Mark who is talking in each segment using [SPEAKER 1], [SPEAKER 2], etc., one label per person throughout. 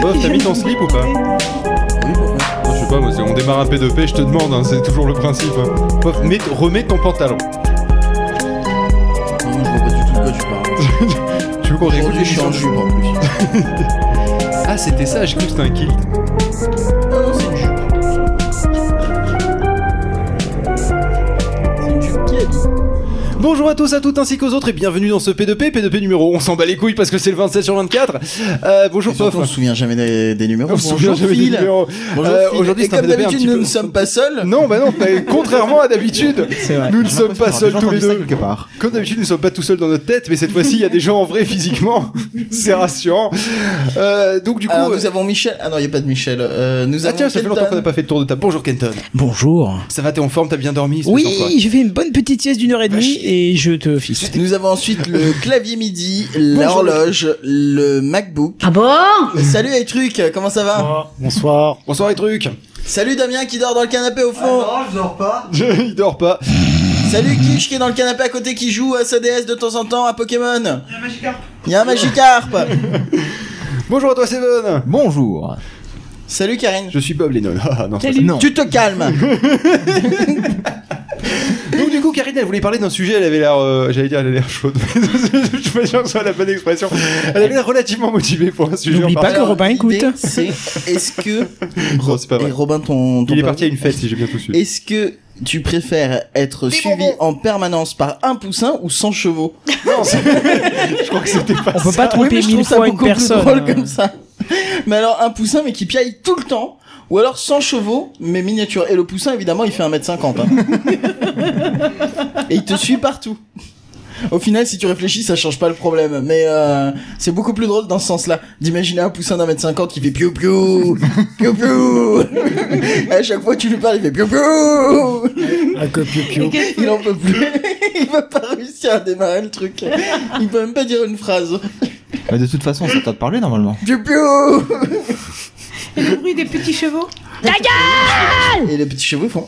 [SPEAKER 1] Bof, t'as mis ton slip ou pas Non, Je sais pas, moi, c'est- on démarre un P2P, je te demande, hein, c'est toujours le principe. hein. Bof, mets- remets ton pantalon.
[SPEAKER 2] Non, je vois pas du tout de quoi tu parles.
[SPEAKER 1] Tu veux qu'on réécoute
[SPEAKER 2] Aujourd'hui, je suis
[SPEAKER 1] l'émission
[SPEAKER 2] en jupe en plus.
[SPEAKER 1] Ah, c'était ça, j'ai cru que c'était un kilt.
[SPEAKER 2] Non, non, c'est une jupe. C'est une jupe qui habite.
[SPEAKER 1] Bonjour à tous, à toutes ainsi qu'aux autres et bienvenue dans ce P2P, P2P numéro 11, on s'en bat les couilles parce que c'est le 27 sur 24. Euh, bonjour
[SPEAKER 2] Et surtout,
[SPEAKER 1] Pof.
[SPEAKER 2] on se souvient jamais des, des numéros.
[SPEAKER 1] On se souvient jamais du numéro.
[SPEAKER 2] Bonjour,
[SPEAKER 1] Euh,
[SPEAKER 2] Phil.
[SPEAKER 1] aujourd'hui,
[SPEAKER 2] Et
[SPEAKER 1] c'est un
[SPEAKER 2] comme
[SPEAKER 1] PDP un petit
[SPEAKER 2] d'habitude, nous
[SPEAKER 1] peu-
[SPEAKER 2] ne sommes pas seuls.
[SPEAKER 1] Non, bah non, t'as- contrairement à d'habitude,
[SPEAKER 3] C'est vrai.
[SPEAKER 1] nous ne
[SPEAKER 3] J'ai
[SPEAKER 1] sommes pas
[SPEAKER 3] l'impression d'avoir
[SPEAKER 1] seuls
[SPEAKER 3] déjà
[SPEAKER 1] tous les
[SPEAKER 3] entendu ça
[SPEAKER 1] deux.
[SPEAKER 3] quelque part.
[SPEAKER 1] Comme d'habitude, nous ne sommes pas tout seuls dans notre tête, mais cette fois-ci, il y a des gens en vrai physiquement. C'est rassurant. Euh, donc du coup,
[SPEAKER 2] Alors,
[SPEAKER 1] euh,
[SPEAKER 2] nous avons Michel. Ah non, il n'y a pas de Michel. Euh, nous
[SPEAKER 1] ah
[SPEAKER 2] avons
[SPEAKER 1] tiens, ça fait longtemps qu'on
[SPEAKER 2] Kenton.
[SPEAKER 1] n'a pas fait de tour de table. Bonjour Kenton.
[SPEAKER 3] Bonjour.
[SPEAKER 1] Ça va, t'es en forme, t'as bien dormi espèce d'enfoiré.
[SPEAKER 3] Oui, j'ai fait une bonne petite sieste d'une heure et demie et je te fixe.
[SPEAKER 2] Nous avons ensuite le clavier midi, l'horloge, le MacBook.
[SPEAKER 4] Ah bon
[SPEAKER 2] Salut les trucs, comment ça va
[SPEAKER 5] Bonsoir.
[SPEAKER 1] Bonsoir les trucs.
[SPEAKER 2] Salut Damien qui dort dans le canapé au fond.
[SPEAKER 1] il dort pas.
[SPEAKER 2] Salut Kish qui est dans le canapé à côté qui joue à sa DS de temps en temps à Pokémon. Il y a un Magikarp. Il y a un Magikarp.
[SPEAKER 1] Bonjour à toi Seven.
[SPEAKER 3] Bonjour.
[SPEAKER 2] Salut Karine.
[SPEAKER 1] Je suis Bob Lennon. Ah, non, c'est
[SPEAKER 3] Non.
[SPEAKER 2] Tu te calmes.
[SPEAKER 1] Donc du coup, Karine, elle voulait parler d'un sujet, elle avait l'air, euh, j'allais dire, elle avait l'air chaude. Je suis pas sûr que ce soit la bonne expression. Elle avait l'air relativement motivée pour un sujet. en
[SPEAKER 3] N'oublie pas que
[SPEAKER 1] particulier.
[SPEAKER 3] Robin écoute.
[SPEAKER 2] L'idée, C'est est-ce que
[SPEAKER 1] Non, c'est pas
[SPEAKER 2] et
[SPEAKER 1] vrai.
[SPEAKER 2] Robin ton, ton
[SPEAKER 1] Il est
[SPEAKER 2] père-
[SPEAKER 1] parti à une fête, si j'ai bien tout su.
[SPEAKER 2] Est-ce que tu préfères être suivi en permanence par un poussin ou sans chevaux
[SPEAKER 1] Non, c'est- je crois que c'était pas.
[SPEAKER 3] On peut pas
[SPEAKER 2] Oui,
[SPEAKER 3] tromper
[SPEAKER 2] mais je
[SPEAKER 3] mille
[SPEAKER 2] trouve ça
[SPEAKER 3] fois une
[SPEAKER 2] beaucoup plus
[SPEAKER 3] personne. hein.
[SPEAKER 2] drôle comme ça. Mais alors un poussin mais qui piaille tout le temps ou alors sans chevaux mais miniature et le poussin évidemment il fait 1m50 hein. Et il te suit partout. Au final si tu réfléchis ça change pas le problème mais euh, c'est beaucoup plus drôle dans ce sens-là d'imaginer un poussin d'un mètre cinquante qui fait piou piou piou piou Et à chaque fois que tu lui parles il fait piou piou
[SPEAKER 3] Ah,
[SPEAKER 5] Un copiopio.
[SPEAKER 2] il en peut plus il va pas réussir à démarrer le truc il peut même pas dire une phrase
[SPEAKER 6] Mais Bah, de toute façon, ça t'a de parler normalement.
[SPEAKER 2] piou piou
[SPEAKER 4] Et le bruit des petits chevaux
[SPEAKER 2] Et les petits chevaux font.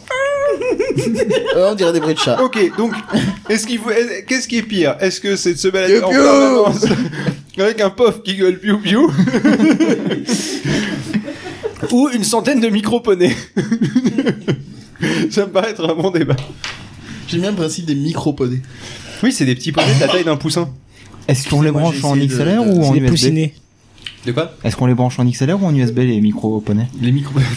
[SPEAKER 2] Euh, on dirait des bruits de chat.
[SPEAKER 1] Ok, donc, est-ce qu'il faut, est- qu'est-ce qui est pire Est-ce que c'est de se balader
[SPEAKER 2] Piou,
[SPEAKER 1] en
[SPEAKER 2] piou
[SPEAKER 1] permanence avec un pof qui gueule piou piou ou une centaine de micro-poneys Ça me paraît être un bon débat.
[SPEAKER 2] J'aime bien le principe des micro-podés.
[SPEAKER 1] Oui, c'est des petits poneys de la taille d'un poussin.
[SPEAKER 6] Est-ce qu'on les
[SPEAKER 2] Excusez-moi,
[SPEAKER 6] branche
[SPEAKER 2] j'ai
[SPEAKER 6] en
[SPEAKER 2] essayé de-
[SPEAKER 6] XLR
[SPEAKER 2] de-
[SPEAKER 6] ou en
[SPEAKER 3] C'est
[SPEAKER 6] USB
[SPEAKER 3] poussiné.
[SPEAKER 1] De quoi
[SPEAKER 6] Est-ce qu'on les branche en XLR ou en USB les micros poney
[SPEAKER 1] Les micro.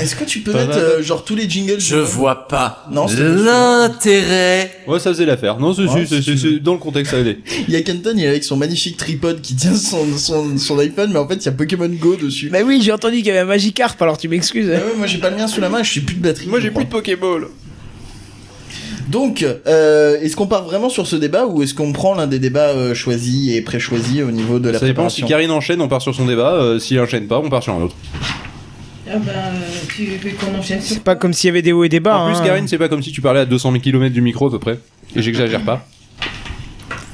[SPEAKER 2] Est-ce que tu peux
[SPEAKER 1] Pas
[SPEAKER 2] mettre
[SPEAKER 1] mal.
[SPEAKER 2] euh, genre tous les jingles
[SPEAKER 7] Je vois pas
[SPEAKER 2] Non, c'est pas
[SPEAKER 7] l'intérêt.
[SPEAKER 1] Ouais, ça faisait l'affaire. Non, c'est
[SPEAKER 2] Ouais,
[SPEAKER 1] c'est- c'est-
[SPEAKER 2] si tu veux.
[SPEAKER 1] c'est- dans le contexte, ça allait.
[SPEAKER 2] Il y a Kenton, il est avec son magnifique tripod qui tient son, son, son iPhone, mais en fait il y a Pokémon Go dessus.
[SPEAKER 3] Bah oui, j'ai entendu qu'il y avait un Magikarp, alors tu m'excuses. hein.
[SPEAKER 2] Ah ouais, moi j'ai pas le mien sous la main, je suis plus de batterie.
[SPEAKER 1] Moi, j'ai
[SPEAKER 2] je
[SPEAKER 1] plus de Pokéball.
[SPEAKER 2] crois. Donc, euh, est-ce qu'on part vraiment sur ce débat ou est-ce qu'on prend l'un des débats euh, choisis et pré-choisis au niveau de la
[SPEAKER 1] Ça dépend. Si
[SPEAKER 2] préparation
[SPEAKER 1] Karine enchaîne, on part sur son débat. Euh, S'il enchaîne pas, on part sur un autre.
[SPEAKER 4] Ah bah, tu veux qu'on enchaîne sur...
[SPEAKER 3] C'est pas comme s'il y avait des hauts et des bas.
[SPEAKER 1] en plus,
[SPEAKER 3] hein.
[SPEAKER 1] Karine, c'est pas comme si tu parlais à 200 000 km du micro à peu près. Et j'exagère pas.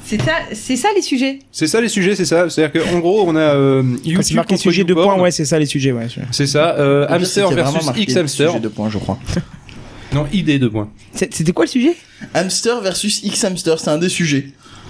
[SPEAKER 4] C'est ça, c'est ça les sujets
[SPEAKER 1] C'est ça les sujets, c'est ça. C'est-à-dire qu'en gros, on a euh, YouTube
[SPEAKER 3] Quand c'est marqué
[SPEAKER 1] contre
[SPEAKER 3] sujet de
[SPEAKER 1] YouPorn.
[SPEAKER 3] points, ouais, c'est ça les sujets, ouais.
[SPEAKER 1] C'est ça. euh,
[SPEAKER 2] Le pire, c'est qu'il y a
[SPEAKER 1] hamster
[SPEAKER 2] vraiment
[SPEAKER 1] versus
[SPEAKER 2] marqué
[SPEAKER 1] X hamster.
[SPEAKER 2] sujet de points, je crois.
[SPEAKER 1] Non, idée de points.
[SPEAKER 3] C'est- C'était quoi le sujet
[SPEAKER 2] Hamster versus X hamster, c'est un des sujets.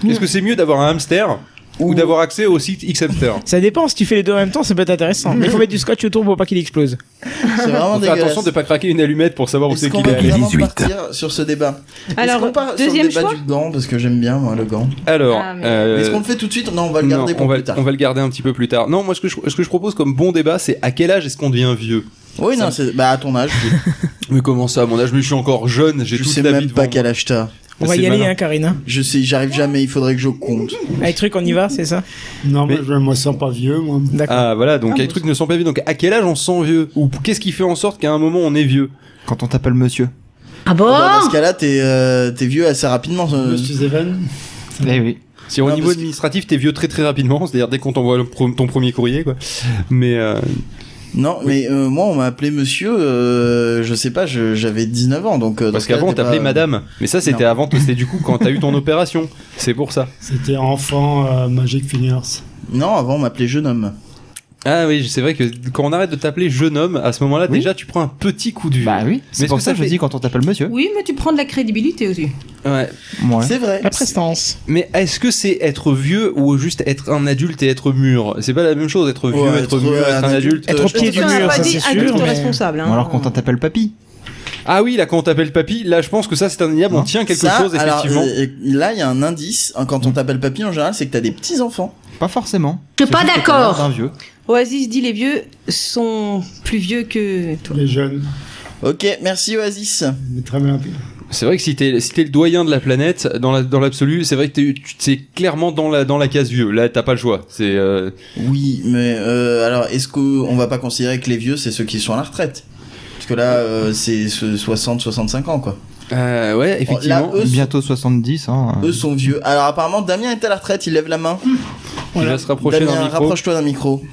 [SPEAKER 1] Est-ce que c'est mieux d'avoir un hamster ou
[SPEAKER 2] Ouh.
[SPEAKER 1] d'avoir accès au site X hamster
[SPEAKER 3] Ça dépend, si tu fais les deux en même temps, ça peut être intéressant. Mais il faut mettre du scotch autour pour pas qu'il explose.
[SPEAKER 2] C'est vraiment
[SPEAKER 1] Faut faire
[SPEAKER 2] dégueulasse.
[SPEAKER 1] attention de pas craquer une allumette pour savoir où
[SPEAKER 2] Est-ce
[SPEAKER 1] c'est
[SPEAKER 2] qu'on
[SPEAKER 1] qu'il est
[SPEAKER 2] va
[SPEAKER 1] allé.
[SPEAKER 2] vraiment
[SPEAKER 7] 18.
[SPEAKER 2] partir sur ce débat
[SPEAKER 4] Alors,
[SPEAKER 2] Est-ce qu'on part
[SPEAKER 4] deuxième
[SPEAKER 2] sur le débat
[SPEAKER 4] choix
[SPEAKER 2] du gant parce que j'aime bien moi le gant.
[SPEAKER 1] Alors,
[SPEAKER 4] Ah, mais-
[SPEAKER 1] euh,
[SPEAKER 2] Est-ce qu'on le fait tout de suite Non, on va le
[SPEAKER 1] Non,
[SPEAKER 2] garder pour
[SPEAKER 1] on va,
[SPEAKER 2] plus tard.
[SPEAKER 1] on va le garder un petit peu plus tard. Non, moi ce que je, ce que je propose comme bon débat, c'est à quel âge est-ce qu'on devient vieux
[SPEAKER 2] Oui, non, c'est bah à ton âge.
[SPEAKER 1] Mais comment ça, à mon âge, mais je suis encore jeune, j'ai
[SPEAKER 2] je
[SPEAKER 1] toute
[SPEAKER 2] sais
[SPEAKER 1] la vie
[SPEAKER 2] même
[SPEAKER 1] devant
[SPEAKER 2] pas
[SPEAKER 1] moi.
[SPEAKER 2] quel âge t'as.
[SPEAKER 3] On va
[SPEAKER 1] C'est
[SPEAKER 3] y aller,
[SPEAKER 1] malin.
[SPEAKER 3] hein, Karine. hein.
[SPEAKER 2] Je sais, j'arrive jamais. Il faudrait que je compte.
[SPEAKER 3] Avec truc, on y va, c'est ça
[SPEAKER 5] Non,
[SPEAKER 1] Mais-
[SPEAKER 5] mais je me sens pas vieux, moi.
[SPEAKER 3] D'accord.
[SPEAKER 1] Ah voilà, donc les trucs ne sont pas vieux. Donc à quel âge on se sent vieux Ou qu'est-ce qui fait en sorte qu'à un moment on est vieux
[SPEAKER 6] Quand on t'appelle monsieur.
[SPEAKER 4] Ah bon
[SPEAKER 2] Bah, dans ce cas-là, t'es euh, t'es vieux assez rapidement. euh,
[SPEAKER 5] Monsieur Zeven.
[SPEAKER 6] Eh oui.
[SPEAKER 1] Si au
[SPEAKER 2] Non,
[SPEAKER 1] niveau
[SPEAKER 2] parce que-
[SPEAKER 1] administratif t'es vieux très très rapidement, c'est-à-dire dès qu'on t'envoie le pro- ton premier courrier quoi. Mais euh,
[SPEAKER 2] Non, mais euh, moi, on m'a appelé monsieur. euh, je sais pas, je- j'avais 19 ans, donc. euh, dans
[SPEAKER 1] parce
[SPEAKER 2] ce cas-là,
[SPEAKER 1] qu'avant on
[SPEAKER 2] t'es pas-
[SPEAKER 1] t'appelait madame. Mais ça c'était
[SPEAKER 2] Non.
[SPEAKER 1] avant, c'était du coup quand t'as eu ton opération. C'est pour ça.
[SPEAKER 5] C'était enfant euh, Magic Fingers.
[SPEAKER 2] Non, avant on m'appelait jeune homme.
[SPEAKER 1] Ah oui, c'est vrai que quand on arrête de t'appeler jeune homme, à ce moment-là,
[SPEAKER 6] Oui.
[SPEAKER 1] déjà, tu prends un petit coup de vue.
[SPEAKER 6] Bah oui,
[SPEAKER 1] Mais
[SPEAKER 6] c'est pour
[SPEAKER 1] est-ce
[SPEAKER 6] ça
[SPEAKER 1] que
[SPEAKER 6] que je
[SPEAKER 1] ça
[SPEAKER 6] dis quand on t'appelle monsieur.
[SPEAKER 4] Oui, mais tu prends de la crédibilité aussi.
[SPEAKER 1] Ouais.
[SPEAKER 6] Ouais.
[SPEAKER 2] C'est vrai.
[SPEAKER 3] La prestance.
[SPEAKER 1] Mais est-ce que c'est être vieux ou juste être un adulte et être mûr C'est pas la même chose, être vieux,
[SPEAKER 2] Ouais,
[SPEAKER 1] être, mûr,
[SPEAKER 2] ouais,
[SPEAKER 1] être un adulte.
[SPEAKER 3] Être au
[SPEAKER 2] je
[SPEAKER 3] pied
[SPEAKER 2] pense
[SPEAKER 3] du
[SPEAKER 4] on
[SPEAKER 2] qu'on
[SPEAKER 4] n'a
[SPEAKER 3] mur,
[SPEAKER 4] pas
[SPEAKER 3] ça
[SPEAKER 4] dit
[SPEAKER 3] c'est
[SPEAKER 4] adulte
[SPEAKER 3] sûr. mais-
[SPEAKER 4] responsable. hein.
[SPEAKER 6] Ou alors
[SPEAKER 2] Oh.
[SPEAKER 6] quand on t'appelle papy.
[SPEAKER 1] Ah oui, là, quand on t'appelle papy, là, je pense que ça, c'est indéniable. On tient quelque
[SPEAKER 2] Hein Ça,
[SPEAKER 1] chose,
[SPEAKER 2] alors,
[SPEAKER 1] effectivement.
[SPEAKER 2] euh, euh, là, il y a un indice. hein, Quand on t'appelle papy, en général, c'est que t'as des petits enfants.
[SPEAKER 6] Pas forcément.
[SPEAKER 4] Je suis pas
[SPEAKER 6] C'est juste que t'as
[SPEAKER 4] d'accord.
[SPEAKER 6] l'air d'un vieux.
[SPEAKER 4] Oasis dit les vieux sont plus vieux que toi.
[SPEAKER 5] Les jeunes.
[SPEAKER 2] Ok, merci Oasis.
[SPEAKER 5] Mais Très bien.
[SPEAKER 2] euh,
[SPEAKER 1] C'est vrai que si t'es si t'es le doyen de la planète, dans la- dans l'absolu, c'est vrai que t'es- tu- c'est clairement dans la, dans la case vieux. Là, t'as pas le choix. C'est. euh,
[SPEAKER 2] Oui, mais euh, alors, est-ce qu'on va pas considérer que les vieux, c'est ceux qui sont à la retraite Parce que là, euh, c'est ce 60, 65 ans, quoi.
[SPEAKER 1] euh,
[SPEAKER 2] Oh,
[SPEAKER 1] ouais, effectivement.
[SPEAKER 2] Là, eux,
[SPEAKER 6] Bientôt 70, hein.
[SPEAKER 2] Eux sont vieux. Alors, apparemment, Damien est à la retraite, il lève la main.
[SPEAKER 1] Il va se rapprocher d'un
[SPEAKER 2] Damien,
[SPEAKER 1] micro.
[SPEAKER 2] rapproche-toi d'un micro.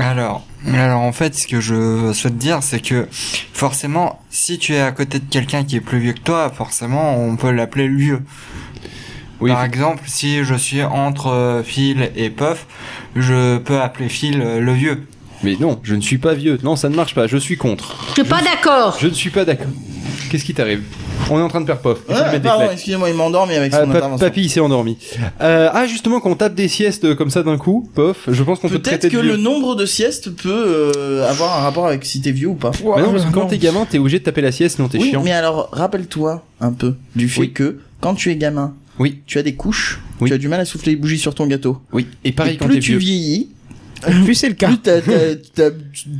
[SPEAKER 8] Alors, alors en fait, ce que je souhaite dire, c'est que forcément, si tu es à côté de quelqu'un qui est plus vieux que toi, forcément, on peut l'appeler vieux.
[SPEAKER 1] Oui,
[SPEAKER 8] Par exemple, si je suis entre euh, Phil et Puff, je peux appeler Phil euh, le vieux.
[SPEAKER 1] Mais non, je ne suis pas vieux. Non, ça ne marche pas. Je suis contre.
[SPEAKER 4] Je suis pas d'accord.
[SPEAKER 1] Je ne suis pas d'accord. Qu'est-ce qui t'arrive On est en train de faire pof. Il faut lui
[SPEAKER 2] Ah,
[SPEAKER 1] mettre des
[SPEAKER 2] pardon,
[SPEAKER 1] claques.
[SPEAKER 2] excusez-moi, il m'endort, mais avec son
[SPEAKER 1] Ah, pa-
[SPEAKER 2] intervention.
[SPEAKER 1] papy, il s'est endormi. Euh, ah, justement, quand on tape des siestes euh, comme ça d'un coup, pof, je pense qu'on peut, te
[SPEAKER 2] Peut-être
[SPEAKER 1] traiter
[SPEAKER 2] que
[SPEAKER 1] de
[SPEAKER 2] le
[SPEAKER 1] vieux.
[SPEAKER 2] nombre de siestes peut euh, avoir un rapport avec si t'es vieux ou pas.
[SPEAKER 1] Bah non, parce que quand t'es gamin, t'es obligé de taper la sieste, non, t'es
[SPEAKER 2] oui,
[SPEAKER 1] chiant.
[SPEAKER 2] mais alors rappelle-toi un peu du fait
[SPEAKER 1] Oui.
[SPEAKER 2] que quand tu es gamin,
[SPEAKER 1] Oui.
[SPEAKER 2] tu as des couches,
[SPEAKER 1] Oui.
[SPEAKER 2] tu as du mal à souffler les bougies sur ton gâteau.
[SPEAKER 1] Oui, et pareil
[SPEAKER 2] Et
[SPEAKER 1] quand
[SPEAKER 2] plus
[SPEAKER 1] t'es
[SPEAKER 2] tu
[SPEAKER 1] vieux.
[SPEAKER 2] vieillis,
[SPEAKER 3] Plus c'est le cas.
[SPEAKER 2] plus t'as, t'as- t'as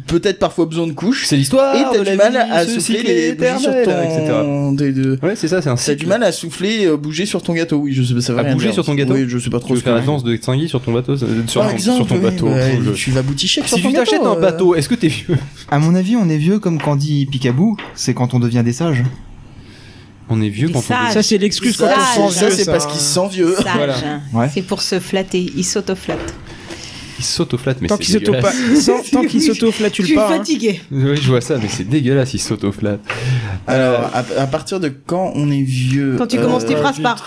[SPEAKER 2] peut-être parfois besoin de couches.
[SPEAKER 1] C'est l'histoire.
[SPEAKER 2] Et t'as
[SPEAKER 1] de
[SPEAKER 2] du
[SPEAKER 1] la
[SPEAKER 2] mal
[SPEAKER 1] vie,
[SPEAKER 2] à
[SPEAKER 1] ce
[SPEAKER 2] souffler
[SPEAKER 1] cycle
[SPEAKER 2] les bougies sur
[SPEAKER 1] éternel, etc.
[SPEAKER 2] ton. des- de-
[SPEAKER 1] Ouais, c'est ça, c'est un
[SPEAKER 2] T'as
[SPEAKER 1] cycle.
[SPEAKER 2] du mal à souffler, euh, bouger sur ton gâteau. Oui, je sais pas, ça veut
[SPEAKER 1] À
[SPEAKER 2] rien
[SPEAKER 1] bouger
[SPEAKER 2] dire.
[SPEAKER 1] sur ton gâteau
[SPEAKER 2] Oui, je sais pas
[SPEAKER 1] Tu
[SPEAKER 2] trop
[SPEAKER 1] veux
[SPEAKER 2] ce que
[SPEAKER 1] faire la
[SPEAKER 2] c'est.
[SPEAKER 1] danse de Xingui sur ton bateau ça- sur,
[SPEAKER 2] Par
[SPEAKER 1] ton-
[SPEAKER 2] exemple,
[SPEAKER 1] sur ton
[SPEAKER 2] oui,
[SPEAKER 1] bateau.
[SPEAKER 2] bah,
[SPEAKER 1] je- Ah,
[SPEAKER 2] tu vas bouticher sur
[SPEAKER 1] Si
[SPEAKER 2] ton
[SPEAKER 1] tu
[SPEAKER 2] gâteau.
[SPEAKER 1] t'achètes un
[SPEAKER 2] euh,
[SPEAKER 1] bateau, est-ce que t'es vieux
[SPEAKER 6] À mon avis, on est vieux comme quand dit Picabou, c'est quand on devient des sages.
[SPEAKER 1] On est vieux
[SPEAKER 4] Des
[SPEAKER 1] quand on
[SPEAKER 4] sages.
[SPEAKER 1] est
[SPEAKER 3] Ça c'est l'excuse quand
[SPEAKER 2] ça,
[SPEAKER 3] on se sent
[SPEAKER 2] ça,
[SPEAKER 3] vieux,
[SPEAKER 2] c'est parce qu'il se sent vieux.
[SPEAKER 4] Sage.
[SPEAKER 1] Voilà.
[SPEAKER 6] Ouais.
[SPEAKER 4] C'est pour se flatter. Il s'auto-flatte.
[SPEAKER 1] Il saute au flat, mais
[SPEAKER 3] Tant
[SPEAKER 1] c'est
[SPEAKER 3] qu'il s'auto
[SPEAKER 1] dégueulasse.
[SPEAKER 3] pas, sans- tant qu'il
[SPEAKER 4] Je
[SPEAKER 3] s'auto-flatule
[SPEAKER 4] suis
[SPEAKER 3] pas. hein.
[SPEAKER 4] fatigué.
[SPEAKER 1] Oui, je vois ça, mais c'est dégueulasse, il saute au flat.
[SPEAKER 2] Alors, à, à partir de quand on est vieux
[SPEAKER 4] Quand tu commences tes
[SPEAKER 2] euh,
[SPEAKER 4] phrases par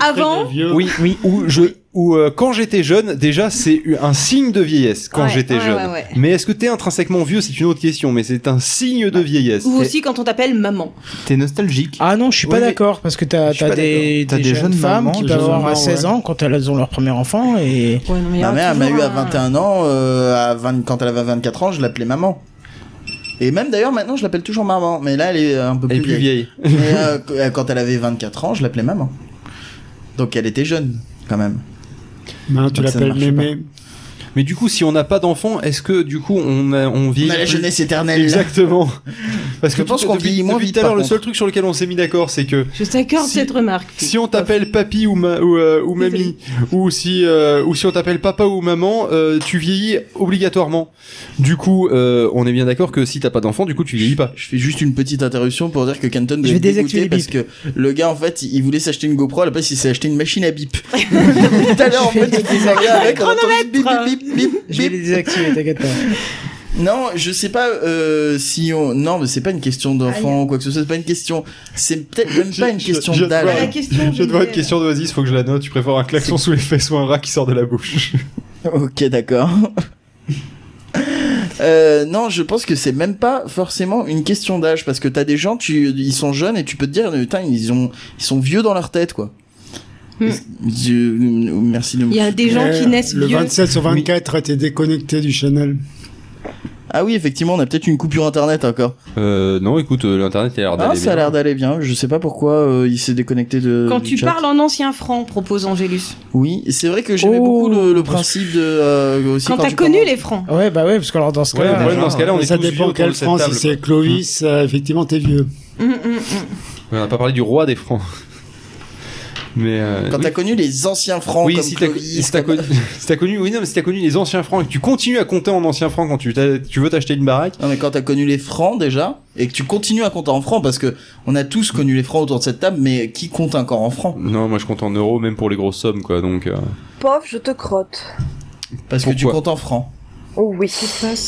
[SPEAKER 4] avant,
[SPEAKER 1] Oui, oui, ou je, ou euh, quand j'étais jeune, déjà c'est eu un signe de vieillesse quand
[SPEAKER 4] Ouais,
[SPEAKER 1] j'étais
[SPEAKER 4] ouais,
[SPEAKER 1] jeune.
[SPEAKER 4] ouais, ouais.
[SPEAKER 1] Mais est-ce que t'es intrinsèquement vieux, c'est une autre question, mais c'est un signe de vieillesse.
[SPEAKER 4] Bah, Ou aussi quand on t'appelle maman.
[SPEAKER 6] T'es nostalgique.
[SPEAKER 3] Ah non, je suis
[SPEAKER 1] Oui,
[SPEAKER 3] pas
[SPEAKER 1] mais-
[SPEAKER 3] d'accord parce que t'as
[SPEAKER 1] Je suis
[SPEAKER 3] t'as
[SPEAKER 1] pas
[SPEAKER 3] des,
[SPEAKER 6] d'accord. T'as
[SPEAKER 3] des
[SPEAKER 6] des
[SPEAKER 3] jeunes
[SPEAKER 6] jeunes
[SPEAKER 3] femmes
[SPEAKER 6] mamans,
[SPEAKER 3] qui
[SPEAKER 6] des
[SPEAKER 3] peuvent
[SPEAKER 6] jeunes
[SPEAKER 3] avoir à
[SPEAKER 6] mamans,
[SPEAKER 3] 16
[SPEAKER 6] ouais.
[SPEAKER 3] ans quand elles ont leur premier enfant et
[SPEAKER 4] Ouais, non, mais il y
[SPEAKER 2] Ma
[SPEAKER 4] aura
[SPEAKER 2] mère elle m'a
[SPEAKER 4] toujours
[SPEAKER 2] eu à
[SPEAKER 4] un-
[SPEAKER 2] 21 ans, euh, à 20, quand elle avait 24 ans, je l'appelais maman. Et même d'ailleurs maintenant je l'appelle toujours maman, mais là elle est un peu
[SPEAKER 1] Elle est
[SPEAKER 2] plus
[SPEAKER 1] plus
[SPEAKER 2] vieille.
[SPEAKER 1] vieille.
[SPEAKER 2] Mais, euh, qu- euh, quand elle avait 24 ans, je l'appelais maman. Donc elle était jeune quand même.
[SPEAKER 5] Maintenant, tu
[SPEAKER 2] Donc, Bah, ça ne
[SPEAKER 5] l'appelles
[SPEAKER 2] marche pas.
[SPEAKER 5] mémé.
[SPEAKER 1] Mais du coup, si on n'a pas d'enfant, est-ce que du coup on, a- on vieillit
[SPEAKER 2] On a la
[SPEAKER 1] plus
[SPEAKER 2] jeunesse éternelle.
[SPEAKER 1] Exactement. Parce
[SPEAKER 2] Je
[SPEAKER 1] que
[SPEAKER 2] pense
[SPEAKER 1] tout-
[SPEAKER 2] qu'on
[SPEAKER 1] depuis-
[SPEAKER 2] vieillit moins
[SPEAKER 1] depuis
[SPEAKER 2] vite,
[SPEAKER 1] tout à
[SPEAKER 2] par
[SPEAKER 1] l'heure, le
[SPEAKER 2] contre.
[SPEAKER 1] seul truc sur lequel on s'est mis d'accord, c'est que
[SPEAKER 4] Je t'accorde
[SPEAKER 1] Si-
[SPEAKER 4] cette remarque.
[SPEAKER 1] si on t'appelle papy ou, ma- ou, euh, ou mamie, ou si, euh, ou si on t'appelle papa ou maman, euh, tu vieillis obligatoirement. Du coup, euh, on est bien d'accord que si t'as pas d'enfant, du coup, tu vieillis pas.
[SPEAKER 2] Je fais juste une petite interruption pour dire que Canton
[SPEAKER 3] Je
[SPEAKER 2] devait
[SPEAKER 3] vais
[SPEAKER 2] être
[SPEAKER 3] désactiver
[SPEAKER 2] dégoûté
[SPEAKER 3] les
[SPEAKER 2] parce que le gars en fait il il voulait s'acheter une GoPro à la place il s'est acheté une machine à bip. Tout à l'heure en fait il disait un gars avec on entend juste bip bip bip bip
[SPEAKER 3] je vais
[SPEAKER 2] bip.
[SPEAKER 3] les désactiver, t'inquiète pas.
[SPEAKER 2] Non, je sais pas euh, si on. Non, mais c'est pas une question d'enfant ou quoi que ce soit. C'est pas une question. C'est peut-être même pas une
[SPEAKER 1] Je-
[SPEAKER 2] question
[SPEAKER 1] je- je-
[SPEAKER 4] Voilà
[SPEAKER 2] d'âge.
[SPEAKER 4] la question.
[SPEAKER 1] Je te vois une question d'Oasis, faut que je la note. Tu préfères un klaxon sous les fesses ou un rat qui sort de la bouche
[SPEAKER 2] Ok, d'accord. Euh, non, je pense que c'est même pas forcément une question d'âge parce que t'as des gens, tu, ils sont jeunes et tu peux te dire, putain, ils ont, ils sont vieux dans leur tête, quoi.
[SPEAKER 4] Hmm.
[SPEAKER 2] Je- merci de me.
[SPEAKER 4] Il y a des gens qui
[SPEAKER 5] Ouais,
[SPEAKER 4] naissent
[SPEAKER 5] Le
[SPEAKER 4] vieux.
[SPEAKER 5] 27 sur 24, t'es déconnecté du channel.
[SPEAKER 2] Ah oui, effectivement, on a peut-être une coupure internet encore.
[SPEAKER 1] Euh, non, écoute, euh, l'internet il a l'air d'aller.
[SPEAKER 2] Ah, ça a
[SPEAKER 1] bien.
[SPEAKER 2] l'air d'aller bien. Je sais pas pourquoi euh, il s'est déconnecté de.
[SPEAKER 4] Quand
[SPEAKER 2] du
[SPEAKER 4] tu
[SPEAKER 2] chat.
[SPEAKER 4] parles en ancien franc, propose Angélus.
[SPEAKER 2] Oui, c'est vrai que j'aimais
[SPEAKER 3] Oh.
[SPEAKER 2] beaucoup le, le principe de. euh, aussi
[SPEAKER 4] Quand t'as
[SPEAKER 2] tu
[SPEAKER 4] connu
[SPEAKER 2] parles-
[SPEAKER 4] les francs.
[SPEAKER 3] Ouais, bah ouais, parce que alors dans ce
[SPEAKER 1] Ouais,
[SPEAKER 3] cas-là,
[SPEAKER 1] ouais, dans ce cas-là, on est
[SPEAKER 5] ça
[SPEAKER 1] tous
[SPEAKER 5] dépend
[SPEAKER 1] vieux autour de
[SPEAKER 5] quelle
[SPEAKER 1] cette
[SPEAKER 5] France. Si
[SPEAKER 1] table.
[SPEAKER 5] c'est Clovis, euh, effectivement, t'es vieux.
[SPEAKER 4] Hum, hum, hum.
[SPEAKER 1] On n'a pas parlé du roi des francs. Mais euh,
[SPEAKER 2] Quand
[SPEAKER 1] oui.
[SPEAKER 2] t'as connu les anciens francs
[SPEAKER 1] Oui,
[SPEAKER 2] comme
[SPEAKER 1] si t'as
[SPEAKER 2] Clovis,
[SPEAKER 1] si t'as
[SPEAKER 2] comme-
[SPEAKER 1] connu, si t'as connu, oui, non, mais si t'as connu les anciens francs et que tu continues à compter en anciens francs quand tu, t'as- Euh, tu veux t'acheter une baraque,
[SPEAKER 2] Non mais quand t'as connu les francs déjà et que tu continues à compter en francs parce que on a tous connu les francs autour de cette table mais qui compte encore en francs
[SPEAKER 1] non, moi je compte en euros même pour les grosses sommes quoi, donc. euh,
[SPEAKER 9] Pauvre, je te crotte.
[SPEAKER 2] parce que tu
[SPEAKER 1] Pourquoi
[SPEAKER 2] comptes en francs.
[SPEAKER 9] Oh oui.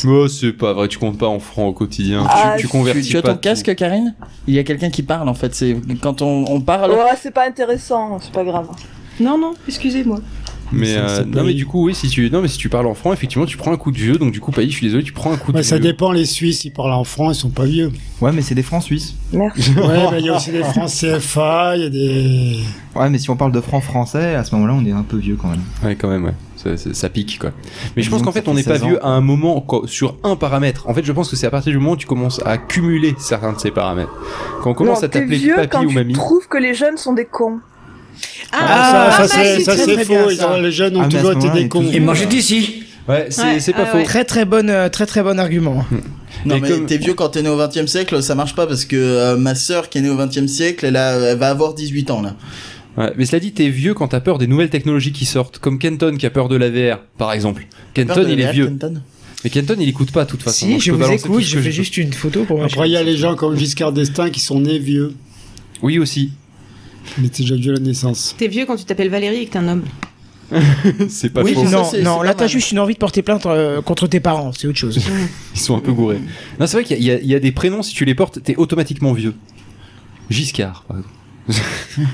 [SPEAKER 1] Oh, c'est pas vrai, tu comptes pas en francs au quotidien. Tu-
[SPEAKER 9] Ah,
[SPEAKER 1] tu,
[SPEAKER 9] tu-
[SPEAKER 1] convertis
[SPEAKER 2] Tu, tu as
[SPEAKER 1] pas
[SPEAKER 2] ton
[SPEAKER 1] tout.
[SPEAKER 2] casque Karine Il y a quelqu'un qui parle en fait, c'est quand on, on parle
[SPEAKER 9] Oh, c'est pas intéressant, c'est pas grave.
[SPEAKER 4] Non, non, excusez-moi.
[SPEAKER 1] Mais
[SPEAKER 5] Ça,
[SPEAKER 1] euh,
[SPEAKER 5] ça
[SPEAKER 1] non,
[SPEAKER 5] paye.
[SPEAKER 1] mais du coup, oui, si tu non, mais si tu parles en franc, effectivement, tu prends un coup de vieux. Donc du coup, Pailly, je suis désolé, tu prends un coup de
[SPEAKER 5] Bah, ça
[SPEAKER 1] vieux.
[SPEAKER 5] dépend, les Suisses, ils parlent en franc, ils sont pas vieux.
[SPEAKER 6] Ouais, mais c'est des francs suisses.
[SPEAKER 9] Merci.
[SPEAKER 5] Ouais, bah, il y a aussi des francs CFA, il y a des.
[SPEAKER 6] Ouais, mais si on parle de francs français, à ce moment-là, on est un peu vieux quand même.
[SPEAKER 1] Ouais, quand même, ouais. Ça, ça- ça pique, quoi. Mais je pense
[SPEAKER 2] Mmh,
[SPEAKER 6] Disons
[SPEAKER 1] qu'en
[SPEAKER 6] que ça
[SPEAKER 1] fait, on
[SPEAKER 6] fait
[SPEAKER 1] n'est pas
[SPEAKER 6] 16 ans.
[SPEAKER 1] vieux à un moment quoi, sur un paramètre. En fait, je pense que c'est à partir du moment où tu commences à cumuler certains de ces paramètres. Quand on commence
[SPEAKER 9] Non,
[SPEAKER 1] à t'appeler
[SPEAKER 9] t'es vieux
[SPEAKER 1] papy
[SPEAKER 9] quand
[SPEAKER 1] ou mamie.
[SPEAKER 9] Tu trouves que les jeunes sont des cons.
[SPEAKER 5] Ah, ça, ça,
[SPEAKER 4] bah,
[SPEAKER 5] c'est-
[SPEAKER 3] si,
[SPEAKER 5] ça,
[SPEAKER 3] très,
[SPEAKER 5] c'est
[SPEAKER 3] très
[SPEAKER 5] faux.
[SPEAKER 3] bien,
[SPEAKER 5] ils
[SPEAKER 3] ça.
[SPEAKER 5] ont- les jeunes ont
[SPEAKER 6] Ah, mais à ce
[SPEAKER 5] toujours été
[SPEAKER 6] moment-là,
[SPEAKER 5] des
[SPEAKER 6] on
[SPEAKER 5] cons.
[SPEAKER 6] est
[SPEAKER 7] Et moi, j'étais ici.
[SPEAKER 3] Euh,
[SPEAKER 1] Ouais, c'est
[SPEAKER 4] Ouais,
[SPEAKER 1] c'est pas
[SPEAKER 4] ah
[SPEAKER 1] faux.
[SPEAKER 4] ouais.
[SPEAKER 3] Très très bonne, euh, très très bon argument.
[SPEAKER 2] Non
[SPEAKER 1] Et
[SPEAKER 2] mais
[SPEAKER 1] comme-
[SPEAKER 2] t'es vieux quand t'es né au 20 e siècle, ça marche pas parce que euh, ma sœur qui est née au 20 e siècle, elle, a- elle va avoir 18 ans là.
[SPEAKER 1] Ouais, mais cela dit, t'es vieux quand t'as peur des nouvelles technologies qui sortent, comme Kenton qui a peur de la VR, par exemple. Kenton,
[SPEAKER 2] Peur de
[SPEAKER 1] il est
[SPEAKER 2] la
[SPEAKER 1] vieux.
[SPEAKER 2] Kenton.
[SPEAKER 1] Mais Kenton, il écoute pas, de toute façon.
[SPEAKER 3] si,
[SPEAKER 1] donc
[SPEAKER 3] je
[SPEAKER 1] peux
[SPEAKER 3] vous
[SPEAKER 1] balancer tout
[SPEAKER 3] écoute,
[SPEAKER 1] ce
[SPEAKER 3] je
[SPEAKER 1] que
[SPEAKER 3] fais
[SPEAKER 1] je
[SPEAKER 3] juste une photo pour moi.
[SPEAKER 5] Après, il y a les gens comme Giscard d'Estaing qui sont nés vieux.
[SPEAKER 1] peux. Oui, aussi.
[SPEAKER 5] Ils étaient déjà vieux à la naissance.
[SPEAKER 4] T'es vieux quand tu t'appelles Valérie et que t'es un homme.
[SPEAKER 1] c'est pas
[SPEAKER 2] Oui,
[SPEAKER 1] faux.
[SPEAKER 2] ça,
[SPEAKER 3] non,
[SPEAKER 2] c'est-
[SPEAKER 3] non,
[SPEAKER 2] c'est
[SPEAKER 3] là
[SPEAKER 2] pas
[SPEAKER 3] t'as
[SPEAKER 2] mal.
[SPEAKER 3] juste une envie de porter plainte euh, contre tes parents, c'est autre chose.
[SPEAKER 1] Ils sont un peu gourés. Non, c'est vrai qu'il y, a- il y a des prénoms, si tu les portes, t'es automatiquement vieux. Giscard, par exemple.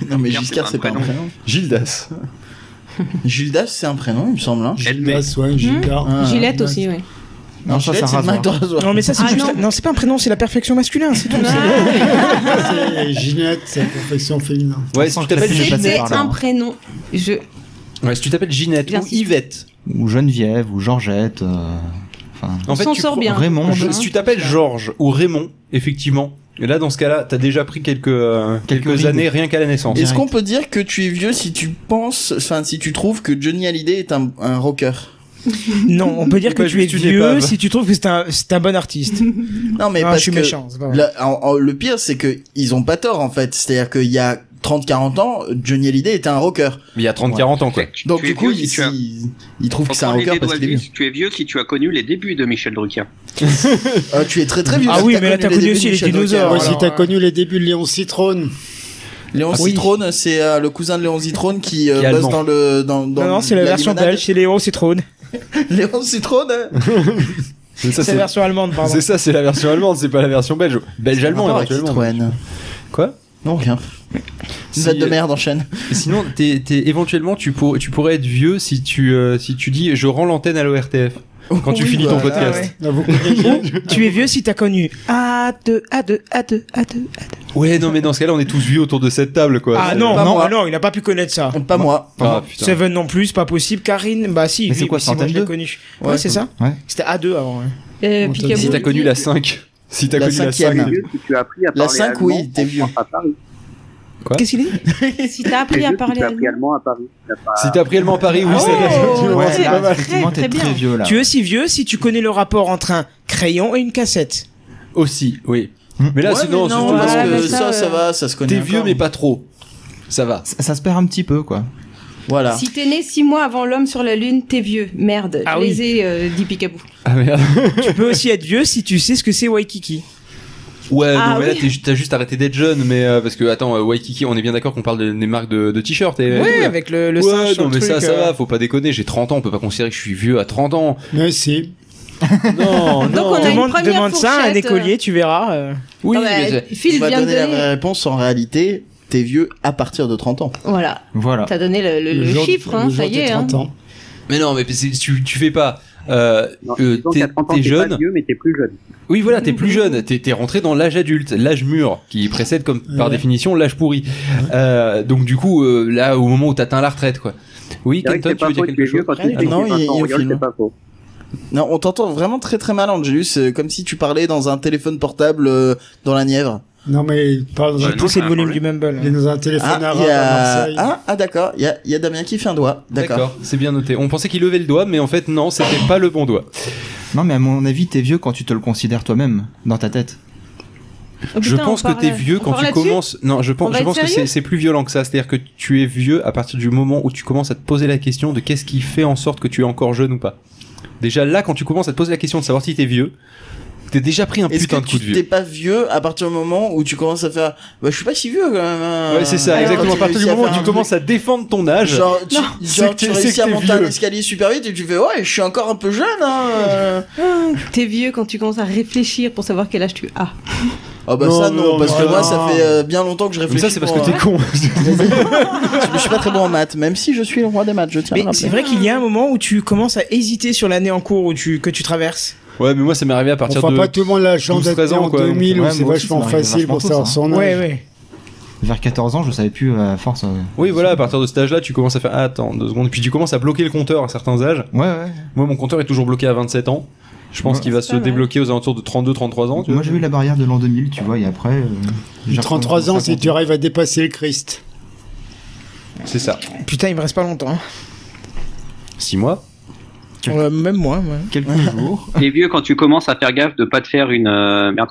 [SPEAKER 2] Non mais
[SPEAKER 10] Giscard,
[SPEAKER 2] Giscard c'est
[SPEAKER 10] c'est
[SPEAKER 2] pas
[SPEAKER 10] un
[SPEAKER 2] un prénom.
[SPEAKER 1] Gildas.
[SPEAKER 2] Gildas c'est un prénom il me semble. Hein.
[SPEAKER 10] Elle
[SPEAKER 5] Gildas, ouais, Gildas.
[SPEAKER 2] Ah,
[SPEAKER 4] Gillette aussi, oui.
[SPEAKER 6] Non, ça,
[SPEAKER 2] Gillette,
[SPEAKER 6] ça
[SPEAKER 2] c'est le
[SPEAKER 6] rase.
[SPEAKER 2] mec de rasoir.
[SPEAKER 3] non, mais ça c'est
[SPEAKER 4] Ah,
[SPEAKER 3] juste.
[SPEAKER 4] non. Ah.
[SPEAKER 3] Non, c'est pas un prénom, c'est la perfection masculine, c'est tout.
[SPEAKER 5] C'est Ginette, c'est la confection féminin.
[SPEAKER 1] Ouais, si tu t'appelles
[SPEAKER 6] Je vais passer
[SPEAKER 4] C'était
[SPEAKER 6] par là,
[SPEAKER 4] Bah, un
[SPEAKER 6] hein.
[SPEAKER 4] prénom. Je...
[SPEAKER 1] Ouais, si tu t'appelles Ginette ou
[SPEAKER 4] J'insiste.
[SPEAKER 1] Yvette,
[SPEAKER 6] Ou Geneviève, ou Georgette. euh, Enfin.
[SPEAKER 1] en fait,
[SPEAKER 4] s'en
[SPEAKER 1] tu
[SPEAKER 4] sort
[SPEAKER 1] prends-
[SPEAKER 4] bien.
[SPEAKER 6] Raymond,
[SPEAKER 1] Je- si tu t'appelles Georges ou Raymond, effectivement, et là dans ce cas-là, t'as déjà pris quelques euh,
[SPEAKER 6] Quelques
[SPEAKER 1] quelques
[SPEAKER 6] rides.
[SPEAKER 1] années rien qu'à la naissance.
[SPEAKER 2] Est-ce qu'on peut dire que tu es vieux si tu penses, enfin si tu trouves que Johnny Hallyday est un, un rocker
[SPEAKER 3] Non, on peut dire que
[SPEAKER 1] Pas
[SPEAKER 3] tu es
[SPEAKER 1] juste une
[SPEAKER 3] vieux
[SPEAKER 1] épave.
[SPEAKER 3] si tu trouves que c'est un, c'est un bon artiste.
[SPEAKER 2] Non mais
[SPEAKER 3] Ah,
[SPEAKER 2] parce
[SPEAKER 3] je suis
[SPEAKER 2] que
[SPEAKER 3] méchant. c'est pas vrai.
[SPEAKER 2] la- en- en- le pire c'est que ils ont pas tort en fait. C'est-à-dire qu'il y a 30-40 ans, Johnny Hallyday était un rocker.
[SPEAKER 1] Il y a 30-40 ans, quoi.
[SPEAKER 2] Donc
[SPEAKER 10] Tu es
[SPEAKER 2] du coup
[SPEAKER 10] vieux si
[SPEAKER 2] ils
[SPEAKER 10] tu as-
[SPEAKER 2] ils- ils trouvent
[SPEAKER 10] Faut
[SPEAKER 2] que c'est un
[SPEAKER 10] prendre les
[SPEAKER 2] rocker
[SPEAKER 10] doigts
[SPEAKER 2] parce qu'il est
[SPEAKER 10] du-
[SPEAKER 2] vieux.
[SPEAKER 10] Tu es vieux si tu as connu les débuts de Michel Drucker.
[SPEAKER 2] Euh, tu es très très vieux.
[SPEAKER 3] Ah
[SPEAKER 2] si
[SPEAKER 3] oui, mais là, t'as connu
[SPEAKER 2] débuts
[SPEAKER 3] aussi
[SPEAKER 2] de
[SPEAKER 3] les
[SPEAKER 2] Michel Drucker.
[SPEAKER 3] dinosaures,
[SPEAKER 5] Moi,
[SPEAKER 3] alors,
[SPEAKER 5] si t'as
[SPEAKER 3] euh,
[SPEAKER 5] connu les débuts de Léon Citrone,
[SPEAKER 2] Léon
[SPEAKER 1] Ah, oui.
[SPEAKER 2] Zitrone, c'est euh, le cousin de Léon Zitrone qui, euh,
[SPEAKER 1] Qui est
[SPEAKER 2] bosse
[SPEAKER 1] allemand.
[SPEAKER 2] dans le dans, dans
[SPEAKER 3] non, non, c'est la, version
[SPEAKER 2] limonade.
[SPEAKER 3] belge, c'est Léo Citrone.
[SPEAKER 2] Léon Zitrone. hein.
[SPEAKER 1] C'est ça,
[SPEAKER 3] C'est la
[SPEAKER 1] c'est-
[SPEAKER 3] version allemande, pardon.
[SPEAKER 1] c'est ça, c'est la version allemande, c'est pas la version belge. Belge-allemand,
[SPEAKER 2] Rapport avec
[SPEAKER 1] éventuellement.
[SPEAKER 2] Citroën.
[SPEAKER 1] Quoi
[SPEAKER 2] Non rien.
[SPEAKER 1] Si,
[SPEAKER 2] Une date de
[SPEAKER 1] euh,
[SPEAKER 2] merde enchaîne.
[SPEAKER 1] Et Sinon, t'es- t'es- éventuellement, tu, pour- tu pourrais être vieux si tu, euh, si tu dis je rends l'antenne à l'ORTF quand tu
[SPEAKER 2] Oui,
[SPEAKER 1] finis ton
[SPEAKER 2] voilà.
[SPEAKER 1] podcast.
[SPEAKER 3] Ah ouais.
[SPEAKER 5] là, vous comprenez,
[SPEAKER 3] Tu es vieux si t'as connu A2, A2, A2, A2, A2.
[SPEAKER 1] Ouais, non, mais dans ce cas-là, on est tous vieux autour de cette table, quoi.
[SPEAKER 3] Ah
[SPEAKER 1] C'est-
[SPEAKER 3] non,
[SPEAKER 2] pas
[SPEAKER 3] non,
[SPEAKER 2] moi.
[SPEAKER 3] ah non, il a pas pu connaître ça.
[SPEAKER 2] Pas moi.
[SPEAKER 1] Ah, putain.
[SPEAKER 3] Seven non plus, pas possible. Karine, bah si.
[SPEAKER 6] Mais c'est
[SPEAKER 3] oui,
[SPEAKER 6] quoi,
[SPEAKER 3] si,
[SPEAKER 6] c'est
[SPEAKER 3] moi, je l'ai
[SPEAKER 6] Antenne
[SPEAKER 3] connu.
[SPEAKER 2] Ouais,
[SPEAKER 3] Ouais, c'est ça
[SPEAKER 6] Ouais.
[SPEAKER 3] C'était A2 avant. hein. ouais.
[SPEAKER 4] Euh,
[SPEAKER 5] On te dit-
[SPEAKER 4] Picaboo,
[SPEAKER 1] Si t'as connu
[SPEAKER 4] il-
[SPEAKER 1] la 5, si t'as
[SPEAKER 2] La
[SPEAKER 1] connu la
[SPEAKER 2] cinquième.
[SPEAKER 1] 5.
[SPEAKER 10] Vieux si tu as appris à
[SPEAKER 2] La
[SPEAKER 10] parler
[SPEAKER 2] cinq,
[SPEAKER 10] allemand
[SPEAKER 2] oui, t'es
[SPEAKER 10] en
[SPEAKER 2] vieux.
[SPEAKER 10] France, à Paris.
[SPEAKER 1] Quoi
[SPEAKER 3] Qu'est-ce qu'il dit
[SPEAKER 4] Si t'as
[SPEAKER 10] T'es
[SPEAKER 4] appris à
[SPEAKER 10] vieux si
[SPEAKER 4] parler
[SPEAKER 10] tu as appris
[SPEAKER 4] allemand.
[SPEAKER 10] allemand à Paris. T'as pas-
[SPEAKER 1] Si t'as pris le Mans Paris, oui,
[SPEAKER 4] Ah
[SPEAKER 1] c'est
[SPEAKER 4] ouais.
[SPEAKER 1] Ouais,
[SPEAKER 4] c'est
[SPEAKER 6] là,
[SPEAKER 4] pas mal.
[SPEAKER 6] effectivement,
[SPEAKER 4] Très,
[SPEAKER 6] t'es
[SPEAKER 4] très
[SPEAKER 6] très
[SPEAKER 4] bien.
[SPEAKER 6] vieux là.
[SPEAKER 3] Tu es si vieux si tu connais le rapport entre un crayon et une cassette.
[SPEAKER 1] Aussi, oui.
[SPEAKER 6] Hmm.
[SPEAKER 1] Mais là,
[SPEAKER 2] Ouais,
[SPEAKER 1] c'est
[SPEAKER 2] mais
[SPEAKER 1] non, c'est
[SPEAKER 2] non,
[SPEAKER 1] surtout
[SPEAKER 2] parce
[SPEAKER 1] parce
[SPEAKER 2] que
[SPEAKER 1] que
[SPEAKER 4] ça,
[SPEAKER 2] ça, ça
[SPEAKER 4] euh,
[SPEAKER 2] va, ça se connaît.
[SPEAKER 1] t'es vieux,
[SPEAKER 2] encore.
[SPEAKER 1] mais pas trop. Ça va.
[SPEAKER 6] Ça, ça se perd un petit peu quoi.
[SPEAKER 2] Voilà.
[SPEAKER 4] Si t'es né six mois avant l'homme sur la lune, t'es vieux. Merde,
[SPEAKER 3] Ah
[SPEAKER 4] je
[SPEAKER 3] oui.
[SPEAKER 4] les ai euh, dit Picaboo.
[SPEAKER 1] Ah merde.
[SPEAKER 3] tu peux aussi être vieux si tu sais ce que c'est Waikiki.
[SPEAKER 1] Ouais,
[SPEAKER 4] Ah
[SPEAKER 1] non, mais
[SPEAKER 4] oui.
[SPEAKER 1] là, t'es- t'as juste arrêté d'être jeune, mais euh, parce que, attends, euh, Waikiki, on est bien d'accord qu'on parle de- des marques de, de t-shirts et. et tout,
[SPEAKER 3] Ouais,
[SPEAKER 1] là.
[SPEAKER 3] avec le, le
[SPEAKER 1] ouais,
[SPEAKER 3] singe sur
[SPEAKER 1] non,
[SPEAKER 3] le
[SPEAKER 1] mais ça,
[SPEAKER 3] truc,
[SPEAKER 1] ça
[SPEAKER 3] euh.
[SPEAKER 1] va, faut pas déconner, j'ai 30 ans, on peut pas considérer que je suis vieux à 30 ans.
[SPEAKER 5] Mais si.
[SPEAKER 1] Non,
[SPEAKER 4] Donc, on a une
[SPEAKER 3] Demande,
[SPEAKER 4] première
[SPEAKER 3] demande ça à un
[SPEAKER 4] fourchette,
[SPEAKER 3] écolier, tu verras. euh.
[SPEAKER 1] Oui,
[SPEAKER 4] Ah ouais,
[SPEAKER 1] mais
[SPEAKER 2] On
[SPEAKER 4] Phil
[SPEAKER 2] va
[SPEAKER 4] vient de
[SPEAKER 2] donner la
[SPEAKER 4] donner.
[SPEAKER 2] vraie réponse en réalité. T'es vieux à partir de 30 ans.
[SPEAKER 4] Voilà,
[SPEAKER 6] Voilà.
[SPEAKER 4] t'as donné le, le- le
[SPEAKER 5] jour-
[SPEAKER 4] chiffre, hein,
[SPEAKER 5] le
[SPEAKER 4] ça
[SPEAKER 5] jour
[SPEAKER 4] y
[SPEAKER 5] des
[SPEAKER 4] est. Hein.
[SPEAKER 5] 30 ans.
[SPEAKER 1] Mais non, mais c'est- tu, tu fais pas. Euh,
[SPEAKER 10] Non,
[SPEAKER 1] euh,
[SPEAKER 10] disons
[SPEAKER 1] t'es-
[SPEAKER 10] qu'à 30 ans,
[SPEAKER 1] t'es
[SPEAKER 10] t'es pas
[SPEAKER 1] jeune.
[SPEAKER 10] vieux, mais t'es plus jeune.
[SPEAKER 1] Oui, voilà, t'es plus jeune. T'es t'es rentré dans l'âge adulte, l'âge mûr, qui précède comme par
[SPEAKER 5] Ouais.
[SPEAKER 1] définition l'âge pourri. Euh, donc du coup, euh, là, au moment où t'atteins la retraite, quoi. Oui,
[SPEAKER 10] C'est vrai que
[SPEAKER 1] Kenton,
[SPEAKER 10] c'est
[SPEAKER 1] tu
[SPEAKER 10] pas
[SPEAKER 1] veux dire
[SPEAKER 10] faux, tu
[SPEAKER 1] quelque
[SPEAKER 10] es
[SPEAKER 1] chose
[SPEAKER 10] vieux quand tu
[SPEAKER 2] Ah,
[SPEAKER 10] dis
[SPEAKER 2] non,
[SPEAKER 10] que
[SPEAKER 2] il- il-
[SPEAKER 10] tu
[SPEAKER 2] il
[SPEAKER 10] rigoles,
[SPEAKER 2] filme.
[SPEAKER 10] c'est pas faux.
[SPEAKER 2] Non, on t'entend vraiment très très mal, Angelus. C'est comme si tu parlais dans un téléphone portable euh, dans la Nièvre.
[SPEAKER 5] Non, mais il parle
[SPEAKER 10] Ouais,
[SPEAKER 5] dans
[SPEAKER 10] non,
[SPEAKER 3] Pousser
[SPEAKER 10] ça
[SPEAKER 3] le
[SPEAKER 10] a
[SPEAKER 3] volume
[SPEAKER 10] changé.
[SPEAKER 3] du Mumble.
[SPEAKER 5] il est dans un téléphone
[SPEAKER 2] Ah,
[SPEAKER 5] arabe
[SPEAKER 2] il y
[SPEAKER 5] à
[SPEAKER 2] a...
[SPEAKER 5] Marseille.
[SPEAKER 2] ah, ah, d'accord. Il y a, il y a Damien qui fait un doigt. D'accord.
[SPEAKER 1] D'accord, c'est bien noté. On pensait qu'il levait le doigt, mais en fait, non, c'était pas le bon doigt.
[SPEAKER 6] Non, mais à mon avis, t'es vieux quand tu te le considères toi-même, dans ta tête.
[SPEAKER 4] Oh,
[SPEAKER 1] je
[SPEAKER 4] putain, on
[SPEAKER 1] pense que
[SPEAKER 4] parle-
[SPEAKER 1] t'es vieux
[SPEAKER 4] on
[SPEAKER 1] quand
[SPEAKER 4] parle
[SPEAKER 1] tu
[SPEAKER 4] là-dessus
[SPEAKER 1] commences. Non, je
[SPEAKER 4] On
[SPEAKER 1] pense,
[SPEAKER 4] va
[SPEAKER 1] je
[SPEAKER 4] être
[SPEAKER 1] pense que c'est
[SPEAKER 4] sérieux
[SPEAKER 1] c'est plus violent que ça. C'est-à-dire que tu es vieux à partir du moment où tu commences à te poser la question de qu'est-ce qui fait en sorte que tu es encore jeune ou pas. Déjà là, quand tu commences à te poser la question de savoir si t'es vieux, t'es déjà pris un
[SPEAKER 2] Est-ce
[SPEAKER 1] putain
[SPEAKER 2] que
[SPEAKER 1] de coup de
[SPEAKER 2] tu t'es
[SPEAKER 1] vieux.
[SPEAKER 2] pas vieux à partir du moment où tu commences à faire bah je suis pas si vieux quand même. hein.
[SPEAKER 1] Ouais, c'est ça,
[SPEAKER 2] Alors,
[SPEAKER 1] exactement. À
[SPEAKER 2] tu
[SPEAKER 1] partir du
[SPEAKER 2] réussis
[SPEAKER 1] moment où tu
[SPEAKER 2] faire un
[SPEAKER 1] commences à défendre ton
[SPEAKER 2] truc,
[SPEAKER 1] âge.
[SPEAKER 2] Genre, tu, genre,
[SPEAKER 1] c'est que
[SPEAKER 2] tu
[SPEAKER 1] t'es- c'est
[SPEAKER 2] réussis
[SPEAKER 1] que
[SPEAKER 2] à
[SPEAKER 1] t'es
[SPEAKER 2] monter un
[SPEAKER 1] vieux.
[SPEAKER 2] escalier super vite et tu fais oh, ouais je suis encore un peu jeune hein. euh.
[SPEAKER 4] Ah, T'es vieux quand tu commences à réfléchir pour savoir quel âge tu as.
[SPEAKER 2] Ah bah
[SPEAKER 5] Non,
[SPEAKER 2] ça
[SPEAKER 5] mais
[SPEAKER 2] non,
[SPEAKER 5] non,
[SPEAKER 2] parce
[SPEAKER 5] mais
[SPEAKER 2] que
[SPEAKER 5] non.
[SPEAKER 2] moi ça fait euh, bien longtemps que je
[SPEAKER 1] Comme
[SPEAKER 2] réfléchis.
[SPEAKER 1] ça, c'est parce que
[SPEAKER 2] pour,
[SPEAKER 1] t'es con.
[SPEAKER 2] euh, je suis pas très bon en maths, même si je suis le roi des maths, je tiens à le
[SPEAKER 3] Mais
[SPEAKER 2] rappeler.
[SPEAKER 3] c'est vrai qu'il y a un moment où tu commences à hésiter sur l'année en cours où tu, que tu traverses.
[SPEAKER 1] ouais, mais moi, ça m'est arrivé à partir
[SPEAKER 5] Enfin,
[SPEAKER 1] de.
[SPEAKER 5] pas tout le monde a la chance
[SPEAKER 1] 12,
[SPEAKER 5] d'être
[SPEAKER 1] 13
[SPEAKER 5] né
[SPEAKER 1] ans,
[SPEAKER 5] en
[SPEAKER 1] quoi, donc,
[SPEAKER 5] 2000
[SPEAKER 6] ouais,
[SPEAKER 5] où c'est
[SPEAKER 6] moi aussi,
[SPEAKER 5] vachement
[SPEAKER 6] ça m'arrive
[SPEAKER 5] facile pour
[SPEAKER 6] vachement
[SPEAKER 5] savoir
[SPEAKER 6] tôt,
[SPEAKER 5] son âge.
[SPEAKER 3] Ouais, ouais.
[SPEAKER 6] Vers 14 ans, je savais plus à force. euh.
[SPEAKER 1] Oui, voilà, à partir de cet âge-là, tu commences à faire. ah, attends, deux secondes. Puis tu commences à bloquer le compteur à certains âges.
[SPEAKER 6] Ouais, ouais.
[SPEAKER 1] Moi, mon compteur est toujours bloqué à 27 ans. Je pense
[SPEAKER 6] Ouais.
[SPEAKER 1] qu'il va se
[SPEAKER 4] pas mal.
[SPEAKER 1] débloquer aux alentours de 32-33 ans. tu vois.
[SPEAKER 6] Moi, j'ai eu la barrière de l'an 2000, tu vois, et après. euh, j'ai
[SPEAKER 5] 33 ans,
[SPEAKER 6] recommencé à
[SPEAKER 5] si tu arrives à dépasser le Christ.
[SPEAKER 1] C'est ça.
[SPEAKER 3] Putain, il me reste pas longtemps. hein.
[SPEAKER 1] 6 mois.
[SPEAKER 3] Euh, même moi. ouais.
[SPEAKER 6] compter Quelques jours.
[SPEAKER 10] Les vieux, quand tu commences à faire gaffe de pas te faire une euh, merde,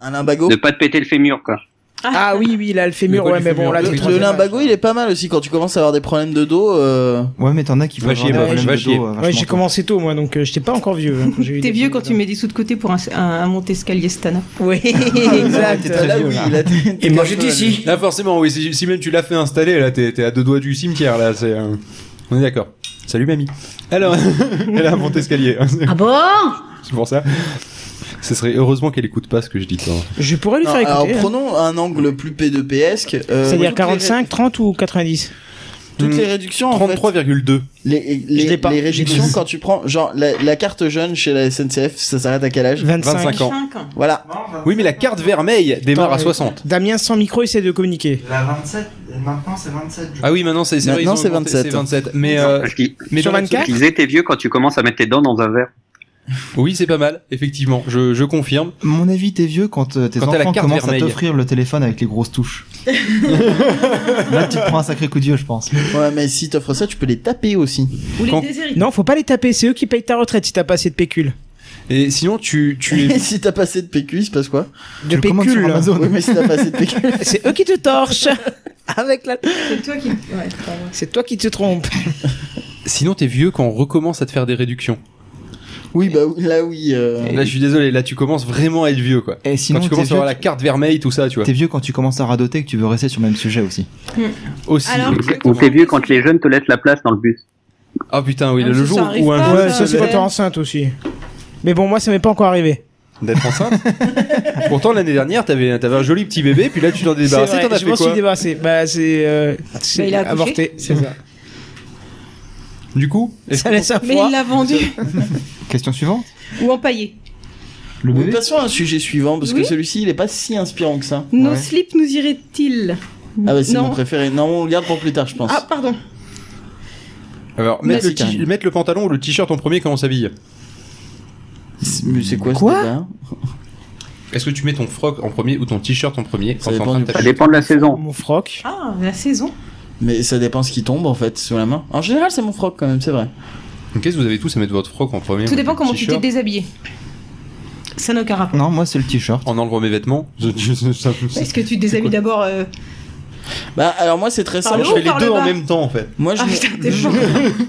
[SPEAKER 2] Un limbago.
[SPEAKER 10] de pas te péter le fémur, quoi.
[SPEAKER 3] Ah oui, oui, là, le fémur,
[SPEAKER 1] Mais quoi,
[SPEAKER 3] ouais,
[SPEAKER 1] du
[SPEAKER 3] mais
[SPEAKER 1] fémur,
[SPEAKER 3] bon, là,
[SPEAKER 1] oui,
[SPEAKER 3] le
[SPEAKER 1] oui.
[SPEAKER 2] Le
[SPEAKER 3] troisième âge.
[SPEAKER 2] limbago, il est pas mal aussi quand tu commences à avoir des problèmes de dos. euh,
[SPEAKER 6] Ouais, mais t'en as qui
[SPEAKER 1] Va
[SPEAKER 6] peuvent
[SPEAKER 1] chier,
[SPEAKER 6] avoir
[SPEAKER 1] va-
[SPEAKER 6] des
[SPEAKER 1] va
[SPEAKER 6] problèmes de
[SPEAKER 1] chier.
[SPEAKER 6] dos, euh,
[SPEAKER 3] Ouais,
[SPEAKER 6] vachement
[SPEAKER 3] j'ai
[SPEAKER 6] tôt.
[SPEAKER 3] commencé tôt, moi, donc euh, j'étais pas encore vieux. hein, quand j'ai eu
[SPEAKER 4] T'es
[SPEAKER 3] des
[SPEAKER 4] vieux quand tu
[SPEAKER 3] problèmes
[SPEAKER 4] mets des sous de côté pour un, un, un monte-escalier Stana.
[SPEAKER 3] de dos. Oui, exact.
[SPEAKER 2] Là, oui, là, t'es-
[SPEAKER 7] Et moi j'étais ici.
[SPEAKER 1] Là, Ah, forcément, oui. Si, si même tu l'as fait installer, là, t'es t'es à deux doigts du cimetière, là. C'est. euh, On est d'accord. Salut, mamie. Alors, elle a un bon escalier. hein, c'est-
[SPEAKER 4] Ah bon
[SPEAKER 1] C'est pour ça. Ce serait heureusement qu'elle écoute pas ce que je dis. ça.
[SPEAKER 3] Je pourrais lui
[SPEAKER 2] Non,
[SPEAKER 3] faire
[SPEAKER 2] alors
[SPEAKER 3] écouter. hein.
[SPEAKER 2] prenons un angle plus P2PS. euh,
[SPEAKER 3] C'est-à-dire
[SPEAKER 2] toutes les-
[SPEAKER 3] 45, 30 ou 90 Mm.
[SPEAKER 2] Toutes les
[SPEAKER 1] Hmm,
[SPEAKER 2] réductions, en fait,
[SPEAKER 1] 33,2.
[SPEAKER 2] les, les,
[SPEAKER 3] Je l'ai pas.
[SPEAKER 2] les réductions quand tu prends, genre la, la carte jeune chez la SNCF, ça s'arrête à quel âge
[SPEAKER 3] 25.
[SPEAKER 1] 25 ans.
[SPEAKER 2] Voilà.
[SPEAKER 1] Oui, mais la carte vermeille démarre
[SPEAKER 3] Attends,
[SPEAKER 1] à
[SPEAKER 3] mais-
[SPEAKER 1] 60.
[SPEAKER 3] euh, Damien, sans micro, essaie de communiquer.
[SPEAKER 8] La 27, maintenant c'est 27 jours.
[SPEAKER 1] Ah oui, maintenant c'est c'est vrai, ils
[SPEAKER 2] Maintenant,
[SPEAKER 1] ont
[SPEAKER 2] c'est
[SPEAKER 1] augmenté,
[SPEAKER 2] 27.
[SPEAKER 1] c'est 27. Mais, euh,
[SPEAKER 10] Parce qu'ils
[SPEAKER 1] mais
[SPEAKER 3] Sur
[SPEAKER 1] dans la-
[SPEAKER 3] 24
[SPEAKER 10] ils étaient vieux quand tu commences à mettre tes dents dans un verre.
[SPEAKER 1] Oui, c'est pas mal, effectivement. Je, je confirme.
[SPEAKER 6] Mon avis, t'es vieux quand euh, tes
[SPEAKER 1] Quand t'as la
[SPEAKER 6] enfants
[SPEAKER 1] carte
[SPEAKER 6] commencent
[SPEAKER 1] vermeille.
[SPEAKER 6] à t'offrir le téléphone avec les grosses touches. Là, tu te prends un sacré coup de vieux, je pense.
[SPEAKER 2] Ouais, mais si t'offres ça, tu peux les taper aussi.
[SPEAKER 4] Ou les
[SPEAKER 1] Quand-
[SPEAKER 4] déshérités.
[SPEAKER 3] Non, faut pas les taper, c'est eux qui payent ta retraite si t'as pas assez de pécule.
[SPEAKER 1] Et sinon, tu, tu es
[SPEAKER 2] Et si t'as passé de PQ, il se passe quoi
[SPEAKER 3] De
[SPEAKER 6] le commandes
[SPEAKER 3] pécule.
[SPEAKER 6] sur Amazon.
[SPEAKER 2] Oui, mais si t'as passé de PQ.
[SPEAKER 3] C'est eux qui te torchent. Avec la...
[SPEAKER 4] C'est toi qui. Ouais, pardon.
[SPEAKER 3] C'est toi qui te trompes.
[SPEAKER 1] Sinon, t'es vieux quand on recommence à te faire des réductions.
[SPEAKER 2] Oui, bah oui, là oui. euh,
[SPEAKER 1] Là, je suis désolé, là, tu commences vraiment à être vieux, quoi.
[SPEAKER 6] Et sinon,
[SPEAKER 1] quand tu
[SPEAKER 6] t'es
[SPEAKER 1] commences à
[SPEAKER 6] vieux,
[SPEAKER 1] avoir la carte vermeille, tout ça, tu vois.
[SPEAKER 6] t'es vieux quand tu commences à radoter et que tu veux rester sur le même sujet aussi.
[SPEAKER 1] Aussi.
[SPEAKER 4] Alors,
[SPEAKER 1] exact-
[SPEAKER 4] c'est-
[SPEAKER 10] Ou t'es vieux quand les jeunes te laissent la place dans le bus.
[SPEAKER 1] Ah putain, oui,
[SPEAKER 4] Ah,
[SPEAKER 1] le
[SPEAKER 4] ça,
[SPEAKER 1] jour
[SPEAKER 4] ça arrive
[SPEAKER 1] où un
[SPEAKER 4] pas,
[SPEAKER 1] jour
[SPEAKER 3] Ouais, ça c'est quand
[SPEAKER 4] ouais.
[SPEAKER 3] t'es enceinte aussi. Mais bon, moi ça m'est pas encore arrivé.
[SPEAKER 1] d'être enceinte. Pourtant, l'année dernière, t'avais, t'avais un joli petit bébé, puis là, tu t'en débarrasses.
[SPEAKER 3] C'est
[SPEAKER 1] T'en
[SPEAKER 3] vrai,
[SPEAKER 1] as
[SPEAKER 3] je
[SPEAKER 1] fait
[SPEAKER 3] m'en suis
[SPEAKER 1] quoi
[SPEAKER 3] débarrassé. Bah c'est euh, c'est
[SPEAKER 4] Bah, il a accouché.
[SPEAKER 3] avorté, c'est ça.
[SPEAKER 1] Du coup, est-ce
[SPEAKER 3] ça laisse un
[SPEAKER 4] Mais il
[SPEAKER 3] froid.
[SPEAKER 4] l'a vendu
[SPEAKER 6] Question suivante
[SPEAKER 4] ou empaillé.
[SPEAKER 6] Le
[SPEAKER 2] bon,
[SPEAKER 6] bébé
[SPEAKER 2] Passons à un sujet suivant, parce
[SPEAKER 4] Oui.
[SPEAKER 2] que celui-ci, il est pas si inspirant que ça.
[SPEAKER 4] Nos
[SPEAKER 6] Ouais.
[SPEAKER 4] slips nous iraient-ils
[SPEAKER 2] Ah bah c'est
[SPEAKER 4] Non.
[SPEAKER 2] mon préféré. Non, on le garde pour plus tard, je pense.
[SPEAKER 4] Ah, pardon.
[SPEAKER 1] Alors, mettre le, t-
[SPEAKER 2] Merci, Karine.
[SPEAKER 1] mettre le pantalon ou le t-shirt en premier quand on s'habille
[SPEAKER 2] C'est- Mais c'est quoi,
[SPEAKER 3] Quoi
[SPEAKER 2] ce débat
[SPEAKER 1] Est-ce que tu mets ton froc en premier ou ton t-shirt en premier quand
[SPEAKER 2] Ça
[SPEAKER 1] t'es en
[SPEAKER 2] dépend
[SPEAKER 1] train de
[SPEAKER 2] du
[SPEAKER 10] Ça
[SPEAKER 1] t'habiller
[SPEAKER 10] dépend de la saison.
[SPEAKER 3] Mon froc.
[SPEAKER 4] Ah, la saison.
[SPEAKER 2] Mais ça dépend ce qui tombe en fait sous la main. En général, c'est mon froc quand même, c'est vrai.
[SPEAKER 1] Donc, Qu'est-ce que vous avez tous à mettre votre froc en premier
[SPEAKER 4] Tout dépend comment tu t'es
[SPEAKER 1] t-shirt
[SPEAKER 4] déshabillé. Ça n'a aucun rapport.
[SPEAKER 6] Non, moi, c'est le t-shirt.
[SPEAKER 1] En enlevant mes vêtements
[SPEAKER 4] Est-ce que tu te déshabilles d'abord euh,
[SPEAKER 2] Bah alors moi, c'est très
[SPEAKER 4] Par
[SPEAKER 2] simple.
[SPEAKER 4] le
[SPEAKER 1] Je
[SPEAKER 4] haut,
[SPEAKER 1] fais les
[SPEAKER 4] par le
[SPEAKER 1] deux en
[SPEAKER 4] bas.
[SPEAKER 1] même temps, en fait.
[SPEAKER 2] Moi, je
[SPEAKER 4] Ah
[SPEAKER 2] me-
[SPEAKER 4] putain, t'es chaud.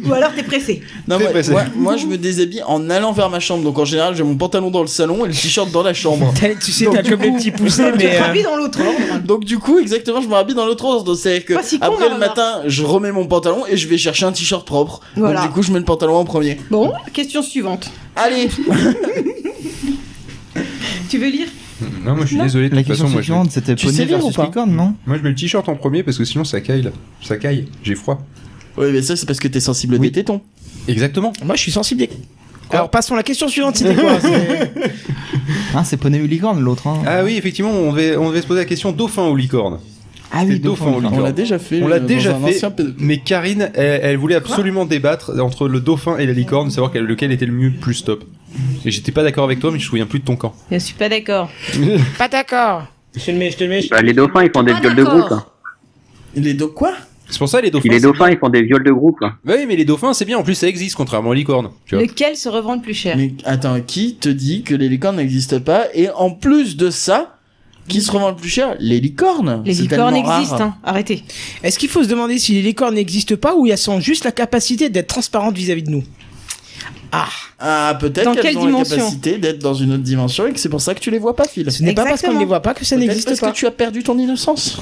[SPEAKER 4] Ou alors t'es pressé.
[SPEAKER 2] Non,
[SPEAKER 1] Fais
[SPEAKER 2] moi,
[SPEAKER 1] passer.
[SPEAKER 2] moi- moi, je me déshabille en allant vers ma chambre. Donc en général, j'ai mon pantalon dans le salon et le t-shirt dans la chambre.
[SPEAKER 3] T'as- Tu sais, t'as comme les petits poussés,
[SPEAKER 4] Tu te
[SPEAKER 3] mais euh,
[SPEAKER 4] rhabilles dans l'autre.
[SPEAKER 2] Donc du coup, exactement, je me rhabille dans l'autre ordre. C'est-à-dire que
[SPEAKER 4] Pas si con,
[SPEAKER 2] après le
[SPEAKER 4] Bernard.
[SPEAKER 2] matin, je remets mon pantalon et je vais chercher un t-shirt propre.
[SPEAKER 4] Voilà.
[SPEAKER 2] Donc du coup, je mets le pantalon en premier.
[SPEAKER 4] Bon, question suivante.
[SPEAKER 2] Allez,
[SPEAKER 4] Tu veux lire
[SPEAKER 1] Non, moi je suis
[SPEAKER 4] Non.
[SPEAKER 1] désolé, de
[SPEAKER 6] La
[SPEAKER 1] toute
[SPEAKER 6] question
[SPEAKER 1] façon, moi je, mets...
[SPEAKER 6] suivante, c'était
[SPEAKER 2] Tu sais
[SPEAKER 6] poney
[SPEAKER 2] lire ou
[SPEAKER 6] versus
[SPEAKER 2] pas
[SPEAKER 6] licorne, non
[SPEAKER 1] moi je mets le t-shirt en premier parce que sinon ça caille là. Ça caille, j'ai froid.
[SPEAKER 2] Oui, mais ça, c'est parce que t'es sensible
[SPEAKER 1] Oui.
[SPEAKER 2] des tétons.
[SPEAKER 1] Exactement.
[SPEAKER 3] moi je suis sensible. des- Alors passons à la question suivante, c'était quoi c'est-
[SPEAKER 6] Hein, c'est poney ou licorne, l'autre. Hein.
[SPEAKER 1] Ah oui, effectivement, on devait, on devait se poser la question dauphin ou licorne.
[SPEAKER 6] ah
[SPEAKER 1] c'était dauphin ou
[SPEAKER 2] On
[SPEAKER 1] licorne.
[SPEAKER 2] l'a déjà fait.
[SPEAKER 1] On l'a
[SPEAKER 2] euh, dans
[SPEAKER 1] déjà
[SPEAKER 2] un
[SPEAKER 1] fait.
[SPEAKER 2] ancien P2P.
[SPEAKER 1] Mais Karine, elle, elle voulait absolument débattre entre le dauphin et la licorne, savoir quel- lequel était le mieux plus top. Et j'étais pas d'accord avec toi, mais je me souviens plus de ton camp.
[SPEAKER 4] Je suis pas d'accord.
[SPEAKER 3] Pas d'accord. Je te le mets, je te le mets. je-
[SPEAKER 10] Bah, les dauphins, ils font des
[SPEAKER 4] Ah,
[SPEAKER 10] viols de
[SPEAKER 4] d'accord.
[SPEAKER 10] groupe. hein.
[SPEAKER 2] Les dos quoi
[SPEAKER 1] C'est pour ça les dauphins.
[SPEAKER 10] Les
[SPEAKER 1] c'est-
[SPEAKER 10] dauphins, ils font des viols de groupe. hein.
[SPEAKER 1] Bah oui, mais les dauphins, c'est bien. En plus, ça existe contrairement aux licornes. Tu vois.
[SPEAKER 4] Lequel se revend le plus cher
[SPEAKER 2] Mais attends, qui te dit que les licornes n'existent pas Et en plus de ça, qui se revend le plus cher Les licornes
[SPEAKER 4] Les
[SPEAKER 2] C'est
[SPEAKER 4] licornes
[SPEAKER 2] tellement rare.
[SPEAKER 4] existent, hein. arrêtez.
[SPEAKER 3] Est-ce qu'il faut se demander si les licornes n'existent pas ou elles sont juste la capacité d'être transparentes vis-à-vis de nous Ah,
[SPEAKER 2] Ah, peut-être
[SPEAKER 4] Dans
[SPEAKER 2] qu'elles
[SPEAKER 4] quelle
[SPEAKER 2] ont
[SPEAKER 4] dimension
[SPEAKER 2] la capacité d'être dans une autre dimension et que c'est pour ça que tu les vois pas, Phil.
[SPEAKER 3] ce n'est pas parce qu'on ne
[SPEAKER 4] Exactement.
[SPEAKER 3] les voit pas que ça
[SPEAKER 2] Peut-être
[SPEAKER 3] n'existe
[SPEAKER 2] parce
[SPEAKER 3] pas.
[SPEAKER 2] que tu as perdu ton innocence.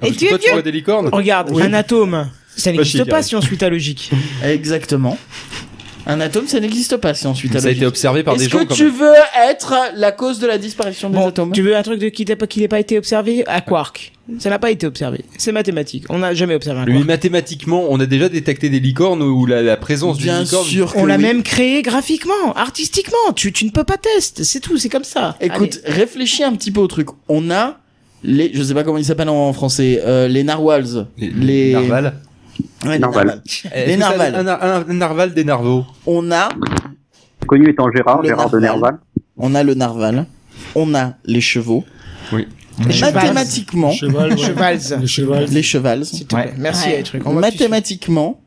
[SPEAKER 1] Parce
[SPEAKER 4] Et
[SPEAKER 1] que
[SPEAKER 4] tu es
[SPEAKER 1] toi, tu
[SPEAKER 4] vieux.
[SPEAKER 1] vois des licornes.
[SPEAKER 3] Regarde, un atome, ça
[SPEAKER 1] chier,
[SPEAKER 3] n'existe pas
[SPEAKER 1] Karine.
[SPEAKER 3] si on suit ta logique.
[SPEAKER 2] Exactement. Un atome, ça n'existe pas, c'est ensuite à
[SPEAKER 1] Ça a été observé par des
[SPEAKER 2] Est-ce
[SPEAKER 1] gens
[SPEAKER 2] que
[SPEAKER 1] comme
[SPEAKER 2] tu veux être la cause de la disparition des
[SPEAKER 3] Bon,
[SPEAKER 2] atomes
[SPEAKER 3] tu veux un truc de qui n'a pas, qui n'a pas été observé À quark. Ça n'a pas été observé. C'est mathématique. On n'a jamais observé un
[SPEAKER 1] lui
[SPEAKER 3] quark.
[SPEAKER 1] mathématiquement, on a déjà détecté des licornes où la, la présence du
[SPEAKER 2] Bien
[SPEAKER 1] licorne.
[SPEAKER 2] sûr que
[SPEAKER 3] On l'a
[SPEAKER 2] oui.
[SPEAKER 3] même créé graphiquement, artistiquement. Tu, tu ne peux pas tester. C'est tout. C'est comme ça.
[SPEAKER 2] Écoute, réfléchis un petit peu au truc. On a les, je sais pas comment ils s'appellent en français, euh, les narwhals. Les-
[SPEAKER 1] narvals.
[SPEAKER 2] Ouais, les
[SPEAKER 10] Narwhals.
[SPEAKER 2] narwhals.
[SPEAKER 1] Eh, Est-ce
[SPEAKER 2] Les
[SPEAKER 1] que ça-
[SPEAKER 2] narvals.
[SPEAKER 1] Un, un- un narval des narvaux.
[SPEAKER 2] On a,
[SPEAKER 10] Connu étant Gérard, Ah,
[SPEAKER 2] Le
[SPEAKER 10] Gérard de
[SPEAKER 2] narval.
[SPEAKER 10] Nerval.
[SPEAKER 2] on a le narval. On a les chevaux.
[SPEAKER 1] Oui.
[SPEAKER 3] Les
[SPEAKER 2] Mathématiquement,
[SPEAKER 5] Cheval, ouais.
[SPEAKER 3] Chevals.
[SPEAKER 5] Le cheval.
[SPEAKER 2] les chevals.
[SPEAKER 6] Ouais.
[SPEAKER 3] Merci,
[SPEAKER 4] Ouais.
[SPEAKER 3] les trucs. On voit que tu
[SPEAKER 2] Mathématiquement,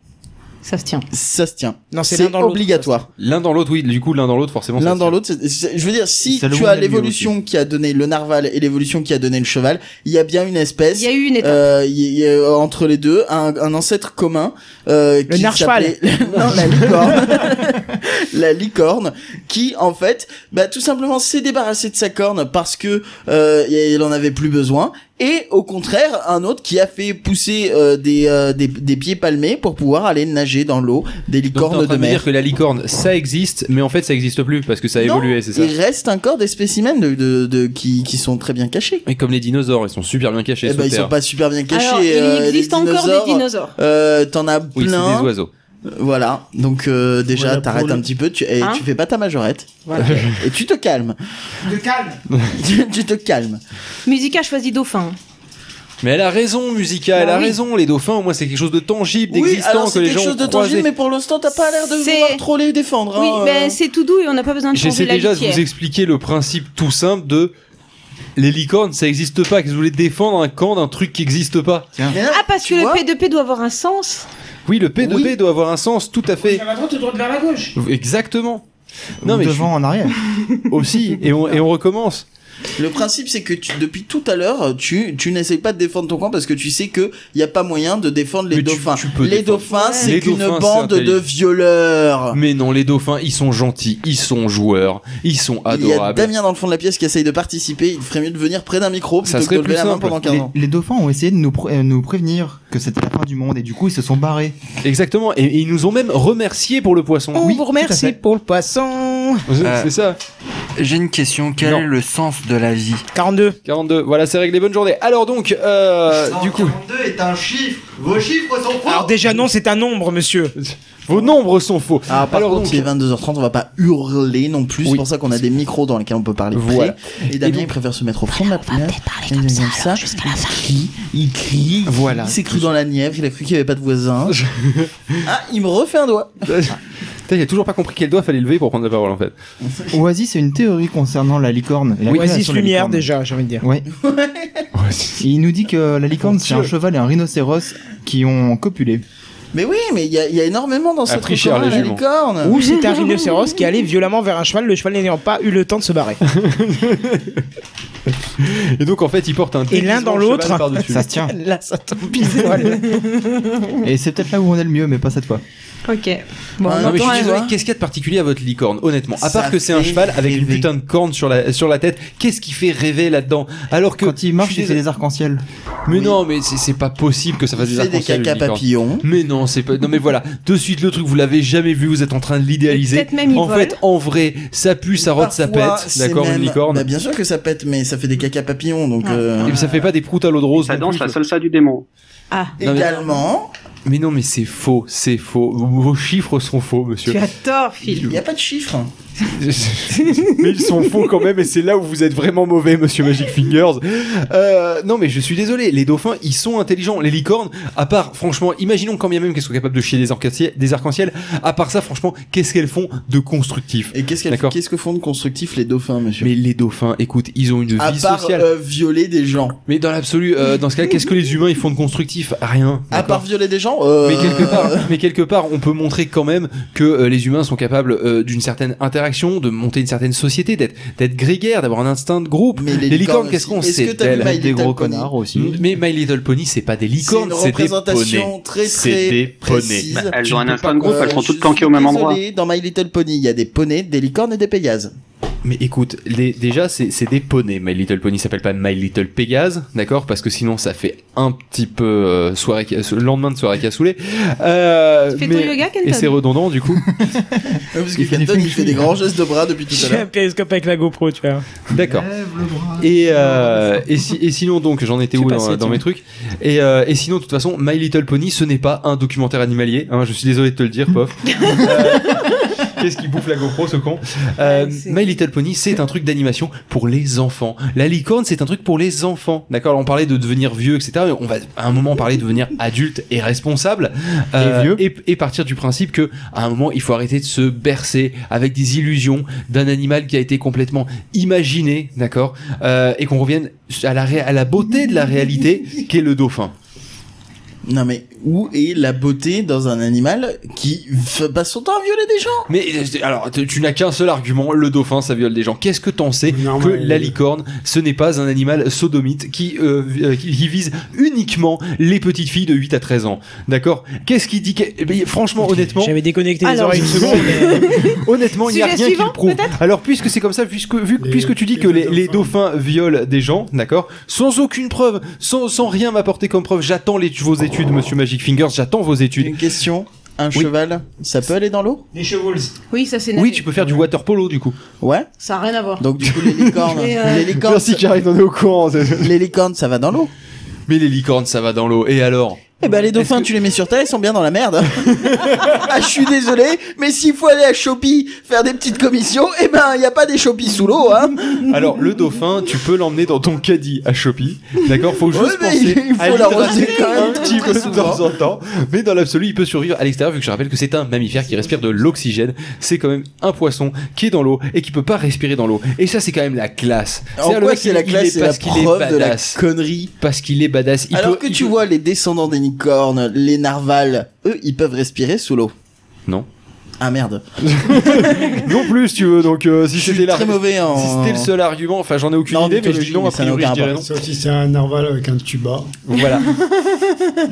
[SPEAKER 4] Ça se tient.
[SPEAKER 2] ça se tient.
[SPEAKER 3] suis- Non, c'est l'un
[SPEAKER 2] C'est
[SPEAKER 3] dans l'autre.
[SPEAKER 2] obligatoire.
[SPEAKER 1] L'un dans l'autre, oui. Du coup, l'un dans l'autre, forcément. ça
[SPEAKER 2] L'un
[SPEAKER 1] se
[SPEAKER 2] dans
[SPEAKER 1] tient.
[SPEAKER 2] l'autre, c'est- c'est- je veux dire, si
[SPEAKER 6] C'est le
[SPEAKER 2] tu
[SPEAKER 6] bon
[SPEAKER 2] as
[SPEAKER 6] milieu
[SPEAKER 2] l'évolution qui a donné le narval et l'évolution qui a donné le cheval, il y a bien une espèce.
[SPEAKER 4] Il y a eu une étape.
[SPEAKER 2] Euh, il y- il y a, entre les deux, un, un ancêtre commun euh, qui
[SPEAKER 3] narcheval.
[SPEAKER 2] s'appelait- non, la licorne, la licorne, qui en fait, bah, tout simplement s'est débarrassée de sa corne parce que euh, il en avait plus besoin, et au contraire, un autre qui a fait pousser euh, des, euh, des des pieds palmés pour pouvoir aller nager dans l'eau des
[SPEAKER 1] Donc, t'es en
[SPEAKER 2] licornes
[SPEAKER 1] train
[SPEAKER 2] de
[SPEAKER 1] de me
[SPEAKER 2] mer.
[SPEAKER 1] dire que la licorne, ça existe, mais en fait, ça existe plus parce que ça a
[SPEAKER 2] Non,
[SPEAKER 1] évolué, c'est ça.
[SPEAKER 2] Il reste encore des spécimens de, de, de- qui, qui sont très bien cachés.
[SPEAKER 1] Et comme les dinosaures, ils sont super bien cachés
[SPEAKER 2] Eh
[SPEAKER 1] sous
[SPEAKER 2] ben, ils
[SPEAKER 1] terre.
[SPEAKER 2] sont pas super bien cachés.
[SPEAKER 4] Alors,
[SPEAKER 2] euh,
[SPEAKER 4] il
[SPEAKER 2] les
[SPEAKER 4] existe encore
[SPEAKER 2] dinosaures,
[SPEAKER 4] des dinosaures.
[SPEAKER 2] Euh, T'en as
[SPEAKER 1] Oui, c'est
[SPEAKER 2] plein. Euh,
[SPEAKER 1] des oiseaux.
[SPEAKER 2] Voilà, donc euh, déjà
[SPEAKER 5] Voilà pour
[SPEAKER 2] t'arrêtes
[SPEAKER 5] le-
[SPEAKER 2] un petit peu, tu, et
[SPEAKER 4] Hein
[SPEAKER 2] tu fais pas ta majorette. et tu te calmes. tu, tu te calmes.
[SPEAKER 4] Musica choisit dauphin.
[SPEAKER 1] Mais elle a raison, Musica, elle
[SPEAKER 4] Bah
[SPEAKER 1] a
[SPEAKER 4] oui.
[SPEAKER 1] raison. Les dauphins, au moins, c'est quelque chose de tangible,
[SPEAKER 2] Oui,
[SPEAKER 1] d'existant
[SPEAKER 2] alors
[SPEAKER 1] que
[SPEAKER 2] c'est
[SPEAKER 1] les
[SPEAKER 2] quelque
[SPEAKER 1] gens ont
[SPEAKER 2] chose de
[SPEAKER 1] croisé.
[SPEAKER 2] tangible, mais pour l'instant t'as pas l'air de
[SPEAKER 4] C'est-
[SPEAKER 2] vouloir trop les défendre.
[SPEAKER 4] oui,
[SPEAKER 2] hein, euh.
[SPEAKER 4] ben c'est tout doux et on n'a pas besoin de changer
[SPEAKER 1] J'essaie
[SPEAKER 4] la
[SPEAKER 1] déjà de
[SPEAKER 4] litière.
[SPEAKER 1] vous expliquer le principe tout simple de les licornes, ça existe pas. Que vous voulez défendre un camp d'un truc qui existe pas.
[SPEAKER 2] Mais non,
[SPEAKER 4] Ah, parce
[SPEAKER 2] tu
[SPEAKER 4] que
[SPEAKER 2] vois,
[SPEAKER 4] le P2P doit avoir un sens.
[SPEAKER 1] Oui, le P2P
[SPEAKER 2] Oui.
[SPEAKER 1] doit avoir un sens tout à fait.
[SPEAKER 3] Vers la droite ou droite vers la gauche
[SPEAKER 1] Exactement.
[SPEAKER 6] Non,
[SPEAKER 1] Non, mais je
[SPEAKER 6] devant, en arrière.
[SPEAKER 1] suis- aussi. Et on, et on recommence.
[SPEAKER 2] Le principe c'est que tu- depuis tout à l'heure tu, tu n'essayes pas de défendre ton camp parce que tu sais que y a pas moyen de défendre les
[SPEAKER 1] Mais tu-
[SPEAKER 2] dauphins.
[SPEAKER 1] tu peux
[SPEAKER 2] les
[SPEAKER 1] défendre.
[SPEAKER 2] dauphins c'est
[SPEAKER 1] Les
[SPEAKER 2] qu'une
[SPEAKER 1] dauphins, c'est
[SPEAKER 2] bande de
[SPEAKER 1] intelligent.
[SPEAKER 2] violeurs.
[SPEAKER 1] Mais non, les dauphins, ils sont gentils, ils sont joueurs, ils sont
[SPEAKER 2] Il y a
[SPEAKER 1] adorables.
[SPEAKER 2] Damien dans le fond de la pièce qui essaye de participer. Il ferait mieux de venir près d'un micro
[SPEAKER 1] Ça
[SPEAKER 2] plutôt que
[SPEAKER 1] serait
[SPEAKER 2] de lever
[SPEAKER 1] plus
[SPEAKER 2] la main
[SPEAKER 1] simple.
[SPEAKER 2] pendant 15
[SPEAKER 6] Les,
[SPEAKER 2] ans.
[SPEAKER 6] les dauphins ont essayé de nous, pré- euh, nous prévenir que c'était la fin du monde et du coup ils se sont barrés.
[SPEAKER 1] Exactement. Et, et ils nous ont même remercié pour le poisson.
[SPEAKER 3] On
[SPEAKER 6] Oui,
[SPEAKER 3] vous
[SPEAKER 6] tout à
[SPEAKER 3] remercie
[SPEAKER 6] fait.
[SPEAKER 3] pour le poisson.
[SPEAKER 6] Euh.
[SPEAKER 1] C'est c'est ça.
[SPEAKER 8] J'ai une question. Quel
[SPEAKER 1] Non.
[SPEAKER 8] est le sens de la vie
[SPEAKER 3] 42.
[SPEAKER 1] 42. Voilà, c'est réglé. Bonne journée. Alors donc, euh, du coup,
[SPEAKER 6] 42 est un chiffre. Vos chiffres sont
[SPEAKER 3] Alors déjà non, c'est un nombre, monsieur.
[SPEAKER 1] vos nombres sont faux.
[SPEAKER 2] Ah, par
[SPEAKER 1] Alors
[SPEAKER 2] contre,
[SPEAKER 1] donc-
[SPEAKER 2] il est 22h30, on va pas hurler non plus.
[SPEAKER 1] Oui.
[SPEAKER 2] C'est pour ça qu'on a des micros dans lesquels on peut parler. près.
[SPEAKER 1] Voilà.
[SPEAKER 2] Et Damien,
[SPEAKER 1] donc-
[SPEAKER 2] il préfère se mettre au front de la première. Il aime ça. Il crie, il crie.
[SPEAKER 1] Voilà.
[SPEAKER 2] Il s'est cru dans la Nièvre, il a cru qu'il n'y avait pas de voisin. ah, il me refait un doigt.
[SPEAKER 1] Putain, il a toujours pas compris quel doigt fallait lever pour prendre la parole en fait.
[SPEAKER 6] Oasis c'est une théorie concernant la licorne. et la
[SPEAKER 3] Oasis
[SPEAKER 6] création de la
[SPEAKER 3] Lumière
[SPEAKER 6] licorne.
[SPEAKER 3] déjà, j'ai envie de dire.
[SPEAKER 6] Ouais. Et il nous dit que la licorne c'est un
[SPEAKER 1] Dieu.
[SPEAKER 6] cheval et un rhinocéros qui ont copulé.
[SPEAKER 2] Mais oui, mais il y, a- il y a énormément dans cette
[SPEAKER 1] pris cher,
[SPEAKER 2] record,
[SPEAKER 1] les
[SPEAKER 2] la
[SPEAKER 1] juments.
[SPEAKER 2] licorne.
[SPEAKER 3] Ou c'est un rhinocéros qui allait violemment vers un cheval, le cheval n'ayant pas eu le temps de se barrer.
[SPEAKER 1] Et donc en fait, il porte un
[SPEAKER 3] Et l'un dans l'autre.
[SPEAKER 1] dessus
[SPEAKER 6] Ça se tient.
[SPEAKER 3] Là, ça tombe pile poil.
[SPEAKER 6] Et c'est peut-être là où on est le mieux, mais pas cette fois.
[SPEAKER 4] Ok. Bon,
[SPEAKER 2] Ah,
[SPEAKER 4] on
[SPEAKER 1] Non mais
[SPEAKER 4] entend
[SPEAKER 1] je suis
[SPEAKER 4] un
[SPEAKER 1] désolé,
[SPEAKER 4] doigt.
[SPEAKER 1] qu'est-ce qu'il y a de particulier à votre licorne, honnêtement À
[SPEAKER 2] Ça
[SPEAKER 1] part que c'est un
[SPEAKER 2] fait
[SPEAKER 1] cheval avec une
[SPEAKER 2] rêver.
[SPEAKER 1] putain de corne sur la, sur la tête, qu'est-ce qui fait rêver là-dedans Alors que...
[SPEAKER 6] Quand il
[SPEAKER 1] je
[SPEAKER 6] marche,
[SPEAKER 1] suis
[SPEAKER 6] il fait
[SPEAKER 1] désolé-
[SPEAKER 6] des arcs-en-ciel.
[SPEAKER 1] Mais non, mais c'est c'est pas possible que ça
[SPEAKER 2] Il
[SPEAKER 1] fasse des
[SPEAKER 2] fait des
[SPEAKER 1] arcs-en-ciel. une
[SPEAKER 2] caca
[SPEAKER 1] licorne.
[SPEAKER 2] papillons.
[SPEAKER 1] Mais non, c'est pas. Non, mais voilà. De suite, le truc, vous l'avez jamais vu, vous êtes en train de l'idéaliser.
[SPEAKER 4] Peut-être même il
[SPEAKER 1] En
[SPEAKER 4] vole.
[SPEAKER 1] fait, en vrai, ça pue, ça rote, ça
[SPEAKER 2] Parfois,
[SPEAKER 1] pète.
[SPEAKER 2] c'est
[SPEAKER 1] D'accord,
[SPEAKER 2] même-
[SPEAKER 1] une licorne.
[SPEAKER 2] Bah, bien sûr que ça pète, mais ça fait des caca papillons, donc.
[SPEAKER 4] Ah.
[SPEAKER 2] euh,
[SPEAKER 1] Et ça fait pas des proutes à l'eau de rose.
[SPEAKER 10] Ça
[SPEAKER 1] non
[SPEAKER 10] danse
[SPEAKER 1] plus,
[SPEAKER 10] la
[SPEAKER 1] quoi.
[SPEAKER 10] salsa du démon.
[SPEAKER 4] Ah,
[SPEAKER 1] Non, mais-
[SPEAKER 2] Également,
[SPEAKER 1] Mais non, mais c'est faux, c'est faux. Vos chiffres sont faux, monsieur.
[SPEAKER 4] tu as tort, Phil.
[SPEAKER 2] il n'y a pas de chiffres.
[SPEAKER 1] mais ils sont faux quand même et c'est là où vous êtes vraiment mauvais monsieur Magic Fingers Euh, non mais je suis désolé les dauphins ils sont intelligents les licornes à part franchement imaginons quand bien même qu'elles sont capables de chier des, arc-en-ciel- des arcs-en-ciel à part ça franchement qu'est-ce qu'elles font de constructif
[SPEAKER 2] Et qu'est-ce qu'elles-
[SPEAKER 1] D'accord.
[SPEAKER 2] qu'est-ce que font de constructif les dauphins, monsieur
[SPEAKER 1] mais les dauphins écoute ils ont une
[SPEAKER 2] À
[SPEAKER 1] vie
[SPEAKER 2] part
[SPEAKER 1] sociale
[SPEAKER 2] euh, violer des gens.
[SPEAKER 1] mais dans l'absolu euh, dans ce cas qu'est-ce que les humains ils font de constructif rien
[SPEAKER 2] À
[SPEAKER 1] d'accord
[SPEAKER 2] part violer des gens euh,
[SPEAKER 1] Mais quelque part, mais quelque part, on peut montrer quand même que euh, les humains sont capables euh, d'une certaine interaction, de monter une certaine société, d'être d'être grégaire, d'avoir un instinct de groupe.
[SPEAKER 2] Mais les,
[SPEAKER 1] les licornes, qu'est-ce
[SPEAKER 2] aussi.
[SPEAKER 1] qu'on
[SPEAKER 2] Est-ce
[SPEAKER 1] sait
[SPEAKER 2] que t'as vu
[SPEAKER 1] d'elles Mm.
[SPEAKER 2] My
[SPEAKER 6] Des
[SPEAKER 2] Little
[SPEAKER 6] gros
[SPEAKER 2] Pony
[SPEAKER 6] connards aussi.
[SPEAKER 1] Mais My Little Pony, c'est pas des
[SPEAKER 2] C'est
[SPEAKER 1] licornes,
[SPEAKER 2] une
[SPEAKER 1] c'est des
[SPEAKER 2] représentation
[SPEAKER 1] poneys.
[SPEAKER 2] très
[SPEAKER 1] C'est
[SPEAKER 2] très
[SPEAKER 1] des poneys.
[SPEAKER 2] précise.
[SPEAKER 1] Bah,
[SPEAKER 10] Elles
[SPEAKER 1] Tu
[SPEAKER 10] ont un
[SPEAKER 1] ne peux
[SPEAKER 10] instinct
[SPEAKER 1] pas-
[SPEAKER 10] de groupe,
[SPEAKER 2] Euh,
[SPEAKER 10] elles sont
[SPEAKER 2] je
[SPEAKER 10] toutes planquées au
[SPEAKER 2] suis
[SPEAKER 10] même
[SPEAKER 2] désolé,
[SPEAKER 10] endroit.
[SPEAKER 2] Dans My Little Pony, il y a des poneys, des licornes et des pégases.
[SPEAKER 1] Mais écoute, les- déjà, c'est c'est des poneys. My Little Pony s'appelle pas My Little Pégase, d'accord Parce que sinon, ça fait un petit peu euh, soirée, cassou- lendemain de soirée cassoulet. Euh,
[SPEAKER 4] Tu fais
[SPEAKER 1] mais-
[SPEAKER 4] ton yoga,
[SPEAKER 1] Et c'est
[SPEAKER 4] Kenton
[SPEAKER 1] redondant, du coup.
[SPEAKER 2] Ouais, parce que
[SPEAKER 6] fait
[SPEAKER 2] Kenton,
[SPEAKER 6] du
[SPEAKER 2] il fait des grands gestes de bras depuis tout à
[SPEAKER 3] J'ai un
[SPEAKER 2] l'heure.
[SPEAKER 3] périscope avec la GoPro, tu vois.
[SPEAKER 1] D'accord.
[SPEAKER 6] Lève le bras.
[SPEAKER 1] Et, euh, et, si- et sinon, donc, j'en étais
[SPEAKER 3] Je sais
[SPEAKER 1] où
[SPEAKER 3] pas
[SPEAKER 1] dans,
[SPEAKER 3] si
[SPEAKER 1] dans
[SPEAKER 3] tu-
[SPEAKER 1] mes trucs et, euh, et sinon, de toute façon, My Little Pony, ce n'est pas un documentaire animalier. hein, je suis désolé de te le dire, pof. Euh, Qu'est-ce qui bouffe la GoPro, ce con Euh,
[SPEAKER 4] Ouais, c'est-
[SPEAKER 1] My Little Pony, c'est un truc d'animation pour les enfants. La licorne, c'est un truc pour les enfants. D'accord Alors, On parlait de devenir vieux, etc. mais On va à un moment parler de devenir adulte et responsable. Euh,
[SPEAKER 6] vieux.
[SPEAKER 1] et, et partir du principe que à un moment, il faut arrêter de se bercer avec des illusions d'un animal qui a été complètement imaginé, d'accord Euh, Et qu'on revienne à la, ré- à la beauté de la réalité qu'est le dauphin.
[SPEAKER 2] Non mais où est la beauté dans un animal qui f- passe son temps à violer des gens
[SPEAKER 1] Mais euh, alors, tu tu n'as qu'un seul argument, le dauphin, ça viole des gens. Qu'est-ce que t'en sais
[SPEAKER 5] Non,
[SPEAKER 1] que
[SPEAKER 5] mais-
[SPEAKER 1] la licorne, ce n'est pas un animal sodomite qui, euh, vi- euh, qui, qui vise uniquement les petites filles de 8 à 13 ans D'accord Qu'est-ce qui dit que- eh bien, Franchement, honnêtement,
[SPEAKER 3] J'avais déconnecté les
[SPEAKER 4] Alors,
[SPEAKER 3] oreilles une seconde. mais-
[SPEAKER 1] honnêtement, il n'y a
[SPEAKER 4] Sujet
[SPEAKER 1] rien qui
[SPEAKER 4] suivant,
[SPEAKER 1] le prouve. Alors, puisque c'est comme ça, puisque, vu,
[SPEAKER 5] Les-
[SPEAKER 1] puisque tu dis
[SPEAKER 5] les
[SPEAKER 1] que les,
[SPEAKER 5] dauphins.
[SPEAKER 1] les dauphins violent des gens, d'accord Sans aucune preuve, sans, sans rien m'apporter comme preuve, j'attends les- vos études, monsieur Magic Fingers, j'attends vos études.
[SPEAKER 2] Une question, un
[SPEAKER 1] Oui.
[SPEAKER 2] cheval, ça peut aller dans l'eau
[SPEAKER 3] Les chevaux.
[SPEAKER 4] Oui, ça c'est
[SPEAKER 1] Oui,
[SPEAKER 4] nager.
[SPEAKER 1] tu peux faire du water polo du coup.
[SPEAKER 2] Ouais.
[SPEAKER 4] Ça a rien à voir.
[SPEAKER 2] Donc du coup les licornes,
[SPEAKER 4] Mais, euh,
[SPEAKER 2] les licornes,
[SPEAKER 1] Karine, on est au courant.
[SPEAKER 2] les licornes, ça va dans l'eau.
[SPEAKER 1] Mais les licornes, ça va dans l'eau. Et alors
[SPEAKER 2] Eh ben les dauphins, tu les mets sur terre, ils sont bien dans la merde. ah, je suis désolé, mais s'il faut aller à Shopee faire des petites commissions, eh ben il y a pas des Shopee sous l'eau, hein.
[SPEAKER 1] Alors, le dauphin, tu peux l'emmener dans ton caddie à Shopee. D'accord Faut juste
[SPEAKER 2] Ouais, mais
[SPEAKER 1] penser
[SPEAKER 2] il faut
[SPEAKER 1] à
[SPEAKER 2] l'arroser
[SPEAKER 1] l'hydrater
[SPEAKER 2] quand même
[SPEAKER 1] un petit peu de temps en temps. Mais dans l'absolu, il peut survivre à l'extérieur, vu que je rappelle que c'est un mammifère qui respire de l'oxygène. C'est quand même un poisson qui est dans l'eau et qui peut pas respirer dans l'eau. Et ça, c'est quand même la classe.
[SPEAKER 2] En
[SPEAKER 1] le
[SPEAKER 2] quoi
[SPEAKER 1] mec,
[SPEAKER 2] c'est
[SPEAKER 1] il-
[SPEAKER 2] la
[SPEAKER 1] il est
[SPEAKER 2] classe, c'est la
[SPEAKER 1] parce qu'il est
[SPEAKER 2] preuve de la
[SPEAKER 1] badass.
[SPEAKER 2] connerie.
[SPEAKER 1] Parce qu'il est badass. Il
[SPEAKER 2] Alors
[SPEAKER 1] peut-
[SPEAKER 2] que
[SPEAKER 1] il
[SPEAKER 2] tu
[SPEAKER 1] peut-
[SPEAKER 2] vois les descendants des licornes, les narvals, eux ils peuvent respirer sous l'eau.
[SPEAKER 1] Non.
[SPEAKER 2] Ah merde.
[SPEAKER 1] Non plus, tu veux. Donc, euh, si
[SPEAKER 2] Je
[SPEAKER 1] c'était
[SPEAKER 2] suis hein.
[SPEAKER 1] là.
[SPEAKER 2] très mauvais en.
[SPEAKER 1] Si c'était le seul argument, enfin j'en ai aucune
[SPEAKER 2] Non,
[SPEAKER 1] idée, mais je dis non, a
[SPEAKER 2] mythologie, mais
[SPEAKER 1] priori je
[SPEAKER 2] ça n'a aucun
[SPEAKER 1] dirais non.
[SPEAKER 5] Sauf si c'est un narval avec un tuba.
[SPEAKER 1] Voilà.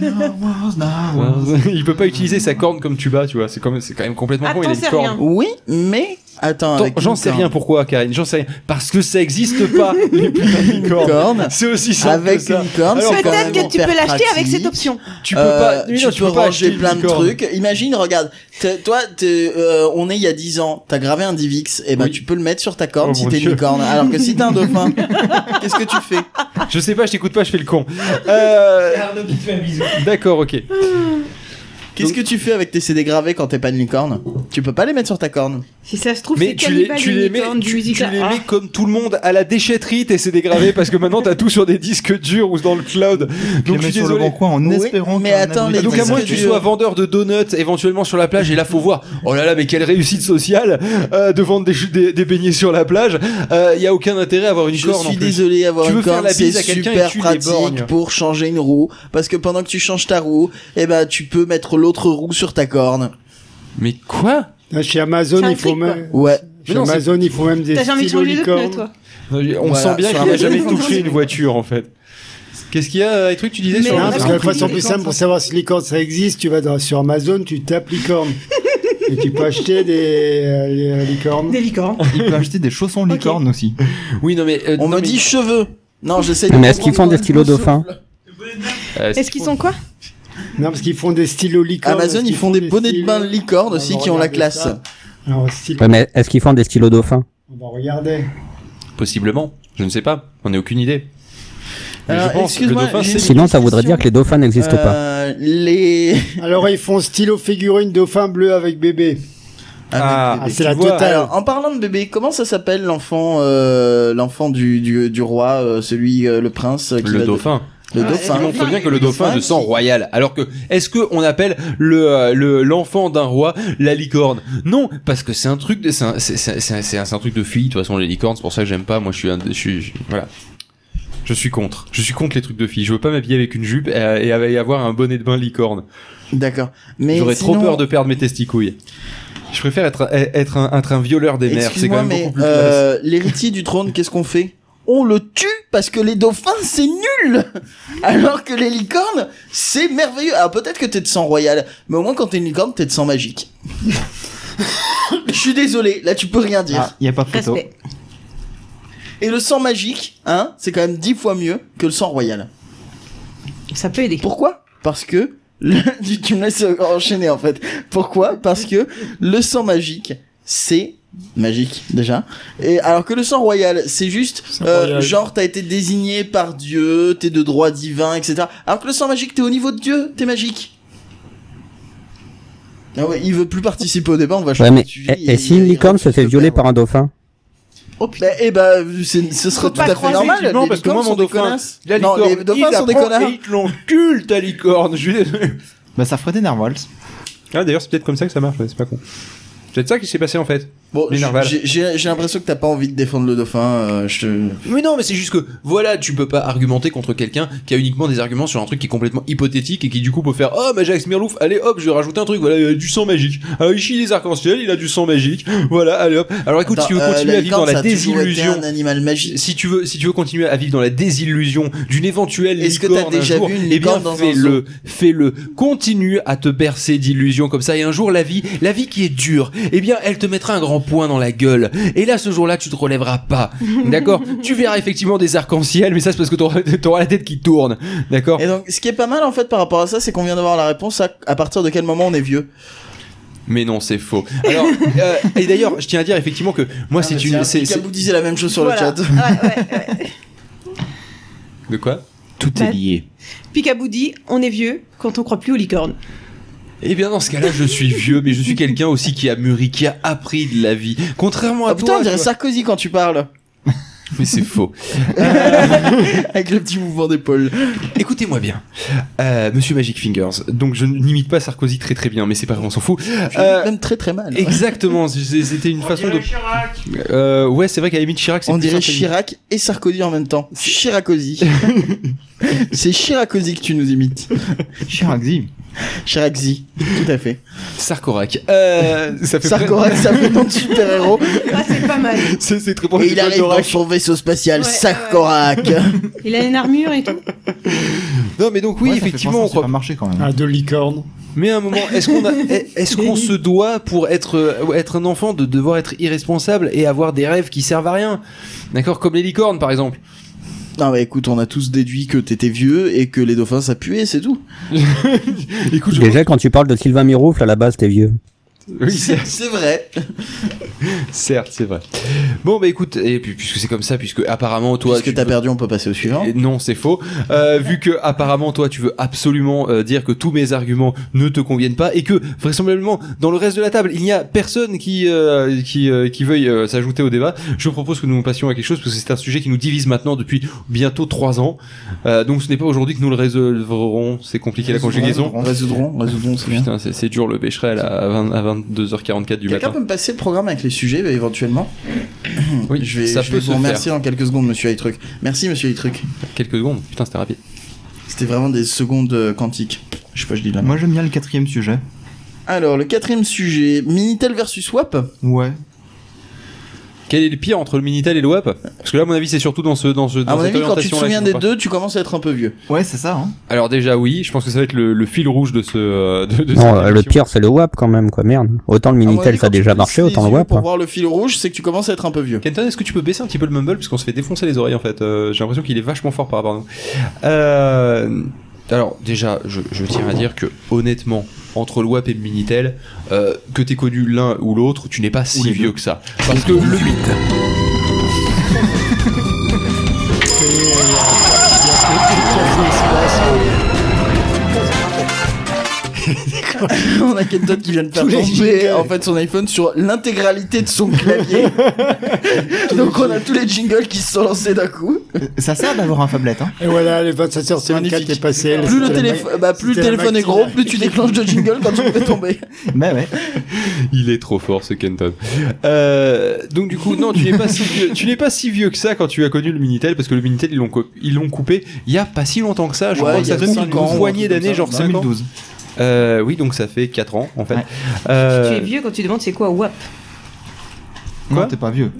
[SPEAKER 6] Non,
[SPEAKER 1] il peut pas utiliser sa corne comme tuba, tu vois. C'est quand même, c'est quand même complètement con. Il a
[SPEAKER 4] Attends,
[SPEAKER 1] une
[SPEAKER 4] c'est
[SPEAKER 1] corne.
[SPEAKER 4] rien.
[SPEAKER 2] Oui, mais attends.
[SPEAKER 1] Attends,
[SPEAKER 2] avec
[SPEAKER 1] J'en
[SPEAKER 2] une
[SPEAKER 1] sais
[SPEAKER 2] corne.
[SPEAKER 1] rien pourquoi, Karine. J'en sais rien. Parce que ça existe pas, les putains de licornes.
[SPEAKER 2] Corne.
[SPEAKER 1] C'est aussi simple
[SPEAKER 2] Avec
[SPEAKER 1] que ça.
[SPEAKER 2] une corne,
[SPEAKER 1] Alors,
[SPEAKER 2] c'est quand
[SPEAKER 4] Peut-être
[SPEAKER 2] même
[SPEAKER 4] que tu peux
[SPEAKER 2] hyper
[SPEAKER 4] l'acheter avec
[SPEAKER 2] pratique.
[SPEAKER 4] cette option.
[SPEAKER 1] Tu peux
[SPEAKER 2] Euh,
[SPEAKER 1] pas, mais
[SPEAKER 2] tu
[SPEAKER 1] non,
[SPEAKER 2] peux ranger
[SPEAKER 1] acheter
[SPEAKER 2] plein
[SPEAKER 1] une
[SPEAKER 2] de
[SPEAKER 1] licorne.
[SPEAKER 2] trucs. Imagine, regarde, t'es- toi, t'es, euh, on est il y a 10 ans, t'as gravé un Divix, et ben
[SPEAKER 1] Oui.
[SPEAKER 2] tu peux le mettre sur ta corne
[SPEAKER 1] Oh
[SPEAKER 2] si
[SPEAKER 1] mon
[SPEAKER 2] t'es
[SPEAKER 1] Dieu.
[SPEAKER 2] une corne. Alors que si t'es un dauphin, qu'est-ce que tu fais
[SPEAKER 1] Je sais pas, je t'écoute pas, je fais le con. Euh, D'accord, ok.
[SPEAKER 2] Qu'est-ce que tu fais avec tes CD gravés quand t'es pas une licorne Tu peux pas les mettre sur ta corne.
[SPEAKER 4] Si ça se trouve,
[SPEAKER 1] Mais
[SPEAKER 4] c'est
[SPEAKER 1] tu les,
[SPEAKER 4] Cannibal
[SPEAKER 1] tu les mets,
[SPEAKER 2] hein,
[SPEAKER 4] Unicorn du
[SPEAKER 1] tu, tu
[SPEAKER 4] musical.
[SPEAKER 1] les
[SPEAKER 4] Ah.
[SPEAKER 1] mets comme tout le monde à la déchetterie, t'es dégravé parce que maintenant t'as tout sur des disques durs ou dans le cloud. Donc
[SPEAKER 6] Donc
[SPEAKER 1] je suis
[SPEAKER 6] sur le
[SPEAKER 1] désolé.
[SPEAKER 6] bon coin en
[SPEAKER 2] Oui,
[SPEAKER 6] espérant
[SPEAKER 2] mais
[SPEAKER 6] qu'un
[SPEAKER 2] attends,
[SPEAKER 6] abruti-
[SPEAKER 2] les-
[SPEAKER 1] Donc à
[SPEAKER 2] Parce
[SPEAKER 1] moins
[SPEAKER 2] que
[SPEAKER 1] que tu
[SPEAKER 2] tu-
[SPEAKER 1] sois vendeur de donuts éventuellement sur la plage et là faut voir oh là là mais quelle réussite sociale euh, de vendre des, ch- des, des beignets sur la plage il y a aucun intérêt à avoir une
[SPEAKER 2] Je
[SPEAKER 1] corne en
[SPEAKER 2] suis
[SPEAKER 1] plus.
[SPEAKER 2] désolé avoir
[SPEAKER 1] Tu
[SPEAKER 2] une
[SPEAKER 1] veux faire
[SPEAKER 2] corne,
[SPEAKER 1] la
[SPEAKER 2] c'est
[SPEAKER 1] bise à quelqu'un et
[SPEAKER 2] super
[SPEAKER 1] tu les borgnes.
[SPEAKER 2] pratique pour changer une roue parce que pendant que tu changes ta roue, eh ben tu peux mettre l'autre roue sur ta corne.
[SPEAKER 1] Mais quoi
[SPEAKER 5] Là, Ah, chez Amazon,
[SPEAKER 4] C'est un
[SPEAKER 5] il faut
[SPEAKER 4] flic, quoi.
[SPEAKER 5] même.
[SPEAKER 2] Ouais.
[SPEAKER 5] Chez
[SPEAKER 1] Mais non,
[SPEAKER 5] Amazon, il faut même des
[SPEAKER 4] T'as jamais
[SPEAKER 5] stylos
[SPEAKER 4] changé de pneu,
[SPEAKER 5] licornes.
[SPEAKER 4] toi
[SPEAKER 1] On
[SPEAKER 2] Voilà,
[SPEAKER 1] sent bien
[SPEAKER 2] sur
[SPEAKER 1] qu'il
[SPEAKER 2] un
[SPEAKER 1] a jamais
[SPEAKER 2] vélo.
[SPEAKER 1] touché une voiture en fait. Qu'est-ce qu'il y a les trucs tu disais
[SPEAKER 4] Mais
[SPEAKER 1] sur
[SPEAKER 5] Non,
[SPEAKER 4] on a
[SPEAKER 5] parce
[SPEAKER 1] Amazon
[SPEAKER 5] que la
[SPEAKER 4] compris,
[SPEAKER 5] façon plus
[SPEAKER 4] licorne,
[SPEAKER 5] simple pour savoir si licorne ça existe, tu vas dans- sur Amazon, tu tapes licorne. Et tu peux acheter des euh, les, euh, licornes.
[SPEAKER 4] Des licornes.
[SPEAKER 6] Il peut acheter des chaussons licornes aussi.
[SPEAKER 1] Oui non mais euh,
[SPEAKER 2] On
[SPEAKER 1] non,
[SPEAKER 2] me
[SPEAKER 1] mais-
[SPEAKER 2] dit cheveux. Non, j'essaie de
[SPEAKER 9] Mais est-ce qu'ils font des
[SPEAKER 2] comprendre
[SPEAKER 9] stylos
[SPEAKER 2] le
[SPEAKER 9] dauphins
[SPEAKER 2] souffle.
[SPEAKER 1] Euh,
[SPEAKER 4] Est-ce qu'ils sont quoi
[SPEAKER 5] Non, parce qu'ils font des stylos licornes.
[SPEAKER 2] Amazon, ils font des bonnets de bain de licorne aussi qui ont la classe.
[SPEAKER 5] Alors, si-
[SPEAKER 9] Ouais, mais est-ce qu'ils font des stylos dauphins
[SPEAKER 5] on va regarder.
[SPEAKER 1] possiblement je ne sais pas on n'a aucune idée. Mais
[SPEAKER 2] Alors,
[SPEAKER 1] je pense que le
[SPEAKER 2] excuse-moi,
[SPEAKER 1] dauphin
[SPEAKER 2] j'ai-
[SPEAKER 1] c'est
[SPEAKER 9] Sinon, ça voudrait
[SPEAKER 2] Question.
[SPEAKER 9] dire que les dauphins n'existent pas.
[SPEAKER 2] Euh, Les.
[SPEAKER 5] Alors, ils font stylo figurine dauphin bleu avec bébé.
[SPEAKER 1] Ah,
[SPEAKER 5] Ah,
[SPEAKER 2] mais-
[SPEAKER 5] c'est
[SPEAKER 1] tu
[SPEAKER 5] la
[SPEAKER 1] vois,
[SPEAKER 5] totale.
[SPEAKER 2] Alors, en parlant de bébé, comment ça s'appelle l'enfant, euh, l'enfant du, du, du roi, euh, celui, euh, le prince euh, qui
[SPEAKER 1] le
[SPEAKER 2] va-
[SPEAKER 1] dauphin.
[SPEAKER 2] Le
[SPEAKER 4] Ah,
[SPEAKER 1] Ce qui
[SPEAKER 2] dauphin.
[SPEAKER 1] montre bien que le dauphin a
[SPEAKER 2] Dauphin
[SPEAKER 1] de sang
[SPEAKER 2] qui-
[SPEAKER 1] royal. Alors que, est-ce que on appelle le euh, le- l'enfant d'un roi la licorne Non, parce que c'est un truc de c'est un, c'est- c'est- c'est un- c'est un- c'est un truc de fille. De toute façon, les licornes, c'est pour ça que j'aime pas. Moi, je suis un, je suis je- voilà. Je suis contre. Je suis contre les trucs de filles. Je veux pas m'habiller avec une jupe euh, et, avec- avoir un bonnet de bain licorne.
[SPEAKER 2] D'accord. Mais.
[SPEAKER 1] J'aurais trop
[SPEAKER 2] sinon-
[SPEAKER 1] peur de perdre mes testicouilles. Je préfère être être un, être un violeur des mers. C'est
[SPEAKER 2] Excuse-moi,
[SPEAKER 1] quand même
[SPEAKER 2] mais,
[SPEAKER 1] beaucoup plus classe.
[SPEAKER 2] euh, l'héritier du trône, qu'est-ce qu'on fait? On le tue parce que les dauphins, c'est nul! Alors que les licornes, c'est merveilleux. Alors peut-être que t'es de sang royal, mais au moins quand t'es une licorne, t'es de sang magique. Je suis désolé, là tu peux rien dire.
[SPEAKER 6] Ah, Il y a pas de photo.
[SPEAKER 4] Respect.
[SPEAKER 2] Et le sang magique, hein, c'est quand même 10 fois mieux que le sang royal.
[SPEAKER 4] Ça peut aider.
[SPEAKER 2] Pourquoi Parce que le- tu, tu me laisses enchaîner en fait. Pourquoi Parce que le sang magique, c'est magique déjà. Et alors que le sang royal, c'est juste euh,
[SPEAKER 11] royal.
[SPEAKER 2] genre t'as été désigné par Dieu, t'es de droit divin, etc. Alors que le sang magique, t'es au niveau de Dieu, t'es magique. Ah ouais, il veut plus participer au débat, on va changer
[SPEAKER 9] Ouais,
[SPEAKER 2] de
[SPEAKER 9] mais
[SPEAKER 2] sujet.
[SPEAKER 9] et, et si une licorne se fait violer par un dauphin
[SPEAKER 1] Oh,
[SPEAKER 2] Bah, eh bah, c'est- ce serait tout à fait normal.
[SPEAKER 1] Effectivement,
[SPEAKER 2] les
[SPEAKER 1] parce que moi,
[SPEAKER 2] licornes
[SPEAKER 1] mon
[SPEAKER 2] sont des
[SPEAKER 1] dauphin,
[SPEAKER 2] connasses.
[SPEAKER 1] la
[SPEAKER 2] Non,
[SPEAKER 1] licorne,
[SPEAKER 2] les dauphins
[SPEAKER 1] il
[SPEAKER 2] sont des
[SPEAKER 1] la prend
[SPEAKER 2] connards.
[SPEAKER 1] et il te l'encule, ta licorne. Je suis désolé.
[SPEAKER 6] Bah, ça ferait des narwhals.
[SPEAKER 1] Ah, d'ailleurs, c'est peut-être comme ça que ça marche, ouais, c'est pas con. C'est peut-être ça qui s'est passé en fait.
[SPEAKER 2] Bon,
[SPEAKER 1] les
[SPEAKER 2] j'ai-
[SPEAKER 1] narvals.
[SPEAKER 2] j'ai- j'ai j'ai l'impression que t'as pas envie de défendre le dauphin. euh, je te...
[SPEAKER 1] Mais non, mais c'est juste que voilà, tu peux pas argumenter contre quelqu'un qui a uniquement des arguments sur un truc qui est complètement hypothétique et qui du coup peut faire oh Majax Mirlouf, allez hop, je vais rajouter un truc, voilà, il a du sang magique. Alors il chie les arcs-en-ciel, il a du sang magique, voilà, allez hop. Alors écoute,
[SPEAKER 2] Attends,
[SPEAKER 1] si tu veux
[SPEAKER 2] euh,
[SPEAKER 1] continuer à vivre dans la
[SPEAKER 2] licorne, ça a toujours été
[SPEAKER 1] désillusion,
[SPEAKER 2] un animal magique.
[SPEAKER 1] si tu veux, si tu veux continuer à vivre dans la désillusion d'une éventuelle
[SPEAKER 2] Est-ce que
[SPEAKER 1] licorne
[SPEAKER 2] t'as déjà
[SPEAKER 1] un jour,
[SPEAKER 2] vu une
[SPEAKER 1] eh bien
[SPEAKER 2] licorne dans un
[SPEAKER 1] fais-le, fais-le, continue à te bercer d'illusions comme ça et un jour la vie, la vie qui est dure, eh bien elle te mettra un grand point dans la gueule. Et là ce jour-là tu te relèveras pas, d'accord Tu verras effectivement des arcs-en-ciel, mais ça c'est parce que t'auras, t'auras la tête qui tourne, d'accord
[SPEAKER 2] Et donc, ce qui est pas mal en fait par rapport à ça, c'est qu'on vient d'avoir la réponse à, à partir de quel moment on est vieux.
[SPEAKER 1] Mais non c'est faux. Alors euh, et d'ailleurs je tiens à dire effectivement que moi
[SPEAKER 2] bah,
[SPEAKER 1] c'est une, c'est, c'est-
[SPEAKER 2] vous disiez la même chose sur
[SPEAKER 4] Voilà. Ah
[SPEAKER 2] le chat.
[SPEAKER 1] de quoi
[SPEAKER 6] Tout
[SPEAKER 4] est
[SPEAKER 6] lié.
[SPEAKER 4] Picabou dit on est vieux quand on croit plus aux licornes.
[SPEAKER 1] Eh bien, dans ce cas-là, je suis vieux, mais je suis quelqu'un aussi qui a mûri, qui a appris de la vie. Contrairement à
[SPEAKER 2] Ah putain,
[SPEAKER 1] toi,
[SPEAKER 2] on dirait
[SPEAKER 1] toi-
[SPEAKER 2] Sarkozy quand tu parles.
[SPEAKER 1] Mais c'est faux.
[SPEAKER 2] Avec le petit mouvement d'épaule.
[SPEAKER 1] Écoutez-moi bien. Euh, Monsieur Magic Fingers. Donc, je n'imite pas Sarkozy très très bien, mais c'est pas grave, on s'en fout.
[SPEAKER 2] Je
[SPEAKER 1] Euh,
[SPEAKER 2] dis même très très mal.
[SPEAKER 1] exactement. c'est- C'était une façon de. Euh, ouais, c'est vrai qu'à la limite, Chirac, c'est
[SPEAKER 2] On
[SPEAKER 1] plus
[SPEAKER 2] dirait
[SPEAKER 1] intelligent.
[SPEAKER 2] Chirac et Sarkozy en même temps. Chiracozy. c'est Chiracozy que tu nous imites.
[SPEAKER 6] Chiraczi.
[SPEAKER 2] Chiraczi, tout à fait.
[SPEAKER 1] Sarkorak. Euh, ça fait
[SPEAKER 2] Sarkorak, ça fait nom de super-héros.
[SPEAKER 4] Ah, c'est pas mal.
[SPEAKER 1] C'est c'est très proche
[SPEAKER 2] Et
[SPEAKER 1] du
[SPEAKER 2] il arrive dans
[SPEAKER 1] Goldorak.
[SPEAKER 2] son vaisseau spatial,
[SPEAKER 4] Ouais,
[SPEAKER 2] Sarkorak.
[SPEAKER 4] Il a une armure et tout.
[SPEAKER 1] Non, mais donc oui, effectivement, on
[SPEAKER 6] ça
[SPEAKER 1] croit.
[SPEAKER 6] pas marché quand même.
[SPEAKER 5] Ah, deux licornes.
[SPEAKER 1] Mais à un moment, est-ce qu'on a- est-ce qu'on se doit pour être euh, être un enfant de devoir être irresponsable et avoir des rêves qui servent à rien, d'accord, comme les licornes par exemple.
[SPEAKER 2] Non mais écoute, on a tous déduit que t'étais vieux et que les dauphins ça puait, c'est tout.
[SPEAKER 1] Écoute, je-
[SPEAKER 9] Déjà, quand tu parles de Sylvain Miroufle, à la base, t'es vieux.
[SPEAKER 1] oui, c'est-
[SPEAKER 2] C'est vrai.
[SPEAKER 1] certes, c'est vrai. Bon, bah écoute, et puis puisque c'est comme ça, puisque apparemment toi,
[SPEAKER 2] Puisque
[SPEAKER 1] tu
[SPEAKER 2] t'as
[SPEAKER 1] veux-
[SPEAKER 2] perdu, on peut passer au suivant.
[SPEAKER 1] Et Non, c'est faux. Euh, vu que apparemment toi tu veux absolument euh, dire que tous mes arguments ne te conviennent pas et que vraisemblablement dans le reste de la table il n'y a personne qui euh, qui euh, qui veuille euh, s'ajouter au débat. Je propose que nous passions à quelque chose parce que c'est un sujet qui nous divise maintenant depuis bientôt trois ans. Euh, donc ce n'est pas aujourd'hui que nous le résolverons. C'est compliqué la conjugaison.
[SPEAKER 2] Résoudrons, résoudrons, c'est bien.
[SPEAKER 1] Putain, c'est c'est dur le Becherel à, 20 à 22h44 du
[SPEAKER 2] Quelqu'un
[SPEAKER 1] matin.
[SPEAKER 2] peut me passer le programme avec les sujets bah, éventuellement
[SPEAKER 1] Oui,
[SPEAKER 2] Je vais,
[SPEAKER 1] ça
[SPEAKER 2] je
[SPEAKER 1] peut
[SPEAKER 2] vais
[SPEAKER 1] se
[SPEAKER 2] vous remercier dans quelques secondes, monsieur Aytruc. Merci, monsieur Aytruc.
[SPEAKER 1] faire. Quelques secondes. Putain, c'était rapide.
[SPEAKER 2] C'était vraiment des secondes euh, quantiques. Je sais pas, je dis là.
[SPEAKER 6] Moi, j'aime bien le quatrième sujet.
[SPEAKER 2] Alors, le quatrième sujet, Minitel versus WAP.
[SPEAKER 6] Ouais.
[SPEAKER 1] Quel est le pire entre le Minitel et le WAP Parce que là, à mon avis, c'est surtout dans ce dans ce dans
[SPEAKER 2] À mon
[SPEAKER 1] cette
[SPEAKER 2] avis, quand tu te
[SPEAKER 1] orientation-là
[SPEAKER 2] souviens
[SPEAKER 1] qu'ils
[SPEAKER 2] des
[SPEAKER 1] font pas.
[SPEAKER 2] deux, tu commences à être un peu vieux.
[SPEAKER 6] Ouais, c'est ça, hein.
[SPEAKER 1] Alors déjà oui, je pense que ça va être le, le fil rouge de ce euh, de, de cette
[SPEAKER 9] Non, euh, le
[SPEAKER 1] émission.
[SPEAKER 9] pire, c'est le WAP quand même, quoi, merde. Autant
[SPEAKER 1] Ah
[SPEAKER 9] le
[SPEAKER 2] À mon
[SPEAKER 9] Minitel,
[SPEAKER 2] avis,
[SPEAKER 9] ça a
[SPEAKER 2] quand Ah, tu
[SPEAKER 9] déjà
[SPEAKER 2] plisses
[SPEAKER 9] marché,
[SPEAKER 2] les
[SPEAKER 9] autant le
[SPEAKER 2] yeux
[SPEAKER 9] WAP.
[SPEAKER 2] Pour
[SPEAKER 9] hein.
[SPEAKER 2] voir le fil rouge, c'est que tu commences à être un peu vieux.
[SPEAKER 1] Kenton, est-ce que tu peux baisser un petit peu le mumble parce qu'on se fait défoncer les oreilles en fait. Euh, J'ai l'impression qu'il est vachement fort par rapport à nous. Euh, alors déjà, je, je tiens à dire que honnêtement, entre le WAP et le Minitel, euh, que t'aies connu l'un ou l'autre, tu n'es pas si vieux que ça. Parce que le
[SPEAKER 2] On a Kenton qui vient de faire
[SPEAKER 5] Tous les
[SPEAKER 2] tomber
[SPEAKER 5] jingles.
[SPEAKER 2] en fait son iPhone sur l'intégralité de son clavier. Donc on a tous les jingles qui se sont lancés d'un coup.
[SPEAKER 6] Euh, Ça sert d'avoir un phablet, hein.
[SPEAKER 5] Et voilà, les 27h54
[SPEAKER 2] Magnifique.
[SPEAKER 5] est passé.
[SPEAKER 2] Plus le, téléphone, bah, plus le
[SPEAKER 5] c'était la
[SPEAKER 2] téléphone est
[SPEAKER 5] maxi-
[SPEAKER 2] gros, plus tu déclenches de jingles quand tu le fais tomber.
[SPEAKER 6] Bah ouais.
[SPEAKER 1] Il est trop fort ce Kenton. Euh, donc du coup non, tu n'es pas si vieux, tu n'es pas si vieux que ça quand tu as connu le Minitel parce que le Minitel ils l'ont co- ils l'ont coupé il y a pas si longtemps que ça, je
[SPEAKER 2] Ouais,
[SPEAKER 1] crois
[SPEAKER 2] il
[SPEAKER 1] que
[SPEAKER 2] y
[SPEAKER 1] ça
[SPEAKER 2] a
[SPEAKER 1] fait
[SPEAKER 2] cinq
[SPEAKER 1] une
[SPEAKER 2] ans, un
[SPEAKER 1] poignée
[SPEAKER 2] truc comme
[SPEAKER 1] d'années
[SPEAKER 2] ça,
[SPEAKER 1] genre 5 ans.
[SPEAKER 6] 2012.
[SPEAKER 1] Euh, oui, donc ça fait 4 ans en fait.
[SPEAKER 6] Ouais.
[SPEAKER 9] hein.
[SPEAKER 1] Euh,
[SPEAKER 4] Tu es vieux quand tu demandes c'est quoi WAP.
[SPEAKER 1] Quoi
[SPEAKER 6] Non, t'es pas vieux.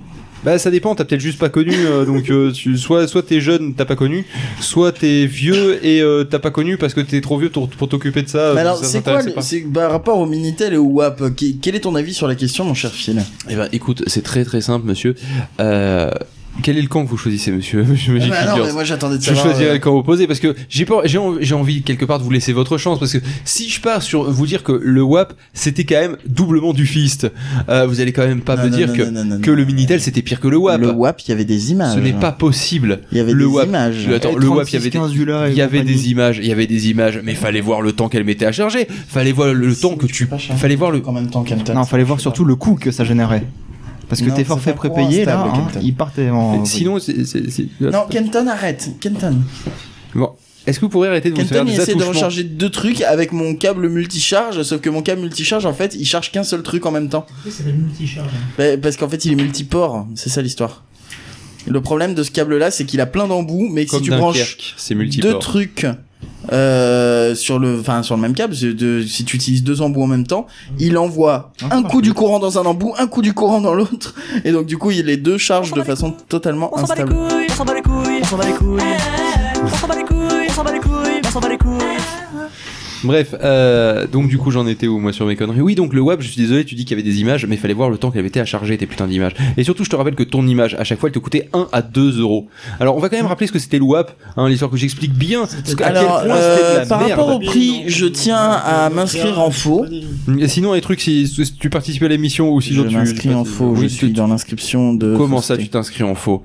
[SPEAKER 1] bah ça dépend, t'as peut-être juste pas connu, euh, donc euh, tu, soit soit t'es jeune, t'as pas connu, soit t'es vieux et euh, t'as pas connu parce que t'es trop vieux pour, pour t'occuper de ça. euh,
[SPEAKER 2] Mais alors,
[SPEAKER 1] ça
[SPEAKER 2] c'est quoi
[SPEAKER 1] t'intéressait
[SPEAKER 2] le,
[SPEAKER 1] pas.
[SPEAKER 2] c'est, bah, rapport au Minitel et au WAP euh, qui- Quel est ton avis sur la question, mon cher Phil
[SPEAKER 1] Eh ben, écoute, c'est très très simple, monsieur. Euh, Quel est le camp que vous choisissez, monsieur, monsieur Magic
[SPEAKER 2] Ah bah non,
[SPEAKER 1] Fingers
[SPEAKER 2] mais moi, j'attendais de
[SPEAKER 1] Je
[SPEAKER 2] savoir,
[SPEAKER 1] choisirais
[SPEAKER 2] euh,
[SPEAKER 1] le camp opposé parce que j'ai pas- j'ai en- j'ai envie quelque part de vous laisser votre chance parce que si je pars sur vous dire que le WAP c'était quand même doublement du fist, euh, vous allez quand même pas
[SPEAKER 2] Non,
[SPEAKER 1] me
[SPEAKER 2] non,
[SPEAKER 1] dire
[SPEAKER 2] non,
[SPEAKER 1] que
[SPEAKER 2] non, non, non,
[SPEAKER 1] que le Minitel c'était pire que le WAP.
[SPEAKER 2] Le WAP, il y avait des images.
[SPEAKER 1] Ce n'est pas possible.
[SPEAKER 2] Il y avait
[SPEAKER 1] le
[SPEAKER 2] des
[SPEAKER 1] WAP,
[SPEAKER 2] images.
[SPEAKER 1] Le, attends,
[SPEAKER 2] Et
[SPEAKER 1] le WAP, il y avait,
[SPEAKER 2] 36,
[SPEAKER 1] des, il y avait des images, il y avait des images, mais fallait voir le temps qu'elle mettait à charger. Fallait
[SPEAKER 6] Euh,
[SPEAKER 1] voir le, le temps que tu, fallait voir le.
[SPEAKER 2] En même temps,
[SPEAKER 6] Non, fallait voir surtout le coût que ça générait. Parce que
[SPEAKER 2] Non,
[SPEAKER 6] tes
[SPEAKER 2] c'est
[SPEAKER 6] forfaits
[SPEAKER 2] pas pour
[SPEAKER 6] prépayés, là,
[SPEAKER 2] instable,
[SPEAKER 6] hein,
[SPEAKER 2] Kenton.
[SPEAKER 6] ils partaient en.
[SPEAKER 1] Sinon, c'est- c'est- c'est-
[SPEAKER 2] Non, Kenton, arrête. Kenton.
[SPEAKER 1] Bon, est-ce que vous pourriez arrêter de vous faire
[SPEAKER 2] Kenton, il
[SPEAKER 1] des
[SPEAKER 2] essaie de
[SPEAKER 1] attouchements
[SPEAKER 2] recharger deux trucs avec mon câble multicharge, sauf que mon câble multicharge, en fait, il charge qu'un seul truc en même temps.
[SPEAKER 11] C'est le multi-charge.
[SPEAKER 2] Bah, parce qu'en fait, il est multiport. C'est ça l'histoire. Le problème de ce câble-là, c'est qu'il a plein d'embouts, mais
[SPEAKER 1] Comme
[SPEAKER 2] si tu
[SPEAKER 1] Dunkerque,
[SPEAKER 2] branches
[SPEAKER 1] c'est multiport.
[SPEAKER 2] deux trucs euh, sur le, enfin sur le même câble, c'est de- si tu utilises deux embouts en même temps, il envoie un coup du courant dans un embout, un coup du courant dans l'autre, et donc du coup, il les deux chargent de façon totalement instable.
[SPEAKER 7] On s'en bat les couilles, on s'en bat les couilles. On s'en bat les couilles, on s'en bat les couilles, on s'en bat les couilles. eh,
[SPEAKER 1] Bref, euh, donc du coup j'en étais où moi sur mes conneries Oui donc le web, je suis désolé, tu dis qu'il y avait des images, mais il fallait voir le temps qu'elle mettait à charger tes putains d'images. Et surtout je te rappelle que ton image à chaque fois elle te coûtait 1 à 2 euros. Alors on va quand même rappeler ce que c'était le WAP, hein, l'histoire que j'explique bien, parce qu'à quel
[SPEAKER 2] Alors,
[SPEAKER 1] point
[SPEAKER 2] euh,
[SPEAKER 1] c'était de la
[SPEAKER 2] par
[SPEAKER 1] merde.
[SPEAKER 2] rapport au prix, je tiens à m'inscrire en faux.
[SPEAKER 1] Et sinon les trucs, si, si tu participes à l'émission ou sinon
[SPEAKER 2] je
[SPEAKER 1] tu...
[SPEAKER 2] m'inscris en faux, je suis dans l'inscription de.
[SPEAKER 1] Comment ça
[SPEAKER 2] fausseté.
[SPEAKER 1] tu t'inscris en faux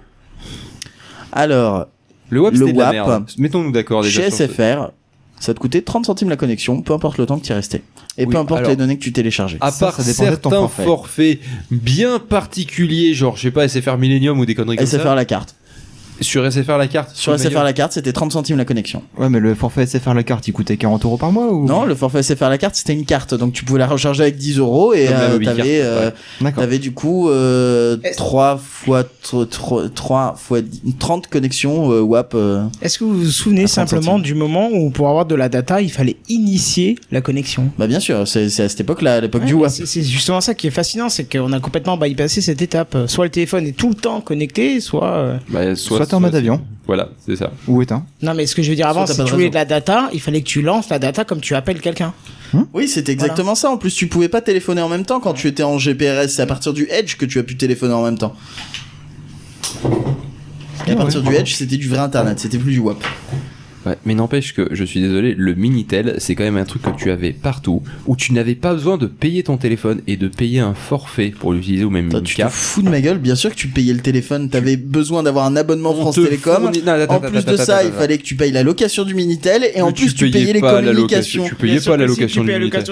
[SPEAKER 2] Alors,
[SPEAKER 1] le WAP
[SPEAKER 2] le
[SPEAKER 1] c'était de la
[SPEAKER 2] WAP,
[SPEAKER 1] merde. Mettons-nous d'accord déjà.
[SPEAKER 2] Chez
[SPEAKER 1] sur ce-
[SPEAKER 2] SFR, ça te coûtait 30 centimes la connexion, peu importe le temps que tu y restais. Et
[SPEAKER 1] Oui,
[SPEAKER 2] peu importe
[SPEAKER 1] alors,
[SPEAKER 2] les données que tu téléchargeais.
[SPEAKER 1] À part certains forfaits bien particuliers, genre je sais pas SFR Millennium ou des conneries comme ça.
[SPEAKER 2] SFR la carte.
[SPEAKER 1] Sur SFR la carte
[SPEAKER 2] Sur SFR la carte, c'était 30 centimes la connexion.
[SPEAKER 6] Ouais, mais le forfait SFR la carte, il coûtait 40 euros par mois ou
[SPEAKER 2] Non, le forfait SFR la carte, c'était une carte, donc tu pouvais la recharger avec 10 euros et
[SPEAKER 6] Comme la
[SPEAKER 2] euh,
[SPEAKER 6] Bobby
[SPEAKER 2] t'avais
[SPEAKER 6] Card,
[SPEAKER 2] euh, t'avais du coup euh, 3 fois 3, fois 10 30 connexions euh, WAP. euh.
[SPEAKER 3] Est-ce que vous vous souvenez
[SPEAKER 2] À 30
[SPEAKER 3] simplement du moment où pour avoir de la data, il fallait initier la connexion
[SPEAKER 2] Bah bien sûr, c'est c'est à cette époque-là, à l'époque du
[SPEAKER 3] Ouais,
[SPEAKER 2] WAP.
[SPEAKER 3] c'est- C'est justement ça qui est fascinant, c'est qu'on a complètement bypassé cette étape. Soit le téléphone est tout le temps connecté, soit... euh,
[SPEAKER 1] Bah, soit,
[SPEAKER 6] Soit t'es en mode avion.
[SPEAKER 1] Voilà, c'est ça.
[SPEAKER 6] Ou éteint.
[SPEAKER 3] Non mais ce que je veux dire avant,
[SPEAKER 2] Soit t'as
[SPEAKER 3] c'est
[SPEAKER 2] pas
[SPEAKER 3] que
[SPEAKER 2] de
[SPEAKER 3] tu voulais
[SPEAKER 2] réseau.
[SPEAKER 3] de la data, il fallait que tu lances la data comme tu appelles quelqu'un.
[SPEAKER 2] Oui, c'était exactement ça. En plus, tu pouvais pas téléphoner en même temps quand tu étais en GPRS. C'est à partir du Edge que tu as pu téléphoner en même temps.
[SPEAKER 6] Ah
[SPEAKER 2] Et à partir du Edge, c'était du vrai Internet, c'était plus du WAP.
[SPEAKER 1] Ouais, mais n'empêche que, je suis désolé, le Minitel, c'est quand même un truc que tu avais partout, où tu n'avais pas besoin de payer ton téléphone et de payer un forfait pour l'utiliser ou même une
[SPEAKER 2] Tu te
[SPEAKER 1] carte.
[SPEAKER 2] fous de ma gueule, bien sûr que tu payais le téléphone. T'avais besoin d'avoir un abonnement France
[SPEAKER 1] te
[SPEAKER 2] Télécom.
[SPEAKER 1] fournit- Non, attends,
[SPEAKER 2] en
[SPEAKER 1] attends,
[SPEAKER 2] plus
[SPEAKER 1] attends,
[SPEAKER 2] de
[SPEAKER 1] attends,
[SPEAKER 2] ça, il
[SPEAKER 1] attends.
[SPEAKER 2] fallait que tu payes la location du Minitel et en
[SPEAKER 1] Mais
[SPEAKER 2] plus tu payais les
[SPEAKER 1] pas la location-
[SPEAKER 2] communications.
[SPEAKER 1] Tu payais pas la location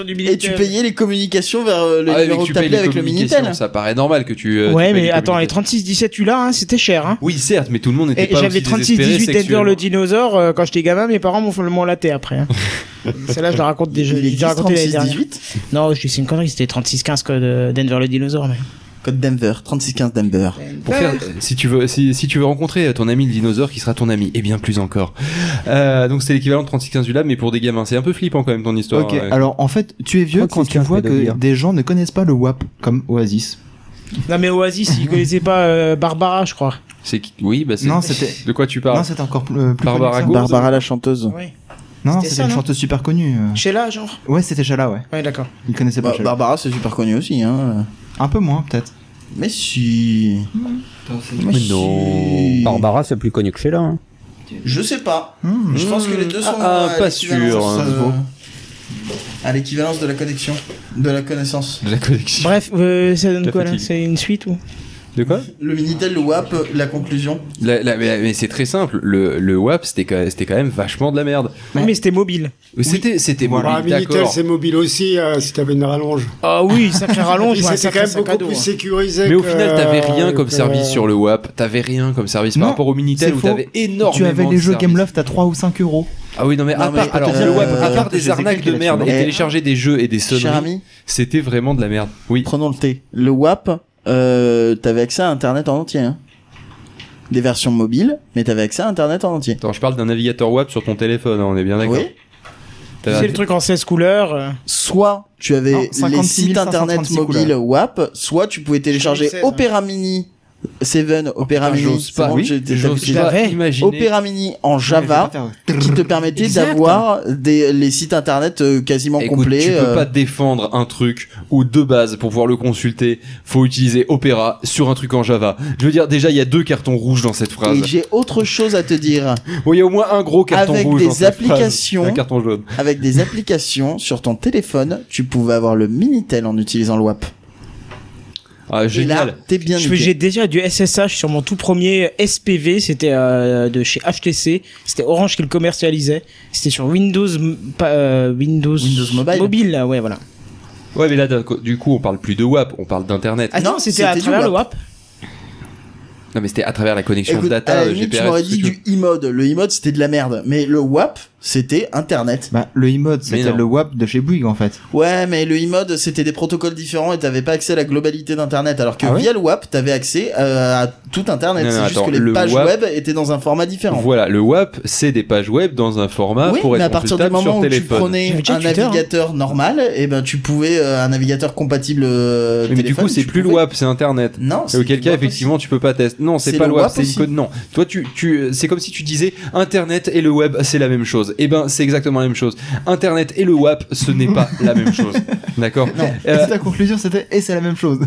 [SPEAKER 1] du Minitel.
[SPEAKER 2] Et tu payais les communications vers euh, le
[SPEAKER 1] Ah, mais
[SPEAKER 2] numéro
[SPEAKER 1] que
[SPEAKER 2] que
[SPEAKER 1] tu payes
[SPEAKER 2] t'appelais
[SPEAKER 1] les
[SPEAKER 2] avec le Minitel.
[SPEAKER 1] communications, ça paraît normal que tu. euh,
[SPEAKER 3] ouais
[SPEAKER 1] tu payes
[SPEAKER 3] mais
[SPEAKER 1] les
[SPEAKER 3] attends, les 36-17 tu là, c'était cher. Hein.
[SPEAKER 1] Oui, certes, mais tout le monde n'était
[SPEAKER 3] Et
[SPEAKER 1] pas
[SPEAKER 3] j'avais
[SPEAKER 1] aussi désespéré
[SPEAKER 3] 36-18 Ender
[SPEAKER 1] sexuellement.
[SPEAKER 3] le dinosaure euh, quand j'étais gamin, mes parents m'ont fait le m'ont laté après. hein. Celle-là, je la raconte déjà.
[SPEAKER 2] Il
[SPEAKER 3] j'ai déjà
[SPEAKER 2] existe
[SPEAKER 3] raconté l'année
[SPEAKER 2] 36-18?
[SPEAKER 3] dernière. Non, je dis c'est une connerie, c'était 36-15 code euh, Denver le dinosaure. Mais...
[SPEAKER 2] Code Denver, 3615 Denver.
[SPEAKER 1] Pour faire, euh, si tu veux, si, si tu veux rencontrer ton ami le dinosaure qui sera ton ami, et bien plus encore. Euh, donc c'est l'équivalent de 3615 du lab, mais pour des gamins, c'est un peu flippant quand même ton histoire. euh.
[SPEAKER 6] Ok,
[SPEAKER 1] ouais.
[SPEAKER 6] alors en fait, tu es vieux
[SPEAKER 1] crois
[SPEAKER 6] quand
[SPEAKER 1] qu'on
[SPEAKER 6] tu
[SPEAKER 1] tient
[SPEAKER 6] vois
[SPEAKER 1] fait de
[SPEAKER 6] que
[SPEAKER 1] lire.
[SPEAKER 6] des gens ne connaissent pas le WAP comme Oasis.
[SPEAKER 3] Non mais Oasis, ils connaissaient pas euh, Barbara, je crois.
[SPEAKER 1] C'est qui- oui, bah c'est-
[SPEAKER 6] Non, c'était-
[SPEAKER 1] De quoi tu parles
[SPEAKER 6] Non, c'était encore plus, euh, plus
[SPEAKER 1] Barbara
[SPEAKER 6] connu que ça.
[SPEAKER 1] Gauze
[SPEAKER 2] Barbara la chanteuse.
[SPEAKER 6] Non, non,
[SPEAKER 3] C'était
[SPEAKER 6] c'était
[SPEAKER 3] ça,
[SPEAKER 6] une
[SPEAKER 3] non
[SPEAKER 6] chanteuse super connue. euh.
[SPEAKER 3] Sheila, genre
[SPEAKER 6] Ouais, c'était Chala, ouais.
[SPEAKER 3] Ouais, d'accord.
[SPEAKER 6] Ils connaissaient pas
[SPEAKER 2] Bah,
[SPEAKER 6] Chala.
[SPEAKER 2] Barbara, c'est super connu aussi. Hein.
[SPEAKER 6] Un peu moins, peut-être. Mm.
[SPEAKER 2] Mais si. Mais si.
[SPEAKER 9] Barbara, c'est plus connu que chez là. hein.
[SPEAKER 2] Je sais pas. Je pense que les deux sont
[SPEAKER 1] Hmm. Ah,
[SPEAKER 2] à
[SPEAKER 1] pas
[SPEAKER 2] l'équivalence,
[SPEAKER 1] sûr, hein.
[SPEAKER 2] euh, à l'équivalence de la connexion, de la connaissance.
[SPEAKER 1] De la collection.
[SPEAKER 3] Bref, euh, ça donne
[SPEAKER 1] La
[SPEAKER 3] quoi là
[SPEAKER 1] fatigue.
[SPEAKER 3] C'est une suite ou
[SPEAKER 1] De quoi
[SPEAKER 2] Le Minitel, le WAP, la conclusion.
[SPEAKER 1] La- la- mais mais c'est très simple, le, le WAP c'était quand, c'était quand même vachement de la merde.
[SPEAKER 3] Oui, mais c'était mobile.
[SPEAKER 1] C'était, c'était
[SPEAKER 5] Voilà,
[SPEAKER 1] mobile,
[SPEAKER 5] bah, Minitel,
[SPEAKER 1] d'accord.
[SPEAKER 5] c'est mobile aussi, euh, si t'avais une rallonge.
[SPEAKER 3] Ah oui, sacré rallonge,
[SPEAKER 5] Et C'était
[SPEAKER 3] ouais, sacré
[SPEAKER 5] quand même
[SPEAKER 3] sac à
[SPEAKER 5] beaucoup
[SPEAKER 3] dos,
[SPEAKER 5] plus
[SPEAKER 3] hein.
[SPEAKER 5] sécurisé
[SPEAKER 1] Mais au
[SPEAKER 5] que,
[SPEAKER 1] final, t'avais rien
[SPEAKER 5] euh,
[SPEAKER 1] comme
[SPEAKER 5] que-
[SPEAKER 1] service sur le WAP, t'avais rien comme service par
[SPEAKER 6] Non,
[SPEAKER 1] rapport au Minitel
[SPEAKER 6] c'est
[SPEAKER 1] où
[SPEAKER 6] faux.
[SPEAKER 1] t'avais énormément
[SPEAKER 6] Tu avais les
[SPEAKER 1] de
[SPEAKER 6] jeux
[SPEAKER 1] services.
[SPEAKER 6] Game Loft à 3 ou 5 euros.
[SPEAKER 1] Ah oui, non mais,
[SPEAKER 2] Non,
[SPEAKER 1] à
[SPEAKER 2] mais
[SPEAKER 1] part,
[SPEAKER 2] je peux
[SPEAKER 1] alors,
[SPEAKER 2] te dire,
[SPEAKER 1] le WAP,
[SPEAKER 2] euh,
[SPEAKER 1] à part
[SPEAKER 6] je
[SPEAKER 1] des
[SPEAKER 6] sais
[SPEAKER 1] arnaques de
[SPEAKER 6] qu'il y a
[SPEAKER 1] merde et
[SPEAKER 2] là-dessus.
[SPEAKER 1] télécharger des jeux et des
[SPEAKER 2] Cher
[SPEAKER 1] sonneries,
[SPEAKER 2] ami,
[SPEAKER 1] c'était vraiment de la merde. Oui.
[SPEAKER 2] prenons le thé. Le WAP, euh, t'avais accès à Internet en entier. hein. Des versions mobiles, mais t'avais accès à Internet en entier.
[SPEAKER 1] Attends, je parle d'un navigateur WAP sur ton téléphone, hein, on est bien d'accord.
[SPEAKER 2] Oui.
[SPEAKER 1] T'as-
[SPEAKER 3] C'est le truc en 16 couleurs. euh.
[SPEAKER 2] Soit tu avais
[SPEAKER 6] Non,
[SPEAKER 2] les
[SPEAKER 6] 56
[SPEAKER 2] sites internet
[SPEAKER 6] 536
[SPEAKER 2] mobiles
[SPEAKER 6] couleurs.
[SPEAKER 2] WAP, soit tu pouvais télécharger
[SPEAKER 3] 2016, hein.
[SPEAKER 2] Opera Mini Seven,
[SPEAKER 1] putain,
[SPEAKER 2] Opera Mini,
[SPEAKER 1] j'ose
[SPEAKER 2] c'est
[SPEAKER 1] pas,
[SPEAKER 2] bon,
[SPEAKER 1] oui,
[SPEAKER 2] j'ai- t'as
[SPEAKER 1] j'ose
[SPEAKER 2] l'habitude.
[SPEAKER 1] pas imaginer.
[SPEAKER 2] Opera Mini en Java qui te permettait
[SPEAKER 1] Exact.
[SPEAKER 2] d'avoir des- les sites internet euh, quasiment
[SPEAKER 1] Écoute,
[SPEAKER 2] complets.
[SPEAKER 1] tu peux
[SPEAKER 2] euh,
[SPEAKER 1] pas défendre un truc où de base pour pouvoir le consulter, faut utiliser Opera sur un truc en Java. Je veux dire, déjà il y a deux cartons rouges dans cette phrase.
[SPEAKER 2] Et j'ai autre chose à te dire.
[SPEAKER 1] Bon, il y a au moins un gros carton
[SPEAKER 2] avec
[SPEAKER 1] rouge dans
[SPEAKER 2] des
[SPEAKER 1] cette phrase.
[SPEAKER 2] applications,
[SPEAKER 1] Un carton jaune.
[SPEAKER 2] Avec des applications sur ton téléphone, tu pouvais avoir le Minitel en utilisant le WAP.
[SPEAKER 1] Ah,
[SPEAKER 2] là, t'es bien
[SPEAKER 3] Je-
[SPEAKER 2] niqué.
[SPEAKER 3] J'ai déjà du SSH sur mon tout premier SPV, c'était euh, de chez HTC, c'était Orange qui le commercialisait, c'était sur Windows, m- pas, euh, Windows,
[SPEAKER 2] Windows Mobile.
[SPEAKER 3] mobile, là, ouais voilà.
[SPEAKER 1] Ouais, mais là d'un co- du coup on parle plus de WAP, on parle d'internet.
[SPEAKER 3] Ah non, c'était à
[SPEAKER 2] c'était du
[SPEAKER 3] travers le WAP.
[SPEAKER 2] WAP.
[SPEAKER 1] Non mais c'était à travers la connexion
[SPEAKER 2] Écoute,
[SPEAKER 1] data,
[SPEAKER 2] à la
[SPEAKER 1] euh,
[SPEAKER 2] limite, tu
[SPEAKER 1] GPRS,
[SPEAKER 2] m'aurais
[SPEAKER 1] ce
[SPEAKER 2] dit
[SPEAKER 1] que tu veux.
[SPEAKER 2] du e-mode. Le e-mode, c'était de la merde. Mais le WAP, c'était Internet.
[SPEAKER 6] Bah, le iMode, c'était
[SPEAKER 1] non.
[SPEAKER 6] le WAP de chez Bouygues en fait.
[SPEAKER 2] Ouais, mais le e-mode, c'était des protocoles différents et t'avais pas accès à la globalité d'Internet. Alors que
[SPEAKER 6] Ah ouais
[SPEAKER 2] via le WAP, t'avais accès euh, à tout Internet.
[SPEAKER 1] Non, non,
[SPEAKER 2] C'est juste
[SPEAKER 1] attends,
[SPEAKER 2] que les
[SPEAKER 1] le
[SPEAKER 2] pages
[SPEAKER 1] WAP-
[SPEAKER 2] web étaient dans un format différent.
[SPEAKER 1] Voilà, le WAP, c'est des pages web dans un format
[SPEAKER 2] oui,
[SPEAKER 1] pour
[SPEAKER 2] mais
[SPEAKER 1] être
[SPEAKER 2] à partir du
[SPEAKER 1] consultable
[SPEAKER 2] moment
[SPEAKER 1] sur
[SPEAKER 2] où tu
[SPEAKER 1] téléphone.
[SPEAKER 2] prenais
[SPEAKER 3] J'avais déjà
[SPEAKER 2] un
[SPEAKER 3] Twitter, hein.
[SPEAKER 2] navigateur normal, et ben tu pouvais euh, un navigateur compatible. euh,
[SPEAKER 1] Oui, mais du
[SPEAKER 2] téléphone,
[SPEAKER 1] coup, c'est
[SPEAKER 2] tu
[SPEAKER 1] plus le
[SPEAKER 2] pouvais-
[SPEAKER 1] WAP, c'est Internet.
[SPEAKER 2] Non.
[SPEAKER 1] Et
[SPEAKER 2] c'est
[SPEAKER 1] auquel
[SPEAKER 2] du
[SPEAKER 1] cas,
[SPEAKER 2] WAP aussi.
[SPEAKER 1] effectivement, tu peux pas tester. Non, c'est
[SPEAKER 2] C'est
[SPEAKER 1] pas
[SPEAKER 2] le
[SPEAKER 1] le web,
[SPEAKER 2] WAP
[SPEAKER 1] c'est une
[SPEAKER 2] aussi.
[SPEAKER 1] code. Non. Toi, tu, tu, euh, c'est comme si tu disais Internet et le web, c'est la même chose. Eh ben, c'est exactement la même chose. Internet et le WAP, ce n'est pas la même chose. D'accord? Euh,
[SPEAKER 6] Et la conclusion c'était et c'est la même chose.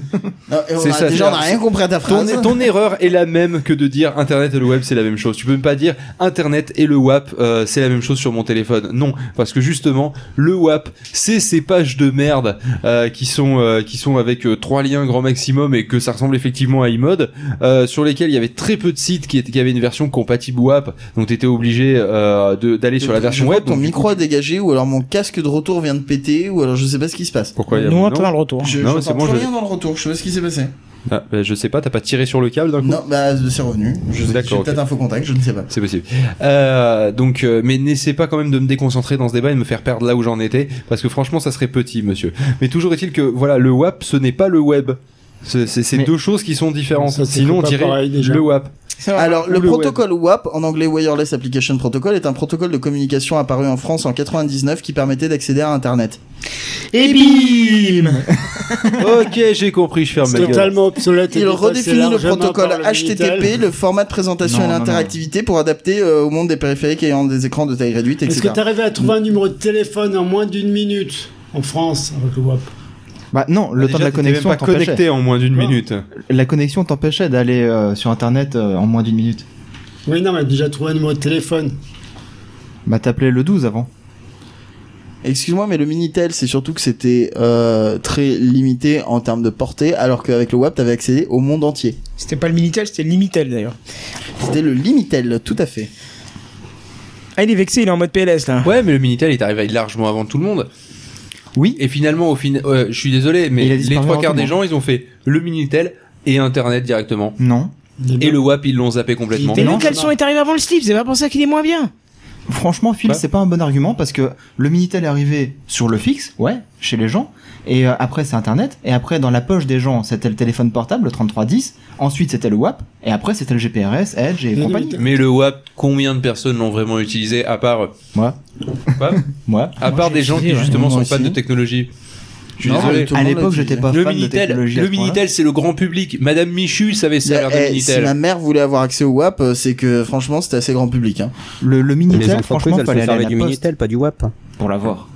[SPEAKER 2] Non, et on
[SPEAKER 1] C'est
[SPEAKER 2] a-
[SPEAKER 1] ça,
[SPEAKER 2] déjà, on n'a
[SPEAKER 1] c'est-
[SPEAKER 2] rien compris à ta
[SPEAKER 1] ton,
[SPEAKER 2] phrase.
[SPEAKER 1] ton erreur est la même que de dire Internet et le web, c'est la même chose. Tu peux même pas dire Internet et le WAP, euh, c'est la même chose sur mon téléphone. Non, parce que justement, le WAP, c'est ces pages de merde euh, qui sont euh, qui sont avec euh, trois liens grand maximum et que ça ressemble effectivement à iMode, euh, sur lesquels il y avait très peu de sites qui, étaient- qui avaient une version compatible WAP, donc t'étais obligé euh, de- d'aller sur la
[SPEAKER 2] Je
[SPEAKER 1] version
[SPEAKER 2] crois
[SPEAKER 1] web.
[SPEAKER 2] que Ton
[SPEAKER 1] donc-
[SPEAKER 2] micro a dégagé, ou alors mon casque de retour vient de péter, ou alors je sais pas ce qui se passe.
[SPEAKER 1] Pourquoi il y a-
[SPEAKER 3] Nous, on
[SPEAKER 1] non
[SPEAKER 3] attend le retour.
[SPEAKER 2] Je,
[SPEAKER 1] Non,
[SPEAKER 2] j'entends
[SPEAKER 1] c'est bon,
[SPEAKER 2] plus
[SPEAKER 1] je-
[SPEAKER 2] rien dans le retour. Je sais pas ce qui s'est passé.
[SPEAKER 1] Ah, bah, je sais pas, t'as pas tiré sur le câble d'un coup.
[SPEAKER 2] Non, bah c'est revenu. Je sais,
[SPEAKER 1] D'accord,
[SPEAKER 2] j'ai
[SPEAKER 1] ok.
[SPEAKER 2] peut-être un faux contact, je ne sais pas.
[SPEAKER 1] C'est possible. Euh, donc, euh, mais n'essaie pas quand même de me déconcentrer dans ce débat et de me faire perdre là où j'en étais, parce que franchement, ça serait petit, monsieur. Mais toujours est-il que, voilà, le WAP, ce n'est pas le web. C'est c'est- c'est
[SPEAKER 6] Mais-
[SPEAKER 1] deux choses qui sont différentes.
[SPEAKER 5] Ça, c'est
[SPEAKER 1] Sinon, on
[SPEAKER 5] pas
[SPEAKER 1] dirait
[SPEAKER 5] pareil, déjà.
[SPEAKER 1] le WAP.
[SPEAKER 2] Alors, le,
[SPEAKER 1] le
[SPEAKER 2] protocole WAP, en anglais Wireless Application Protocol, est un protocole de communication apparu en France en 99 qui permettait d'accéder à Internet.
[SPEAKER 3] Et bim
[SPEAKER 1] ok, j'ai compris, je ferme ma gueule.
[SPEAKER 5] Totalement obsolète. et
[SPEAKER 2] Il
[SPEAKER 5] dépassé
[SPEAKER 2] redéfinit le
[SPEAKER 5] largement par
[SPEAKER 2] protocole
[SPEAKER 5] le
[SPEAKER 2] HTTP,
[SPEAKER 5] Minitel.
[SPEAKER 2] le format de présentation
[SPEAKER 6] Non,
[SPEAKER 2] et
[SPEAKER 6] non,
[SPEAKER 2] l'interactivité pour adapter euh, au monde des périphériques ayant des écrans de taille réduite,
[SPEAKER 5] Est-ce
[SPEAKER 2] etc. Mm.
[SPEAKER 5] que t'arrivais à trouver un numéro de téléphone en moins d'une minute en France avec le WAP
[SPEAKER 6] Bah non, le temps de la connexion
[SPEAKER 1] pas
[SPEAKER 6] t'empêchait.
[SPEAKER 1] connecté en moins d'une
[SPEAKER 5] Quoi
[SPEAKER 1] minute.
[SPEAKER 6] La connexion t'empêchait d'aller euh, sur internet euh, en moins d'une minute.
[SPEAKER 5] Oui, non, mais déjà trouvé un numéro de téléphone.
[SPEAKER 6] Bah t'appelais le 12 avant.
[SPEAKER 2] Excuse-moi, mais le Minitel, c'est surtout que c'était euh, très limité en termes de portée, alors qu'avec le WAP, t'avais accédé au monde entier.
[SPEAKER 3] C'était pas le Minitel, c'était le Limitel d'ailleurs.
[SPEAKER 2] C'était le Limitel, tout à fait.
[SPEAKER 3] Ah, il est vexé, il est en mode PLS là.
[SPEAKER 1] Ouais, mais le Minitel est arrivé largement avant tout le monde.
[SPEAKER 6] Oui.
[SPEAKER 1] Et finalement, au fin... euh, je suis désolé, mais
[SPEAKER 6] Il a
[SPEAKER 1] les
[SPEAKER 6] disparu
[SPEAKER 1] trois quarts
[SPEAKER 6] rapidement.
[SPEAKER 1] des gens, ils ont fait le Minitel et Internet directement.
[SPEAKER 6] Non.
[SPEAKER 1] Et le WAP, ils l'ont zappé complètement.
[SPEAKER 3] Mais
[SPEAKER 6] Non,
[SPEAKER 3] le caleçon est arrivé avant le slip, c'est pas pour ça qu'il est moins bien.
[SPEAKER 6] Franchement, Phil,
[SPEAKER 1] Ouais.
[SPEAKER 6] c'est pas un bon argument parce que le Minitel est arrivé sur le fixe, ouais, chez les gens, et euh, après c'est Internet, et après dans la poche des gens c'était le téléphone portable, le 3310, ensuite c'était le WAP, et après c'était le GPRS, Edge et
[SPEAKER 5] Non,
[SPEAKER 6] compagnie.
[SPEAKER 5] mais-
[SPEAKER 1] Mais le WAP, combien de personnes l'ont vraiment utilisé à part
[SPEAKER 6] Moi.
[SPEAKER 1] Quoi
[SPEAKER 6] Moi.
[SPEAKER 1] À part
[SPEAKER 3] j'ai
[SPEAKER 1] des gens qui
[SPEAKER 3] utilisé, ouais.
[SPEAKER 1] justement
[SPEAKER 2] Moi
[SPEAKER 1] sont fans
[SPEAKER 2] aussi.
[SPEAKER 1] de technologie. Je suis
[SPEAKER 2] Non,
[SPEAKER 1] désolé.
[SPEAKER 2] mais tout le
[SPEAKER 6] à
[SPEAKER 2] monde l'a
[SPEAKER 6] l'époque,
[SPEAKER 2] utilisé.
[SPEAKER 6] j'étais pas
[SPEAKER 1] Le
[SPEAKER 6] fan de
[SPEAKER 1] Minitel,
[SPEAKER 6] technologie. à
[SPEAKER 1] le
[SPEAKER 6] ce point-là.
[SPEAKER 1] Minitel, c'est le grand public. Madame Michu savait ça l'heure du
[SPEAKER 2] Eh, si ma
[SPEAKER 1] Minitel.
[SPEAKER 2] mère voulait avoir accès au WAP, euh, c'est que franchement, c'était assez grand public. Hein.
[SPEAKER 6] Le, le
[SPEAKER 9] Les
[SPEAKER 6] Minitel,
[SPEAKER 9] entreprises,
[SPEAKER 6] franchement,
[SPEAKER 9] elles
[SPEAKER 6] fallait
[SPEAKER 9] se
[SPEAKER 6] aller à
[SPEAKER 9] servaient
[SPEAKER 6] la
[SPEAKER 9] du
[SPEAKER 6] poste
[SPEAKER 9] Minitel, pas du WAP.
[SPEAKER 6] pour l'avoir.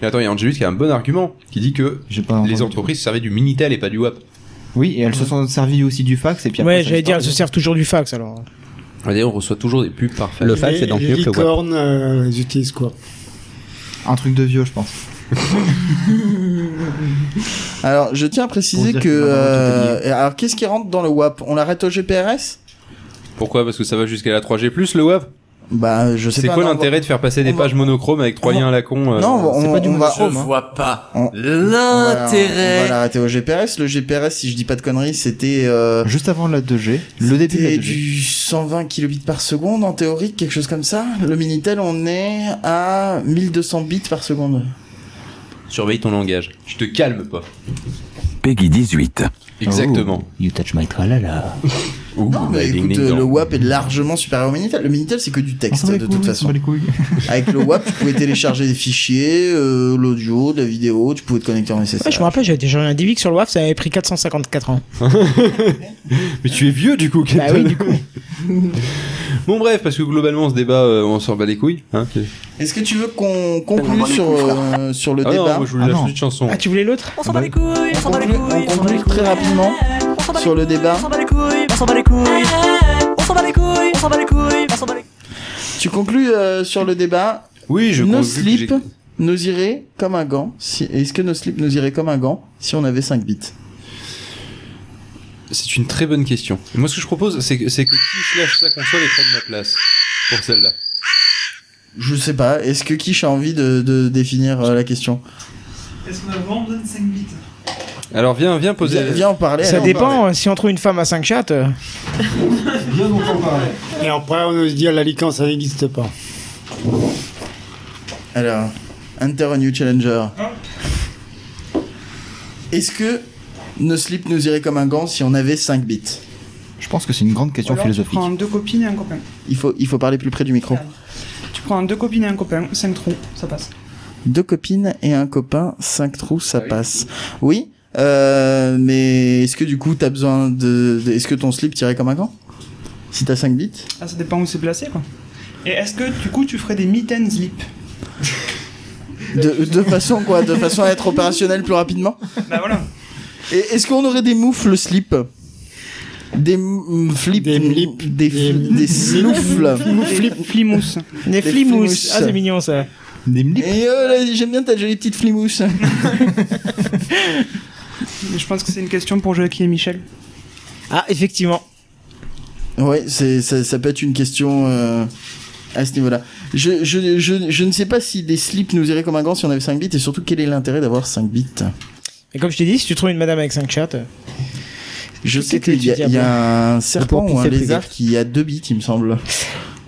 [SPEAKER 1] Mais attends, il y a Angelus qui a un bon argument qui dit que
[SPEAKER 6] J'ai pas entendu.
[SPEAKER 1] les entreprises servaient du Minitel et pas du WAP.
[SPEAKER 6] Oui, et elles se sont servies aussi du fax, et puis après.
[SPEAKER 3] ouais,
[SPEAKER 6] ça
[SPEAKER 3] j'allais dire,
[SPEAKER 6] disparaît.
[SPEAKER 3] ils se servent toujours du fax alors.
[SPEAKER 1] D'ailleurs, on reçoit toujours des pubs parfaites.
[SPEAKER 9] Le fax est donc
[SPEAKER 5] les
[SPEAKER 9] mieux que le WAP.
[SPEAKER 5] licornes, euh, ils utilisent quoi
[SPEAKER 6] Un truc de vieux, je pense.
[SPEAKER 2] Alors, je tiens à préciser
[SPEAKER 6] dire
[SPEAKER 2] que.
[SPEAKER 6] que maintenant,
[SPEAKER 2] euh, alors, qu'est-ce qui rentre dans le WAP On l'arrête au GPRS
[SPEAKER 1] Pourquoi Parce que ça va jusqu'à la 3G+, le WAP
[SPEAKER 2] Bah, je sais
[SPEAKER 1] C'est
[SPEAKER 2] pas.
[SPEAKER 1] quoi
[SPEAKER 2] non,
[SPEAKER 1] l'intérêt de faire passer des
[SPEAKER 2] on va-
[SPEAKER 1] pages monochromes avec trois
[SPEAKER 2] on va-
[SPEAKER 1] liens à la con euh,
[SPEAKER 2] on va- Non, on,
[SPEAKER 6] c'est pas du
[SPEAKER 2] on va.
[SPEAKER 6] monochrome,
[SPEAKER 2] on-
[SPEAKER 6] hein.
[SPEAKER 11] vois pas
[SPEAKER 2] on- on va- On va
[SPEAKER 11] l'intérêt.
[SPEAKER 2] l'arrêter au GPRS. Le GPRS, si je dis pas de conneries, c'était. euh,
[SPEAKER 6] Juste avant la 2G, le début de la
[SPEAKER 2] c'était
[SPEAKER 6] 2G.
[SPEAKER 2] du 120 kilobits par seconde en théorie, quelque chose comme ça. Le Minitel, on est à 1200 bits par seconde.
[SPEAKER 1] Surveille ton langage. Tu te calmes pas.
[SPEAKER 11] Peggy 18.
[SPEAKER 1] Exactement.
[SPEAKER 2] Oh,
[SPEAKER 1] bah,
[SPEAKER 6] You touch my tralala.
[SPEAKER 2] non, mais
[SPEAKER 1] ding,
[SPEAKER 2] écoute,
[SPEAKER 1] ding,
[SPEAKER 2] euh,
[SPEAKER 1] dong.
[SPEAKER 2] le WAP est largement supérieur au Minitel. Le Minitel, c'est que du texte,
[SPEAKER 6] s'en bat
[SPEAKER 2] de
[SPEAKER 6] les
[SPEAKER 2] toute
[SPEAKER 6] couilles, on
[SPEAKER 2] façon.
[SPEAKER 6] s'en bat les couilles.
[SPEAKER 2] Avec le WAP, tu pouvais télécharger des fichiers, euh, l'audio, de la vidéo, tu pouvais te connecter en SSH.
[SPEAKER 3] Ouais, je me rappelle, j'avais déjà eu un DVX sur le WAF, ça avait pris 454 ans.
[SPEAKER 1] Mais tu es vieux du coup, Kenton.
[SPEAKER 3] Bah oui, du
[SPEAKER 1] bon, bref, parce que globalement, ce débat, euh, on s'en bat les couilles. Hein, que-
[SPEAKER 2] Est-ce que tu veux qu'on conclue sur, euh, sur le
[SPEAKER 1] Ah non,
[SPEAKER 2] débat
[SPEAKER 1] moi, je voulais la suite de chanson.
[SPEAKER 3] Ah, tu voulais l'autre
[SPEAKER 7] On s'en bat les couilles, eh. on s'en bat les couilles,
[SPEAKER 2] On
[SPEAKER 7] on s'en bat les
[SPEAKER 2] conclut très
[SPEAKER 7] couilles.
[SPEAKER 2] rapidement sur le débat.
[SPEAKER 7] On s'en bat les couilles, on s'en bat les couilles. On s'en bat les couilles, on s'en bat les couilles, on s'en bat les couilles.
[SPEAKER 2] Tu conclus euh, sur le débat.
[SPEAKER 1] Oui, je
[SPEAKER 2] Nos
[SPEAKER 1] conclus que
[SPEAKER 2] slips
[SPEAKER 1] j'ai-
[SPEAKER 2] nous iraient comme un gant. Si... Est-ce que nos slips nous iraient comme un gant si on avait 5 bits
[SPEAKER 1] C'est une très bonne question. Et moi, ce que je propose, c'est que, c'est que qui lâche sa console et prenne ma place pour celle-là.
[SPEAKER 2] Je sais pas. Est-ce que Kish a envie de, de définir euh, la question
[SPEAKER 11] Est-ce qu'on a vraiment besoin de 5 bits
[SPEAKER 1] Alors, viens, viens poser.
[SPEAKER 2] Viens- viens en parler,
[SPEAKER 3] Ça
[SPEAKER 2] allez, en
[SPEAKER 3] dépend, euh, si on trouve une femme à 5 chattes. euh,
[SPEAKER 5] Bien donc en parler. Et après, on ose dire la licorne, ça n'existe pas.
[SPEAKER 2] Alors, enter a new challenger.
[SPEAKER 11] Hein
[SPEAKER 2] Est-ce que nos slips nous iraient comme un gant si on avait 5 bits
[SPEAKER 6] Je pense que c'est une grande
[SPEAKER 11] Ou alors, Tu prends deux copines et un copain.
[SPEAKER 2] Il faut, il faut parler plus près du micro.
[SPEAKER 11] Tu prends deux copines et un copain, 5 trous, ça passe.
[SPEAKER 2] Deux copines et un copain, 5 trous, ça passe. Oui, euh, mais est-ce que du coup, t'as besoin de. de- est-ce que ton slip tirait comme un gant Si t'as 5 bits
[SPEAKER 11] Ah, ça dépend où c'est placé quoi. Et est-ce que du coup tu ferais des meet and sleep
[SPEAKER 2] de, de façon quoi De façon à être opérationnel plus rapidement
[SPEAKER 11] Bah voilà.
[SPEAKER 2] Et est-ce qu'on aurait des moufles slip des mm, flips, des des, fl- des sloufles,
[SPEAKER 11] Flip, flimousse.
[SPEAKER 3] Des flimousses. Ah, c'est mignon ça.
[SPEAKER 6] Des
[SPEAKER 2] Et euh, là, j'aime bien ta jolie petite flimousse.
[SPEAKER 11] Je pense que c'est une question pour Joachim et Michel.
[SPEAKER 3] Ah, effectivement.
[SPEAKER 2] Ouais, c'est ça, ça peut être une question euh, à ce niveau-là. Je, je, je, je ne sais pas si des slips nous iraient comme un gant si on avait 5 bits et surtout quel est l'intérêt d'avoir 5 bits.
[SPEAKER 3] Et comme je t'ai dit, si tu trouves une madame avec 5 chattes. euh,
[SPEAKER 2] Je sais
[SPEAKER 3] Qu'est-ce que
[SPEAKER 2] qu'il y, a-
[SPEAKER 3] tu dis
[SPEAKER 2] il y
[SPEAKER 3] après
[SPEAKER 2] a un
[SPEAKER 3] Pour
[SPEAKER 2] serpent ou un
[SPEAKER 3] pisser plus
[SPEAKER 2] lézard
[SPEAKER 3] vite.
[SPEAKER 2] qui a 2 bits, il me semble.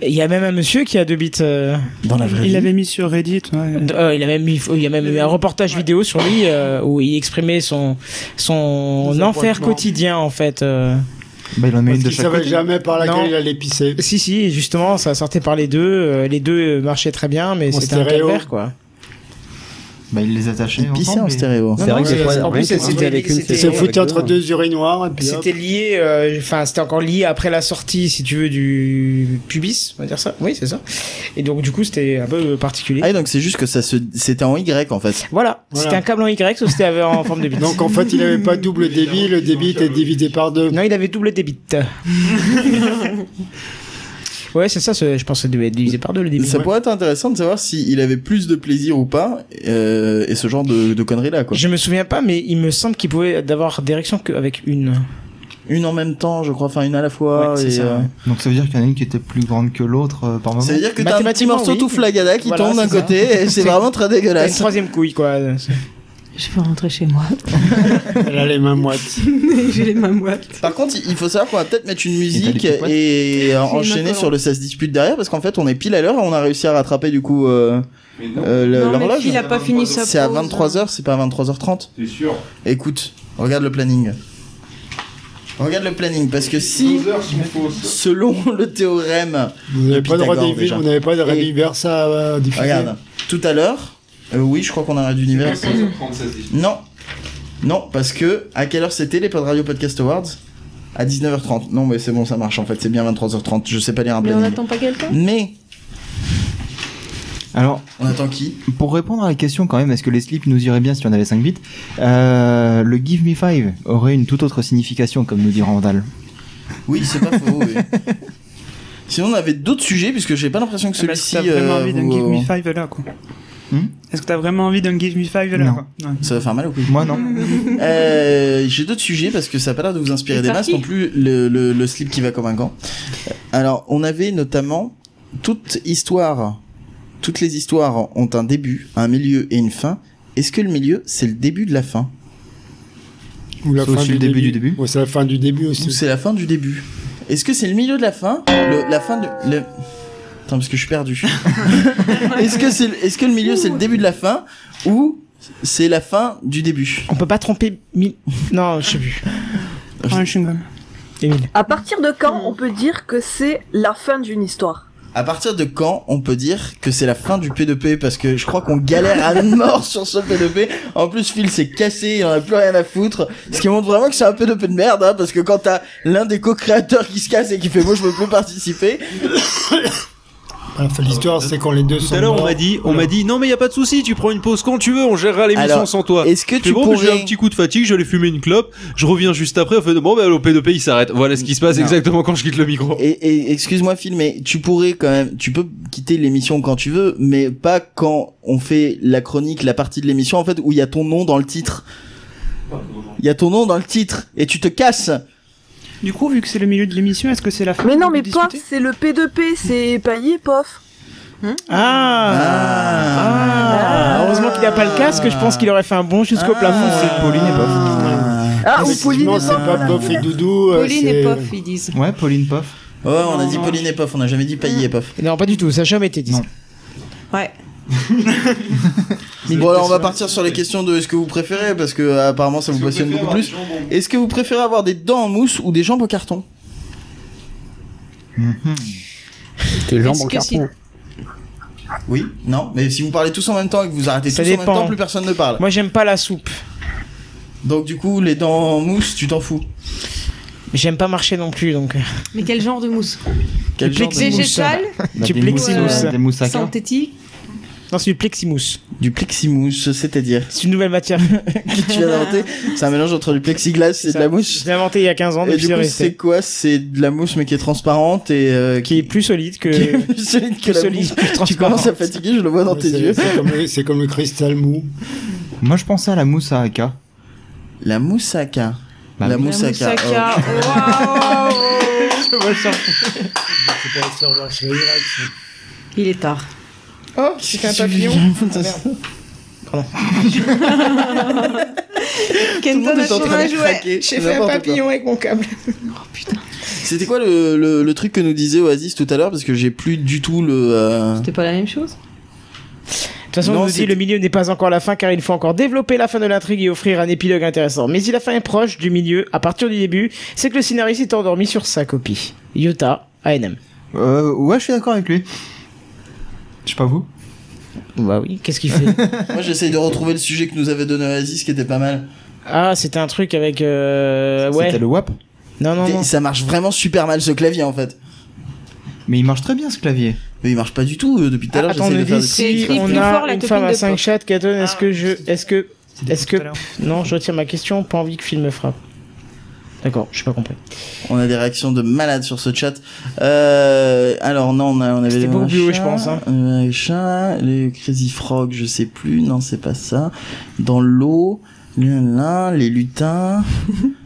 [SPEAKER 3] Il y a même un monsieur qui a deux bits. euh,
[SPEAKER 2] Dans la vraie
[SPEAKER 11] Il
[SPEAKER 2] vie.
[SPEAKER 11] l'avait mis sur Reddit. ouais.
[SPEAKER 3] d- euh, il a même, mis- il y a même eu un reportage vidéo sur lui euh, où il exprimait son son
[SPEAKER 5] Ses
[SPEAKER 3] enfer
[SPEAKER 5] appointements.
[SPEAKER 3] quotidien en fait. euh.
[SPEAKER 6] Bah, il en met
[SPEAKER 5] Parce
[SPEAKER 6] une de
[SPEAKER 5] qu'il
[SPEAKER 6] chaque
[SPEAKER 5] savait
[SPEAKER 6] côté.
[SPEAKER 5] jamais par laquelle
[SPEAKER 3] Non.
[SPEAKER 5] il allait pisser.
[SPEAKER 3] Si si, justement, ça sortait par les deux. euh, les deux euh, marchaient très bien, mais
[SPEAKER 5] En
[SPEAKER 3] c'était un
[SPEAKER 5] stéréo.
[SPEAKER 3] calvaire quoi.
[SPEAKER 6] Bah, il les attachait.
[SPEAKER 2] Il pissait
[SPEAKER 6] ensemble,
[SPEAKER 2] en
[SPEAKER 6] mais-
[SPEAKER 2] stéréo.
[SPEAKER 3] Non, non, c'est- en plus, c'était avec une-
[SPEAKER 5] Il s'est foutu entre deux urinoirs et puis
[SPEAKER 3] C'était
[SPEAKER 5] hop.
[SPEAKER 3] lié, euh, enfin c'était encore lié après la sortie, si tu veux, du pubis, on va dire ça. Oui, c'est ça. Et donc du coup c'était un peu particulier.
[SPEAKER 2] Ah, et donc c'est juste que ça se, c'était en Y en fait.
[SPEAKER 3] Voilà,
[SPEAKER 5] Voilà.
[SPEAKER 3] c'était un câble en Y, sauf que c'était en forme de bite.
[SPEAKER 5] Donc en fait, il avait pas double débit, le débit était divisé par deux.
[SPEAKER 3] Non, il avait double débit. ouais, c'est ça, c'est- je pense que ça devait être divisé par deux le débit.
[SPEAKER 2] Ça pourrait être intéressant de savoir s'il avait plus de plaisir ou pas euh, et ce genre de, de conneries là quoi.
[SPEAKER 3] Je me souviens pas, mais il me semble qu'il pouvait d'avoir d'érection qu'avec une.
[SPEAKER 2] Une en même temps, je crois, enfin une à la fois.
[SPEAKER 3] Ouais, c'est
[SPEAKER 2] et,
[SPEAKER 3] ça,
[SPEAKER 2] euh,
[SPEAKER 3] Ah ouais.
[SPEAKER 6] Donc ça veut dire qu'il y en a une qui était plus grande que l'autre euh, par moment.
[SPEAKER 2] Ça veut dire que t'as un petit
[SPEAKER 3] Mathématiquement,
[SPEAKER 2] morceau
[SPEAKER 3] oui.
[SPEAKER 2] tout flagada qui
[SPEAKER 3] Voilà,
[SPEAKER 2] tombe d'un
[SPEAKER 3] c'est ça.
[SPEAKER 2] côté et c'est vraiment très
[SPEAKER 3] T'as une
[SPEAKER 2] dégueulasse.
[SPEAKER 3] troisième couille, quoi.
[SPEAKER 4] Je veux rentrer chez moi.
[SPEAKER 5] Elle a les mains moites.
[SPEAKER 4] J'ai les mains moites.
[SPEAKER 2] Par contre, il faut savoir qu'on va peut-être mettre une
[SPEAKER 6] t'as des
[SPEAKER 2] musique
[SPEAKER 6] petites poites.
[SPEAKER 4] J'ai
[SPEAKER 2] et, euh,
[SPEAKER 4] les mains
[SPEAKER 2] enchaîner
[SPEAKER 4] collantes.
[SPEAKER 2] sur le ça se dispute derrière parce qu'en fait on est pile à l'heure et on a réussi à rattraper du coup euh, euh, le-
[SPEAKER 4] Non, mais
[SPEAKER 2] l'horloge.
[SPEAKER 4] Phil a pas fini sa
[SPEAKER 2] C'est à
[SPEAKER 4] pause. hein.
[SPEAKER 2] 23h, c'est pas à 23h30.
[SPEAKER 1] C'est sûr.
[SPEAKER 2] Écoute, regarde le planning. Regarde le planning parce que si, selon le théorème,
[SPEAKER 5] Vous n'avez pas de
[SPEAKER 2] Pythagore,
[SPEAKER 5] redévi-
[SPEAKER 2] déjà.
[SPEAKER 5] vous n'avez pas de reverse à euh, diffuser.
[SPEAKER 2] regarde, tout à l'heure, euh, oui, je crois qu'on a un d'univers. Non. Non, parce que à quelle heure c'était les Pod Radio Podcast Awards À 19h30. Non, mais c'est bon, ça marche en fait, c'est bien 23h30. Je sais pas lire un
[SPEAKER 4] Mais on
[SPEAKER 2] planning.
[SPEAKER 4] n'attend pas quelqu'un
[SPEAKER 2] Mais
[SPEAKER 6] Alors,
[SPEAKER 2] on attend qui
[SPEAKER 6] pour répondre à la question quand même, est-ce que les slips nous iraient bien si on avait 5 bits euh, Le Give Me 5 aurait une toute autre signification, comme nous dit Randall.
[SPEAKER 2] Oui, c'est pas faux. oui. Sinon, on avait d'autres sujets puisque j'ai pas l'impression que
[SPEAKER 11] Ah bah, si
[SPEAKER 2] celui-ci.
[SPEAKER 11] t'as vraiment
[SPEAKER 2] euh,
[SPEAKER 11] envie d'un
[SPEAKER 2] vous-
[SPEAKER 11] Give Me Five là quoi.
[SPEAKER 6] Hmm
[SPEAKER 11] Est-ce que t'as vraiment envie d'un Give Me Five là
[SPEAKER 6] Non.
[SPEAKER 11] quoi Ouais.
[SPEAKER 2] Ça va faire mal au coup.
[SPEAKER 6] Moi non.
[SPEAKER 2] Euh, j'ai d'autres sujets parce que ça a pas l'air de vous inspirer
[SPEAKER 4] C'est
[SPEAKER 2] des masses
[SPEAKER 4] parti.
[SPEAKER 2] non plus. Le, le, le slip qui va comme un gant. Alors, on avait notamment toute histoire. Toutes les histoires ont un début, un milieu et une fin. Est-ce que le milieu, c'est le début de la fin
[SPEAKER 5] Ou la
[SPEAKER 6] C'est
[SPEAKER 5] fin
[SPEAKER 6] aussi
[SPEAKER 5] du
[SPEAKER 6] le
[SPEAKER 5] début,
[SPEAKER 6] début du début
[SPEAKER 5] Ouais, c'est la fin du début
[SPEAKER 2] Ou
[SPEAKER 5] aussi.
[SPEAKER 2] c'est la fin du début Est-ce que c'est le milieu de la fin le, La fin de. Le... Attends, parce que je suis perdu. Est-ce que, c'est, est-ce que le milieu c'est le début de la fin Ou c'est la fin du début Ah,
[SPEAKER 3] On peut pas tromper mille. Non, je sais plus.
[SPEAKER 11] Prends un chewing-gum.
[SPEAKER 3] Émile.
[SPEAKER 12] À partir de quand on peut dire que c'est la fin d'une histoire
[SPEAKER 2] À partir de quand on peut dire que c'est la fin du P2P Parce que je crois qu'on galère à mort sur ce P2P. En plus, Phil s'est cassé, il en a plus rien à foutre. Ce qui montre vraiment que c'est un P2P de merde, hein, parce que quand t'as l'un des co-créateurs qui se casse et qui fait moi je veux plus participer.
[SPEAKER 5] Enfin, l'histoire, c'est quand les deux sont.
[SPEAKER 1] Tout à l'heure, on
[SPEAKER 5] morts.
[SPEAKER 1] m'a dit, on
[SPEAKER 5] Voilà.
[SPEAKER 1] m'a dit, non mais y a pas de souci, tu prends une pause quand tu veux, on gérera l'émission
[SPEAKER 5] Alors,
[SPEAKER 1] sans toi.
[SPEAKER 2] est-ce que
[SPEAKER 1] Je fais,
[SPEAKER 2] tu
[SPEAKER 1] bon, mais J'ai
[SPEAKER 2] pourrais-
[SPEAKER 1] un petit coup de fatigue, j'allais fumer une clope, je reviens juste après. On fait bon, bah, le P2P il s'arrête. Voilà ce qui se passe
[SPEAKER 2] Non.
[SPEAKER 1] exactement quand je quitte le micro.
[SPEAKER 2] Et, et excuse-moi Phil, mais tu pourrais quand même, tu peux quitter l'émission quand tu veux, mais pas quand on fait la chronique, la partie de l'émission en fait où il y a ton nom dans le titre. Il y a ton nom dans le titre et tu te casses.
[SPEAKER 11] Du coup, vu que c'est le milieu de l'émission, est-ce que c'est la fin
[SPEAKER 12] Mais non, mais pof, c'est le P2P, c'est paillé, pof. Hein
[SPEAKER 3] Ah, Heureusement qu'il n'a pas le casque, je pense qu'il aurait fait un bon jusqu'au plafond. C'est Pauline et Pof.
[SPEAKER 12] Ah,
[SPEAKER 5] ou Pauline et Pof, voilà. Doudou. euh,
[SPEAKER 3] Pauline et Pof,
[SPEAKER 4] ils disent.
[SPEAKER 6] Ouais, Pauline Poff.
[SPEAKER 2] Ouais, on a dit Pauline et Pof, on a jamais dit Pailly et Pof.
[SPEAKER 3] Non, pas du tout, ça n'a jamais été dit.
[SPEAKER 4] Ouais.
[SPEAKER 2] Bon alors on va partir sur les questions de ce que vous préférez parce que euh, apparemment ça vous passionne beaucoup plus. Est-ce que vous préférez avoir des dents en mousse ou des jambes au carton
[SPEAKER 6] Mm-hmm.
[SPEAKER 9] Tes jambes
[SPEAKER 2] Est-ce
[SPEAKER 9] en
[SPEAKER 2] que si-
[SPEAKER 9] carton.
[SPEAKER 2] Oui, non, mais si vous parlez tous en même temps et que vous arrêtez
[SPEAKER 3] Ça
[SPEAKER 2] tous en
[SPEAKER 3] dépend.
[SPEAKER 2] même temps, plus personne ne parle.
[SPEAKER 3] Moi, j'aime pas la soupe.
[SPEAKER 2] Donc du coup, les dents en mousse, tu t'en fous
[SPEAKER 3] Mais j'aime pas marcher non plus, donc. euh,
[SPEAKER 4] Mais quel genre de mousse
[SPEAKER 3] Quel genre de mousse
[SPEAKER 4] Végétale
[SPEAKER 3] Bah, Du des pleximousse. mousses, euh, des mousses à cœur.
[SPEAKER 4] Synthétique
[SPEAKER 3] Non, c'est du pleximousse.
[SPEAKER 2] Du pleximousse, c'est-à-dire
[SPEAKER 3] C'est une nouvelle matière.
[SPEAKER 2] que tu viens d'inventer. C'est un mélange entre du plexiglas et de la mousse.
[SPEAKER 3] Je l'ai inventé il y a 15 ans,
[SPEAKER 2] Et
[SPEAKER 3] depuis
[SPEAKER 2] du
[SPEAKER 3] c'est
[SPEAKER 2] coup,
[SPEAKER 3] resté.
[SPEAKER 2] c'est quoi C'est de la mousse mais qui est transparente et euh, qui...
[SPEAKER 3] est plus solide que
[SPEAKER 2] qui est plus solide que
[SPEAKER 5] plus
[SPEAKER 2] la
[SPEAKER 5] solide,
[SPEAKER 2] mousse.
[SPEAKER 5] plus
[SPEAKER 2] Tu
[SPEAKER 5] transparente.
[SPEAKER 2] commences à fatiguer, je le vois dans tes
[SPEAKER 5] C'est-
[SPEAKER 2] yeux.
[SPEAKER 5] C'est comme, le- c'est comme le cristal mou.
[SPEAKER 6] Moi, je pensais à la mousse à Aka. Bah
[SPEAKER 2] La mousse à Aka. La
[SPEAKER 6] oui.
[SPEAKER 2] mousse à Aka. Oh.
[SPEAKER 5] Ah,
[SPEAKER 4] Il est tard.
[SPEAKER 3] Oh, j'ai fait un papillon. Ah, merde.
[SPEAKER 4] Kenton
[SPEAKER 2] monde
[SPEAKER 4] a
[SPEAKER 2] est en
[SPEAKER 4] trouvé
[SPEAKER 2] train
[SPEAKER 4] un
[SPEAKER 2] de
[SPEAKER 4] jouet.
[SPEAKER 2] craquer.
[SPEAKER 4] J'ai fait un
[SPEAKER 2] N'importe quoi.
[SPEAKER 4] papillon avec mon câble.
[SPEAKER 2] C'était quoi le, le, le truc que nous disait Oasis tout à l'heure Parce que j'ai plus du tout le. euh,
[SPEAKER 4] C'était pas la même chose
[SPEAKER 3] De toute façon,
[SPEAKER 2] Non,
[SPEAKER 3] on nous dit
[SPEAKER 2] c'est-
[SPEAKER 3] le milieu n'est pas encore la fin car il faut encore développer la fin de l'intrigue et offrir un épilogue intéressant. Mais si la fin est proche du milieu, à partir du début, c'est que le scénariste est endormi sur sa copie. Yota, ANM.
[SPEAKER 6] Euh, ouais, je suis d'accord avec lui. Je sais pas vous.
[SPEAKER 3] Bah oui, qu'est-ce qu'il fait
[SPEAKER 2] Moi j'essaye de retrouver le sujet que nous avait donné Oasis qui était pas mal.
[SPEAKER 3] Ah, c'était un truc avec. Euh... Ouais.
[SPEAKER 6] C'était le WAP.
[SPEAKER 3] Non, non,
[SPEAKER 2] T'es-
[SPEAKER 3] non.
[SPEAKER 2] Ça marche vraiment super mal ce clavier en fait.
[SPEAKER 6] Mais il marche très bien ce clavier.
[SPEAKER 2] Mais il marche pas du tout euh, depuis tout à l'heure.
[SPEAKER 3] Ah, Attends,
[SPEAKER 2] j'essaye
[SPEAKER 3] nous
[SPEAKER 2] de faire
[SPEAKER 3] dit
[SPEAKER 2] des
[SPEAKER 3] si
[SPEAKER 2] trucs.
[SPEAKER 3] on a une femme à 5 chats, Katon, est-ce
[SPEAKER 2] Ah,
[SPEAKER 3] que je. Est-ce que. Est-ce que. Non, je retire ma question, pas envie que Phil me frappe. D'accord, je pas compris.
[SPEAKER 2] On a des réactions de malades sur ce chat. Euh, alors non, on, a, on avait
[SPEAKER 3] C'était
[SPEAKER 2] les
[SPEAKER 3] beaucoup plus haut, je
[SPEAKER 2] machins,
[SPEAKER 3] pense, hein.
[SPEAKER 2] euh, machins, les Crazy Frog, je sais plus. Non, c'est pas ça. Dans l'eau, là, là, les lutins,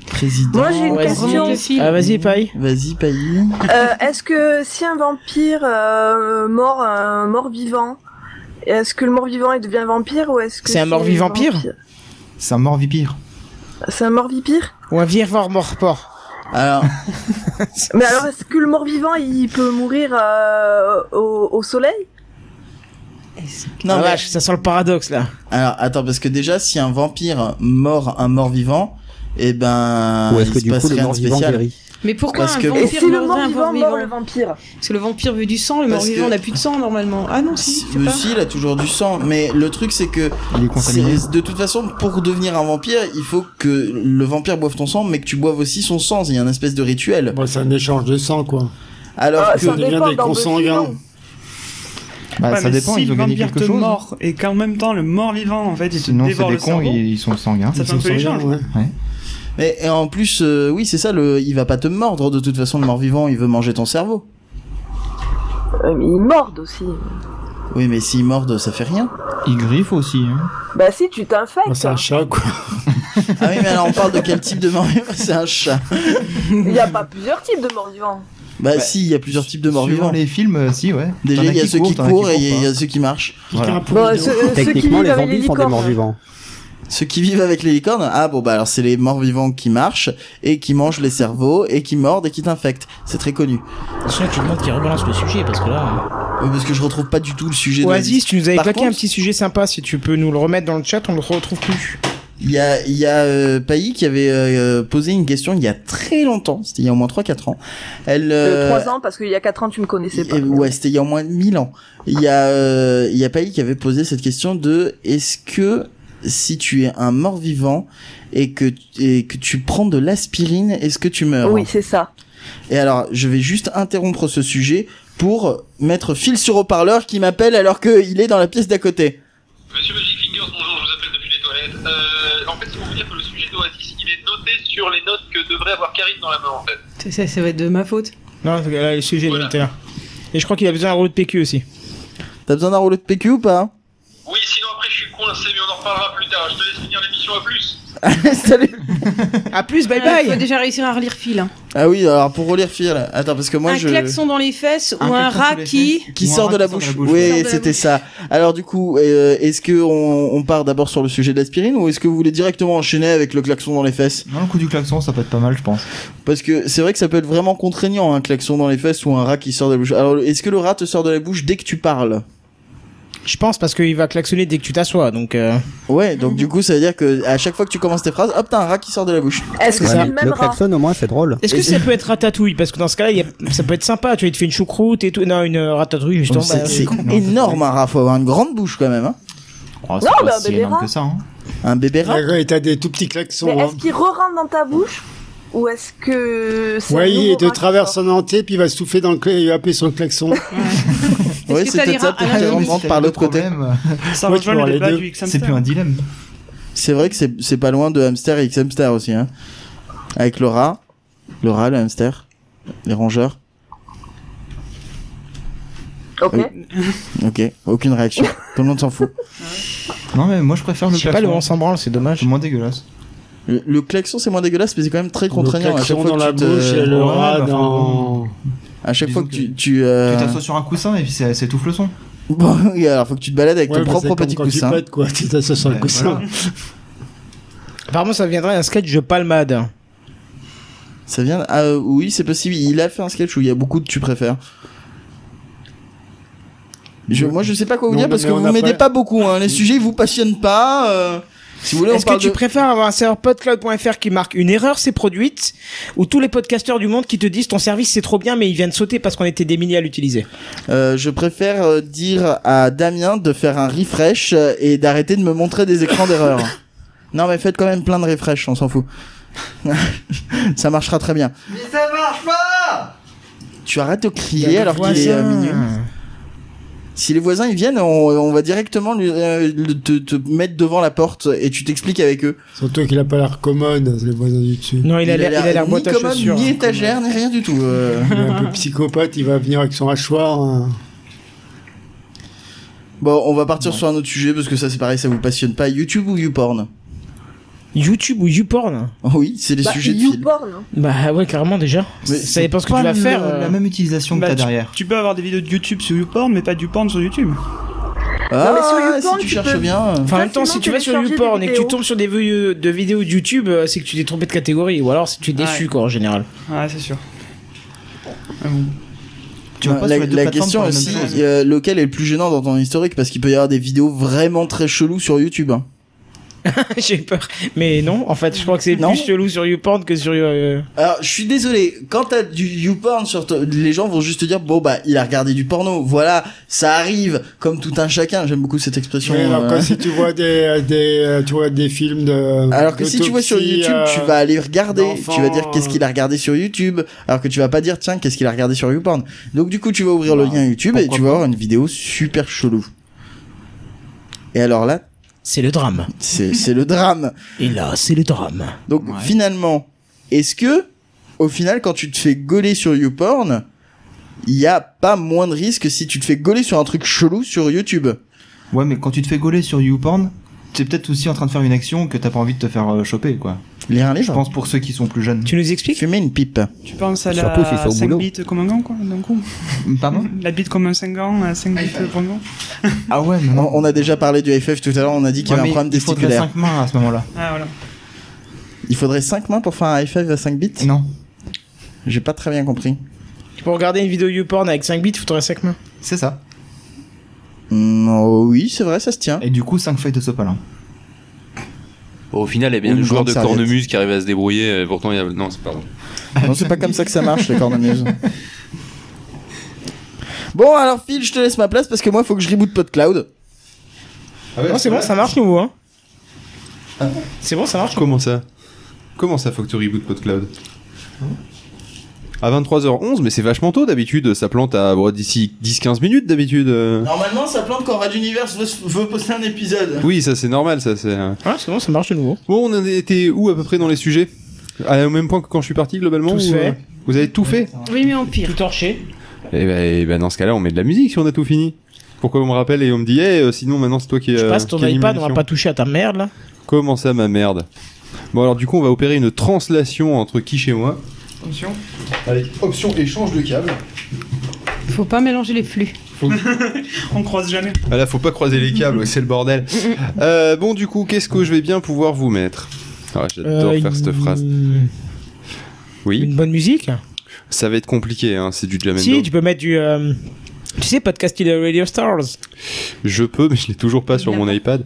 [SPEAKER 2] président.
[SPEAKER 12] Moi, j'ai une Ouais, question. remonte le fil.
[SPEAKER 3] Ah, vas-y, Paille. Ah,
[SPEAKER 2] Vas-y Paille.
[SPEAKER 12] Euh, est-ce que si un vampire euh, mort, un mort vivant, est-ce que le mort vivant il devient vampire ou est-ce que
[SPEAKER 3] C'est un mort-vivant pire
[SPEAKER 6] C'est un mort vipire.
[SPEAKER 12] C'est un mort vipire
[SPEAKER 3] Ou un vieillard mort port
[SPEAKER 2] Alors,
[SPEAKER 12] Mais alors est-ce que le mort vivant il peut mourir euh, au, au soleil
[SPEAKER 3] Non,
[SPEAKER 2] Non, mais-
[SPEAKER 3] vache, ça sent le paradoxe là.
[SPEAKER 2] Alors attends parce que déjà si un vampire mort un mort vivant, eh ben
[SPEAKER 9] Ou est-ce
[SPEAKER 2] il
[SPEAKER 9] que
[SPEAKER 2] se
[SPEAKER 9] du coup,
[SPEAKER 2] passe
[SPEAKER 9] le
[SPEAKER 2] rien de
[SPEAKER 9] mort-vivant
[SPEAKER 2] spécial.
[SPEAKER 9] guérit
[SPEAKER 4] Mais pourquoi
[SPEAKER 2] Parce
[SPEAKER 4] un
[SPEAKER 2] que-
[SPEAKER 4] vampire
[SPEAKER 12] Et si le
[SPEAKER 4] mourrait un
[SPEAKER 12] mort-vivant
[SPEAKER 4] mort-vivant
[SPEAKER 12] mord le vampire
[SPEAKER 4] Parce que le vampire veut du sang, le
[SPEAKER 2] Parce
[SPEAKER 4] mort-vivant
[SPEAKER 2] que-
[SPEAKER 4] n'a plus de sang normalement. Ah non, si, c'est
[SPEAKER 2] Mais
[SPEAKER 4] pas.
[SPEAKER 2] si, il a toujours du sang, mais le truc c'est que
[SPEAKER 6] Il est contaminé.
[SPEAKER 2] c'est- de toute façon pour devenir un vampire, il faut que le vampire boive ton sang, mais que tu boives aussi son sang. Il y a un espèce de rituel.
[SPEAKER 5] Bon, c'est un échange de sang, quoi.
[SPEAKER 2] Alors
[SPEAKER 12] Ah,
[SPEAKER 2] que
[SPEAKER 12] ça
[SPEAKER 5] devient
[SPEAKER 12] dépend
[SPEAKER 5] des
[SPEAKER 12] dans
[SPEAKER 5] consanguins.
[SPEAKER 12] Buffy,
[SPEAKER 6] Bah,
[SPEAKER 11] Ouais,
[SPEAKER 6] ça
[SPEAKER 11] mais
[SPEAKER 6] dépend,
[SPEAKER 11] si
[SPEAKER 6] ils
[SPEAKER 11] le
[SPEAKER 6] ont gagné
[SPEAKER 11] vampire
[SPEAKER 6] quelque
[SPEAKER 11] te
[SPEAKER 6] chose.
[SPEAKER 11] mord et qu'en même temps le mort-vivant en fait il te
[SPEAKER 6] Sinon, c'est
[SPEAKER 11] dévore
[SPEAKER 6] des
[SPEAKER 11] le
[SPEAKER 6] cons,
[SPEAKER 11] cerveau.
[SPEAKER 6] ils, ils sont sanguins.
[SPEAKER 11] Ça
[SPEAKER 6] Ils
[SPEAKER 11] fait un
[SPEAKER 6] sont
[SPEAKER 11] peu les
[SPEAKER 6] sanguins,
[SPEAKER 11] gens,
[SPEAKER 6] ouais. Ouais.
[SPEAKER 2] Bah, Mais et en plus, euh, oui c'est ça, le, il va pas te mordre de toute façon le mort vivant, il veut manger ton cerveau.
[SPEAKER 12] Euh, mais Ils mordent aussi.
[SPEAKER 2] Oui mais s'il morde, ça fait rien.
[SPEAKER 6] Ils griffent aussi. Hein.
[SPEAKER 12] Bah si tu t'infectes.
[SPEAKER 5] C'est un chat, quoi.
[SPEAKER 2] Ah oui mais alors on parle de quel type de mort vivant C'est un chat.
[SPEAKER 12] Il n'y a pas plusieurs types de morts vivants.
[SPEAKER 2] Bah si, il y a plusieurs types de morts
[SPEAKER 6] Suivant
[SPEAKER 2] vivants.
[SPEAKER 6] les films, euh, si, ouais.
[SPEAKER 2] Déjà
[SPEAKER 6] T'en as
[SPEAKER 2] il y a ceux qui
[SPEAKER 6] t'en as
[SPEAKER 2] courent et il y
[SPEAKER 6] pas.
[SPEAKER 2] a ceux qui marchent.
[SPEAKER 6] Voilà.
[SPEAKER 3] Bah,
[SPEAKER 12] Bon, ceux- euh, ceux qui
[SPEAKER 9] Bah, Techniquement,
[SPEAKER 12] vivent
[SPEAKER 9] les
[SPEAKER 12] avec les
[SPEAKER 9] zombies sont des
[SPEAKER 12] licornes.
[SPEAKER 9] morts vivants.
[SPEAKER 2] Ceux qui vivent avec les licornes, ah bon bah alors c'est les morts vivants qui marchent et qui mangent les cerveaux et qui mordent et qui t'infectent. C'est très connu.
[SPEAKER 3] Attention, tu demandes qu'il rebalance le sujet parce que là. hein.
[SPEAKER 2] Euh, Parce que je retrouve pas du tout le sujet. de
[SPEAKER 3] Oasis,
[SPEAKER 2] Oasis.
[SPEAKER 3] tu nous avais
[SPEAKER 2] Par
[SPEAKER 3] claqué un
[SPEAKER 2] contre,
[SPEAKER 3] petit sujet sympa. Si tu peux nous le remettre dans le chat, on le retrouve plus.
[SPEAKER 2] Il y a, il y a euh, Pailly qui avait euh, posé une question il y a très longtemps, c'était il y a au moins 3-4 ans. Elle, euh, eh ben.
[SPEAKER 12] 3 ans, parce qu'il y a 4 ans, tu me connaissais pas.
[SPEAKER 2] et- ouais, c'était il y a au moins 1000 ans. Il y a, euh, il y a Pailly qui avait posé cette question de est-ce que si tu es un mort-vivant et que, et que tu prends de l'aspirine, est-ce que tu meurs
[SPEAKER 12] Oui, c'est ça.
[SPEAKER 2] Et alors, je vais juste interrompre ce sujet pour mettre Phil sur haut-parleur qui m'appelle alors qu'il est dans la pièce d'à côté.
[SPEAKER 13] Monsieur Magic Fingers, bonjour, je vous appelle depuis les toilettes. Euh, en fait, c'est pour vous dire que le sujet d'Oasis, il est noté sur les notes que devrait avoir Karine dans la main, en fait.
[SPEAKER 4] Ça, ça, ça va être de ma faute.
[SPEAKER 3] Non, là, le sujet il était là. Et je crois qu'il a besoin d'un rouleau de PQ aussi.
[SPEAKER 2] T'as besoin d'un rouleau de PQ ou pas
[SPEAKER 13] Oui, sinon après, je suis coincé, mais on en reparlera Ah, plus tard. Je te laisse finir l'émission, à plus.
[SPEAKER 2] Salut
[SPEAKER 3] A plus, bye
[SPEAKER 12] Euh,
[SPEAKER 4] bye Il faut déjà réussir à relire fil. hein.
[SPEAKER 2] Ah oui, alors pour relire Phil, attends parce que moi
[SPEAKER 4] un
[SPEAKER 2] je
[SPEAKER 4] klaxon dans les fesses
[SPEAKER 2] Un
[SPEAKER 4] ou un
[SPEAKER 2] klaxon
[SPEAKER 4] rat qui...
[SPEAKER 2] qui sort de la bouche. Oui, c'était ça. Alors du coup, euh, est-ce que on, on part d'abord sur le sujet de l'aspirine ou est-ce que vous voulez directement enchaîner avec le klaxon dans les fesses
[SPEAKER 6] Non, le coup du klaxon, ça peut être pas mal, je pense.
[SPEAKER 2] Parce que c'est vrai que ça peut être vraiment contraignant un klaxon dans les fesses ou un rat qui sort de la bouche. Alors est-ce que le rat te sort de la bouche dès que tu parles
[SPEAKER 3] Je pense parce qu'il va klaxonner dès que tu t'assois, donc. euh,
[SPEAKER 2] Ouais, donc du coup, ça veut dire que à chaque fois que tu commences tes phrases, hop, t'as un rat qui sort de la bouche.
[SPEAKER 3] Est-ce que Ouais, c'est le le même
[SPEAKER 9] Le
[SPEAKER 3] rat
[SPEAKER 9] klaxon, au moins, c'est drôle.
[SPEAKER 3] Est-ce que ça peut être ratatouille Parce que dans ce cas-là, il y a- ça peut être sympa. Tu vois, il te fait une choucroute et tout. Non, une euh, ratatouille, justement.
[SPEAKER 2] C'est
[SPEAKER 3] bah,
[SPEAKER 2] c'est
[SPEAKER 3] euh,
[SPEAKER 2] énorme un rat, faut avoir une grande bouche quand même. Hein.
[SPEAKER 3] Oh, c'est Non,
[SPEAKER 12] bah,
[SPEAKER 3] pas mais un si bébé énorme rat. que hein.
[SPEAKER 2] ça. Un bébé rat.
[SPEAKER 5] Et t'as des tout petits klaxons.
[SPEAKER 12] Mais
[SPEAKER 2] euh,
[SPEAKER 5] hein.
[SPEAKER 12] est-ce qu'il re-rentre dans ta bouche Ou est-ce que. c'est un
[SPEAKER 5] Ouais,
[SPEAKER 12] nouveau
[SPEAKER 5] il te
[SPEAKER 12] rat
[SPEAKER 5] traverse en entier, puis il va souffler dans le clé, il va appuyer sur le klaxon.
[SPEAKER 2] Ouais, c'est peut-être
[SPEAKER 6] Ah,
[SPEAKER 2] ça pour
[SPEAKER 5] à la
[SPEAKER 2] qu'il
[SPEAKER 5] limite.
[SPEAKER 2] rentre par l'autre côté.
[SPEAKER 5] Ça Ouais, tu rejoint peux le avoir les débat deux. du X-Hamster. C'est plus un
[SPEAKER 6] dilemme.
[SPEAKER 2] C'est vrai que c'est c'est pas loin de hamster et X-hamster aussi. Hein. Avec le rat, le rat, le hamster, les rongeurs.
[SPEAKER 12] Ok.
[SPEAKER 2] Euh, Ok, aucune réaction. Tout le monde s'en fout.
[SPEAKER 6] Non, mais moi je préfère
[SPEAKER 2] le
[SPEAKER 6] Je sais pas, klaxon. le on s'en
[SPEAKER 3] branle, c'est dommage.
[SPEAKER 6] C'est moins dégueulasse.
[SPEAKER 2] Le, le klaxon, c'est moins dégueulasse, mais c'est quand même très
[SPEAKER 6] Le
[SPEAKER 2] contraignant.
[SPEAKER 6] klaxon
[SPEAKER 2] à chaque fois
[SPEAKER 6] dans
[SPEAKER 2] que
[SPEAKER 6] la
[SPEAKER 2] tu te-
[SPEAKER 6] bouche et le Ouais, rat bah, enfin, dans- bon.
[SPEAKER 2] À chaque fois que tu. Tu
[SPEAKER 6] Tu
[SPEAKER 2] euh,
[SPEAKER 6] t'assois sur un coussin et puis ça, ça étouffe le son.
[SPEAKER 2] Bon, oui, alors faut que tu te balades avec
[SPEAKER 6] Ouais,
[SPEAKER 2] ton
[SPEAKER 6] bah, c'est
[SPEAKER 2] propre
[SPEAKER 6] comme
[SPEAKER 2] petit
[SPEAKER 6] quand tu
[SPEAKER 2] coussin.
[SPEAKER 6] pètes, quoi.
[SPEAKER 5] Tu t'assois sur le
[SPEAKER 6] Ouais,
[SPEAKER 5] coussin.
[SPEAKER 6] voilà.
[SPEAKER 3] Apparemment, ça viendrait d'un sketch de Palmade.
[SPEAKER 2] Ça vient. Ah euh, oui, c'est possible. Il a fait un sketch où il y a beaucoup de tu préfères. Je, moi, je sais pas quoi vous
[SPEAKER 3] Non,
[SPEAKER 2] dire
[SPEAKER 3] non,
[SPEAKER 2] parce
[SPEAKER 3] mais
[SPEAKER 2] que
[SPEAKER 3] on
[SPEAKER 2] vous
[SPEAKER 3] a
[SPEAKER 2] m'aidez
[SPEAKER 3] pas-
[SPEAKER 2] pas beaucoup. Hein. Les sujets ils vous passionnent pas. euh, si vous voulez, on
[SPEAKER 3] Est-ce que
[SPEAKER 2] parle
[SPEAKER 3] tu
[SPEAKER 2] de-
[SPEAKER 3] préfères avoir un serveur podcloud.fr qui marque une erreur s'est produite ou tous les podcasteurs du monde qui te disent ton service c'est trop bien mais ils viennent sauter parce qu'on était des milliers à l'utiliser
[SPEAKER 2] Euh, je préfère euh, dire à Damien de faire un refresh euh, et d'arrêter de me montrer des écrans d'erreur. Non, mais faites quand même plein de refresh, on s'en fout. ça marchera très bien.
[SPEAKER 7] Mais ça marche pas
[SPEAKER 2] Tu arrêtes de
[SPEAKER 7] Il y
[SPEAKER 2] crier
[SPEAKER 7] a
[SPEAKER 2] alors
[SPEAKER 7] des
[SPEAKER 2] qu'il est euh,
[SPEAKER 7] voisins.
[SPEAKER 2] minuit. Si les voisins ils viennent, on, on va directement lui- euh, le- te, te mettre devant la porte et tu t'expliques avec eux.
[SPEAKER 5] Surtout qu'il a pas l'air commode, c'est les voisins du dessus.
[SPEAKER 3] Non,
[SPEAKER 2] ni commode, ni étagère, ni rien du tout. euh.
[SPEAKER 5] Il est un peu psychopathe, il va venir avec son hachoir. hein.
[SPEAKER 2] Bon, on va partir sur un autre sujet parce que ça c'est pareil, ça vous passionne pas. YouTube ou YouPorn
[SPEAKER 3] YouTube ou YouPorn
[SPEAKER 2] Oui, c'est les
[SPEAKER 3] Bah,
[SPEAKER 2] sujets de
[SPEAKER 3] You-
[SPEAKER 2] films.
[SPEAKER 12] Porn. hein.
[SPEAKER 3] bah ouais carrément déjà ça dépend ce que tu vas faire euh.
[SPEAKER 6] utilisation
[SPEAKER 3] que t'as
[SPEAKER 11] tu-
[SPEAKER 3] derrière.
[SPEAKER 11] Tu peux avoir des vidéos de YouTube sur YouPorn, mais pas du porn sur YouTube.
[SPEAKER 2] Ah,
[SPEAKER 12] mais sur YouPorn, tu peux
[SPEAKER 3] Enfin, en même temps, si tu vas sur
[SPEAKER 12] télécharger
[SPEAKER 3] YouPorn
[SPEAKER 12] des
[SPEAKER 3] et que tu
[SPEAKER 12] vidéos.
[SPEAKER 3] tombes sur des vidéos de vidéos de YouTube, euh, c'est que tu t'es trompé de catégorie, ou alors c'est que tu es déçu,
[SPEAKER 11] Ouais.
[SPEAKER 3] quoi, en général.
[SPEAKER 11] Ouais, c'est sûr.
[SPEAKER 6] Ah Tu vas
[SPEAKER 2] Ouais,
[SPEAKER 6] pas
[SPEAKER 2] Bah, la,
[SPEAKER 6] sur les deux
[SPEAKER 2] la
[SPEAKER 6] plateformes
[SPEAKER 2] question
[SPEAKER 6] pour les
[SPEAKER 2] aussi,
[SPEAKER 6] mêmes choses.
[SPEAKER 2] euh, lequel est le plus gênant dans ton historique Parce qu'il peut y avoir des vidéos vraiment très cheloues sur YouTube. hein.
[SPEAKER 3] J'ai peur. Mais non, en fait, je crois que c'est plus chelou sur YouPorn que sur. euh,
[SPEAKER 2] Alors, je suis désolé, quand t'as du YouPorn sur to- les gens vont juste te dire, bon bah, il a regardé du porno, voilà, ça arrive, comme tout un chacun, j'aime beaucoup cette expression.
[SPEAKER 5] Mais alors,
[SPEAKER 2] euh,
[SPEAKER 5] quand si tu vois des, euh, des, tu vois des films de.
[SPEAKER 2] Alors que si tu vois sur
[SPEAKER 5] d'autopsie,
[SPEAKER 2] YouTube,
[SPEAKER 5] euh,
[SPEAKER 2] tu vas aller regarder,
[SPEAKER 5] d'enfants,
[SPEAKER 2] tu vas dire qu'est-ce
[SPEAKER 11] euh.
[SPEAKER 2] qu'il a regardé sur YouTube, alors que tu vas pas dire tiens qu'est-ce qu'il a regardé sur YouPorn. Donc du coup tu vas ouvrir
[SPEAKER 11] Bah,
[SPEAKER 2] le lien YouTube et tu vas avoir une vidéo super chelou. Et alors là,
[SPEAKER 3] c'est le drame.
[SPEAKER 2] C'est c'est le drame.
[SPEAKER 3] Et là, c'est le drame.
[SPEAKER 2] Donc finalement, est-ce que au final quand tu te fais gauler sur YouPorn, il y a pas moins de risque si tu te fais gauler sur un truc chelou sur YouTube
[SPEAKER 6] Ouais, mais quand tu te fais gauler sur YouPorn, t'es peut-être aussi en train de faire une action que t'as pas envie de te faire euh, choper, quoi.
[SPEAKER 2] Lire un livre
[SPEAKER 6] Je pense pour ceux qui sont plus jeunes.
[SPEAKER 3] Tu nous expliques
[SPEAKER 2] Fumer une pipe.
[SPEAKER 11] Tu penses à
[SPEAKER 6] Surtout si c'est
[SPEAKER 11] la
[SPEAKER 6] au
[SPEAKER 11] 5
[SPEAKER 6] boulot.
[SPEAKER 11] bits comme un gant, quoi, d'un coup
[SPEAKER 6] Pardon
[SPEAKER 11] La bite comme un 5 gants, à 5 bits comme un gant.
[SPEAKER 6] Ah ouais, mais
[SPEAKER 2] on, on a déjà parlé du FF tout à l'heure, on a dit qu'il y
[SPEAKER 6] Ouais,
[SPEAKER 2] avait
[SPEAKER 6] mais
[SPEAKER 2] un problème
[SPEAKER 6] il faudrait
[SPEAKER 2] testiculaire.
[SPEAKER 6] cinq mains à ce moment-là.
[SPEAKER 11] Ah, voilà.
[SPEAKER 2] Il faudrait 5 mains pour faire un high-five à 5 bits
[SPEAKER 6] Non.
[SPEAKER 2] J'ai pas très bien compris.
[SPEAKER 3] Tu peux regarder une vidéo YouPorn avec 5 bits, il faudrait 5 mains.
[SPEAKER 6] C'est ça.
[SPEAKER 2] Mm, oh oui, c'est vrai, ça se tient.
[SPEAKER 6] Et du coup, 5 feuilles de sopalin.
[SPEAKER 14] Au final, il y a bien
[SPEAKER 2] Ou
[SPEAKER 14] le
[SPEAKER 2] une
[SPEAKER 14] joueur
[SPEAKER 2] grande
[SPEAKER 14] de
[SPEAKER 2] serviette.
[SPEAKER 14] cornemuse qui arrive à se débrouiller. euh, pourtant, il y a. Non, c'est pardon.
[SPEAKER 2] Non, c'est pas comme ça que ça marche, les cornemuses. Bon, alors Phil, je te laisse ma place parce que moi, faut que je reboot PodCloud. Ah
[SPEAKER 3] Non, c'est bon, ça marche nouveau. Hein. Ah. C'est bon, ça marche
[SPEAKER 1] Comment ça Comment ça, faut que tu reboot PodCloud À 23h11, mais c'est vachement tôt d'habitude. Ça plante à bon, d'ici 10-15 minutes d'habitude. euh.
[SPEAKER 2] Normalement, ça plante quand Radio Universe veut, veut poster un épisode.
[SPEAKER 1] Oui, ça c'est normal, ça c'est. euh,
[SPEAKER 3] Ah, c'est bon, ça marche de nouveau.
[SPEAKER 1] Bon, on en était où à peu près dans les sujets Ah, Au même point que quand je suis parti globalement
[SPEAKER 3] Tout
[SPEAKER 1] ou,
[SPEAKER 3] fait.
[SPEAKER 1] euh, Vous avez tout fait
[SPEAKER 4] Oui, mais en pire. Tout
[SPEAKER 3] torché.
[SPEAKER 1] Eh ben, eh ben, dans ce cas-là, on met de la musique si on a tout fini. Pourquoi on me rappelle et on me dit, eh, euh, sinon maintenant c'est toi qui.
[SPEAKER 3] Je
[SPEAKER 1] euh,
[SPEAKER 3] passe ton
[SPEAKER 1] qui anime
[SPEAKER 3] iPad, on va
[SPEAKER 1] l'émission.
[SPEAKER 3] pas toucher à ta merde là.
[SPEAKER 1] Comment ça, ma merde Bon, alors du coup, on va opérer une translation entre qui chez moi
[SPEAKER 8] Attention.
[SPEAKER 1] Avec option échange de câble.
[SPEAKER 4] Faut pas mélanger les flux.
[SPEAKER 11] On croise jamais.
[SPEAKER 1] Ah là, faut pas croiser les câbles, c'est le bordel. Euh, bon, du coup, qu'est-ce que je vais bien pouvoir vous mettre Ah, J'adore
[SPEAKER 3] Euh,
[SPEAKER 1] faire cette phrase. Oui. Une
[SPEAKER 3] bonne musique
[SPEAKER 1] Ça va être compliqué, hein, c'est du jam and
[SPEAKER 3] Si,
[SPEAKER 1] dope.
[SPEAKER 3] tu peux mettre du. euh, Tu sais, podcast de Radio Stars.
[SPEAKER 1] Je peux, mais je l'ai toujours pas sur mon iPad.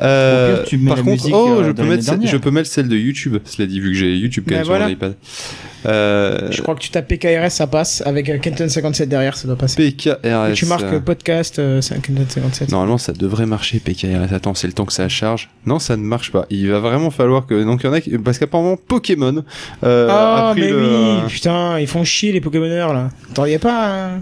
[SPEAKER 1] Euh,
[SPEAKER 3] Au pire, tu mets
[SPEAKER 1] par
[SPEAKER 3] la
[SPEAKER 1] contre,
[SPEAKER 3] musique,
[SPEAKER 1] oh,
[SPEAKER 3] euh,
[SPEAKER 1] je
[SPEAKER 3] de
[SPEAKER 1] peux
[SPEAKER 3] l'année
[SPEAKER 1] mettre, ce-
[SPEAKER 3] dernière.
[SPEAKER 1] je peux mettre celle de YouTube. Cela dit, vu que j'ai YouTube quand
[SPEAKER 3] Bah
[SPEAKER 1] même
[SPEAKER 3] voilà.
[SPEAKER 1] sur mon iPad. Euh,
[SPEAKER 3] Je crois que tu tapes PKRS, ça passe. Avec euh, Kenton57 derrière, ça doit passer.
[SPEAKER 1] PKRS.
[SPEAKER 3] Et tu marques
[SPEAKER 1] euh,
[SPEAKER 3] euh, podcast euh, c'est Kenton57.
[SPEAKER 1] Normalement, ça devrait marcher, PKRS. Attends, c'est le temps que ça charge. Non, ça ne marche pas. Il va vraiment falloir que. Donc, il y en a qui- Parce qu'apparemment, Pokémon. Euh,
[SPEAKER 3] Ah,
[SPEAKER 1] a pris
[SPEAKER 3] mais
[SPEAKER 1] le-
[SPEAKER 3] oui, putain, ils font chier les Pokémoneurs là. T'en y as pas un.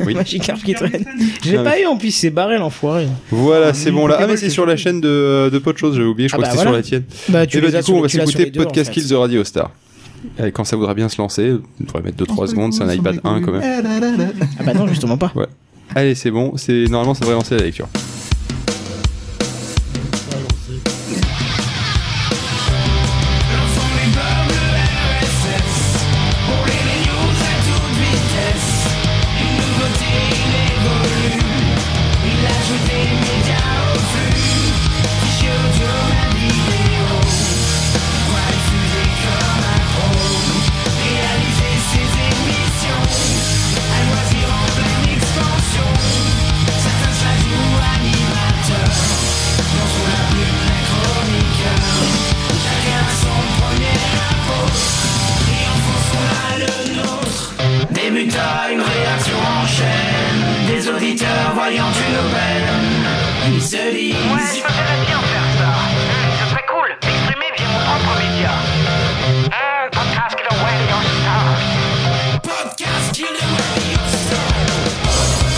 [SPEAKER 1] Oui.
[SPEAKER 3] Magikarp qui traîne. Je l'ai pas eu en plus, c'est barré l'enfoiré.
[SPEAKER 1] Voilà, c'est bon là. Ah,
[SPEAKER 3] Pokémon,
[SPEAKER 1] mais c'est
[SPEAKER 3] c'est
[SPEAKER 1] sur la chaîne de, de Pot Chose, j'avais oublié, je
[SPEAKER 3] Ah
[SPEAKER 1] crois
[SPEAKER 3] bah
[SPEAKER 1] que c'était
[SPEAKER 3] voilà.
[SPEAKER 1] sur la tienne.
[SPEAKER 3] Bah, tu
[SPEAKER 1] Et bah,
[SPEAKER 3] les as
[SPEAKER 1] du coup,
[SPEAKER 3] sur-
[SPEAKER 1] on va
[SPEAKER 3] tu l'as sur
[SPEAKER 1] s'écouter
[SPEAKER 3] les deux, en
[SPEAKER 1] Podcast
[SPEAKER 3] fait.
[SPEAKER 1] Kills de Radio Star. Et quand ça voudra bien se lancer, on pourrait mettre 2-3 secondes, c'est un iPad 1 quand même.
[SPEAKER 3] Ah bah non, justement pas.
[SPEAKER 1] Ouais. Allez, c'est bon, c'est normalement ça devrait lancer la lecture.
[SPEAKER 7] Des mutants, une réaction en chaîne. Des auditeurs voyant une aubaine. Ils se disent. Ouais, je préférais bien faire ça. Hmm, ce serait cool d'exprimer via mon propre média. Hmm, podcast Killer Radio Star. Podcast Killer Radio Star.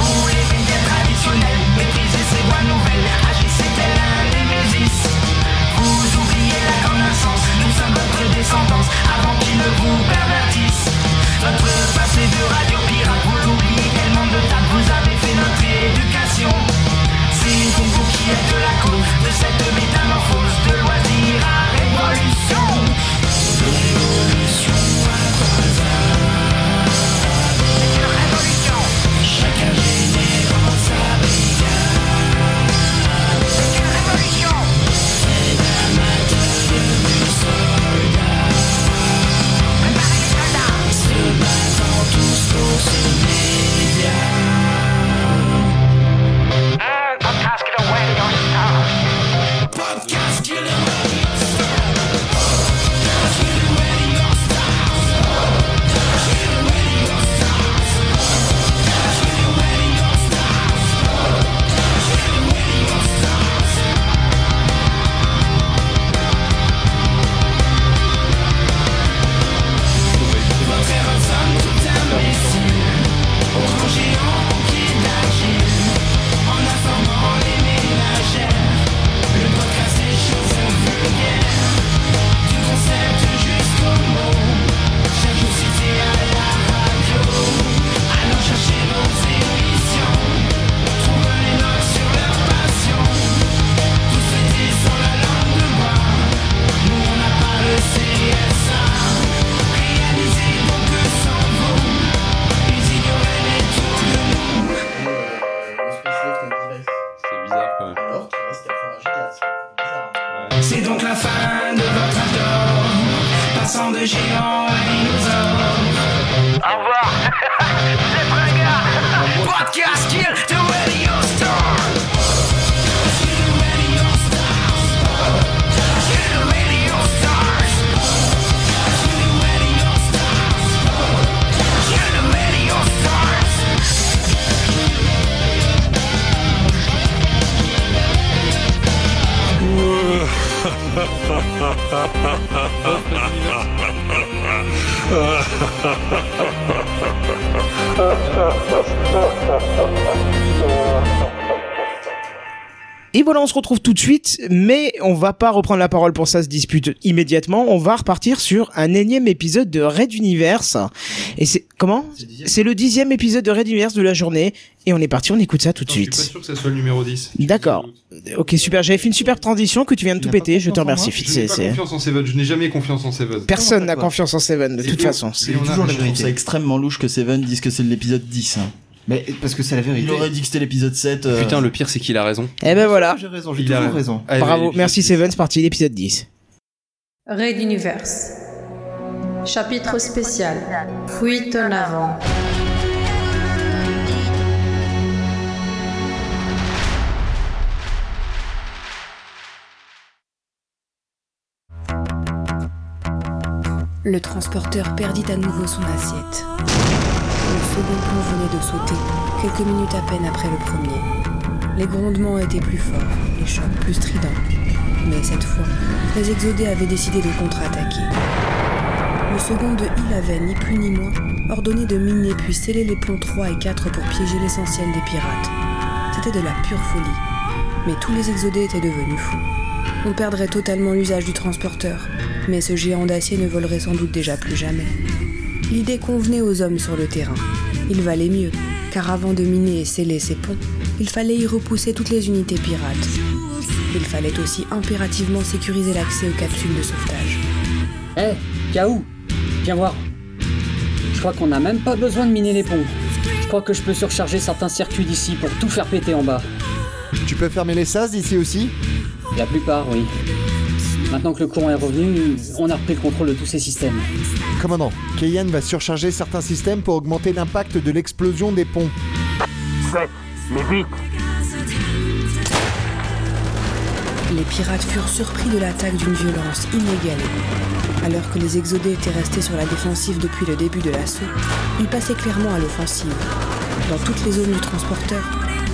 [SPEAKER 7] Vous les médias traditionnels, maîtrisez ces voix nouvelles, agissez tel un Némésis. Vous oubliez la connaissance, nous sommes
[SPEAKER 3] Et voilà, on se retrouve tout de suite, mais on va pas reprendre la parole pour ça, se dispute immédiatement. On va repartir sur un énième épisode de Red Universe. Et c'est comment C'est le dixième épisode de Red Universe de la journée. Et on est parti, on écoute ça tout de
[SPEAKER 1] Je suis pas
[SPEAKER 3] suite.
[SPEAKER 1] sûr que ça soit le numéro 10.
[SPEAKER 3] D'accord. Ok, super. J'avais fait une superbe transition que tu viens de tout péter. Je te remercie.
[SPEAKER 1] Je n'ai
[SPEAKER 3] C'est-
[SPEAKER 1] pas
[SPEAKER 3] c'est-
[SPEAKER 1] confiance en Seven, je n'ai jamais confiance en Seven.
[SPEAKER 3] Personne n'a confiance en Seven de toute façon.
[SPEAKER 2] C'est toujours la vérité. C'est extrêmement louche que Seven dise que c'est l'épisode 10.
[SPEAKER 6] Mais parce que c'est la vérité.
[SPEAKER 2] Il aurait dit que c'était l'épisode 7. euh,
[SPEAKER 1] Putain, le pire, c'est qu'il a raison.
[SPEAKER 3] Eh ben voilà.
[SPEAKER 6] J'ai raison,
[SPEAKER 1] j'ai Il a toujours raison. raison. Allez,
[SPEAKER 3] Bravo.
[SPEAKER 1] l'épisode
[SPEAKER 3] Merci Seven, c'est parti, l'épisode 10.
[SPEAKER 15] Raid Universe. Chapitre spécial. Fuite en avant.
[SPEAKER 16] Le transporteur perdit à nouveau son assiette. Le second pont venait de sauter, quelques minutes à peine après le premier. Les grondements étaient plus forts, les chocs plus stridents. Mais cette fois, les exodés avaient décidé de contre-attaquer. Le second de Hill avait, ni plus ni moins, ordonné de miner puis sceller les ponts 3 et 4 pour piéger l'essentiel des pirates. C'était de la pure folie. Mais tous les exodés étaient devenus fous. On perdrait totalement l'usage du transporteur, mais ce géant d'acier ne volerait sans doute déjà plus jamais. L'idée convenait aux hommes sur le terrain. Il valait mieux, car avant de miner et sceller ces ponts, il fallait y repousser toutes les unités pirates. Il fallait aussi impérativement sécuriser l'accès aux capsules de sauvetage.
[SPEAKER 17] Eh, Kaou, viens voir. Je crois qu'on n'a même pas besoin de miner les ponts. Je crois que je peux surcharger certains circuits d'ici pour tout faire péter en bas.
[SPEAKER 18] Tu peux fermer les sas d'ici aussi
[SPEAKER 17] La plupart, oui. Maintenant que le courant est revenu, on a repris le contrôle de tous ces systèmes.
[SPEAKER 18] Commandant, Cayenne va surcharger certains systèmes pour augmenter l'impact de l'explosion des ponts.
[SPEAKER 7] 7, mais vite
[SPEAKER 16] Les pirates furent surpris de l'attaque d'une violence inégalée. Alors que les exodés étaient restés sur la défensive depuis le début de l'assaut, ils passaient clairement à l'offensive. Dans toutes les zones du transporteur,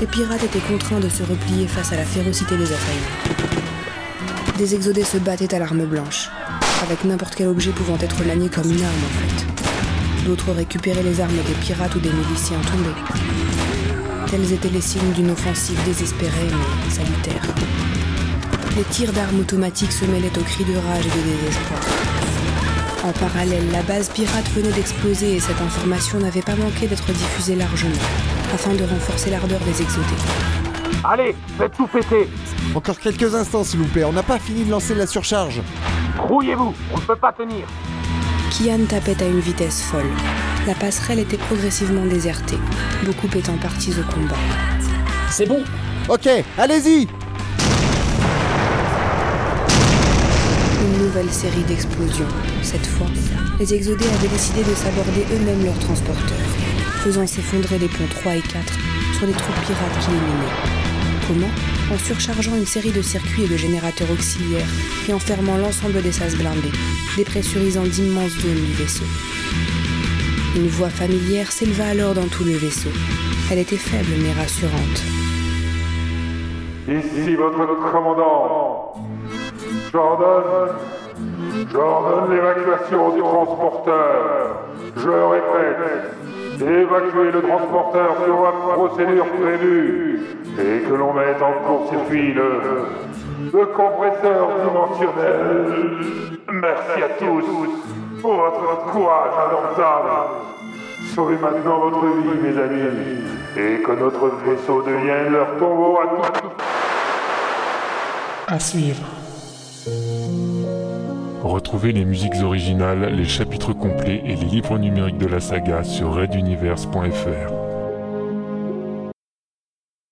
[SPEAKER 16] les pirates étaient contraints de se replier face à la férocité des assaillants. Des exodés se battaient à l'arme blanche, avec n'importe quel objet pouvant être manié comme une arme en fait. D'autres récupéraient les armes des pirates ou des miliciens tombés. Tels étaient les signes d'une offensive désespérée mais salutaire. Les tirs d'armes automatiques se mêlaient aux cris de rage et de désespoir. En parallèle, la base pirate venait d'exploser et cette information n'avait pas manqué d'être diffusée largement, afin de renforcer l'ardeur des exodés.
[SPEAKER 18] Allez, faites tout péter Encore quelques instants, s'il vous plaît, on n'a pas fini de lancer la surcharge.
[SPEAKER 7] Rouillez-vous, on ne peut pas tenir
[SPEAKER 16] Kian tapait à une vitesse folle. La passerelle était progressivement désertée, beaucoup étant partis au combat.
[SPEAKER 17] C'est bon
[SPEAKER 18] Ok, allez-y
[SPEAKER 16] Une nouvelle série d'explosions. Cette fois, les exodés avaient décidé de s'aborder eux-mêmes leurs transporteurs, faisant s'effondrer les ponts 3 et 4 sur les troupes pirates qui les menaient. Comment En surchargeant une série de circuits et de générateurs auxiliaires et en fermant l'ensemble des sas blindés, dépressurisant d'immenses zones du vaisseau. Une voix familière s'éleva alors dans tout le vaisseau. Elle était faible mais rassurante.
[SPEAKER 19] Ici votre commandant. J'ordonne. J'ordonne l'évacuation du transporteur. Je répète. Évacuez le transporteur sur la procédure prévue et que l'on mette en court-circuit le, le compresseur dimensionnel. Merci à tous pour votre courage indomptable. Sauvez maintenant votre vie, mes amis, et que notre vaisseau devienne leur tombeau à tous.
[SPEAKER 11] À suivre.
[SPEAKER 20] Retrouvez les musiques originales, les chapitres complets et les livres numériques de la saga sur raiduniverse.fr.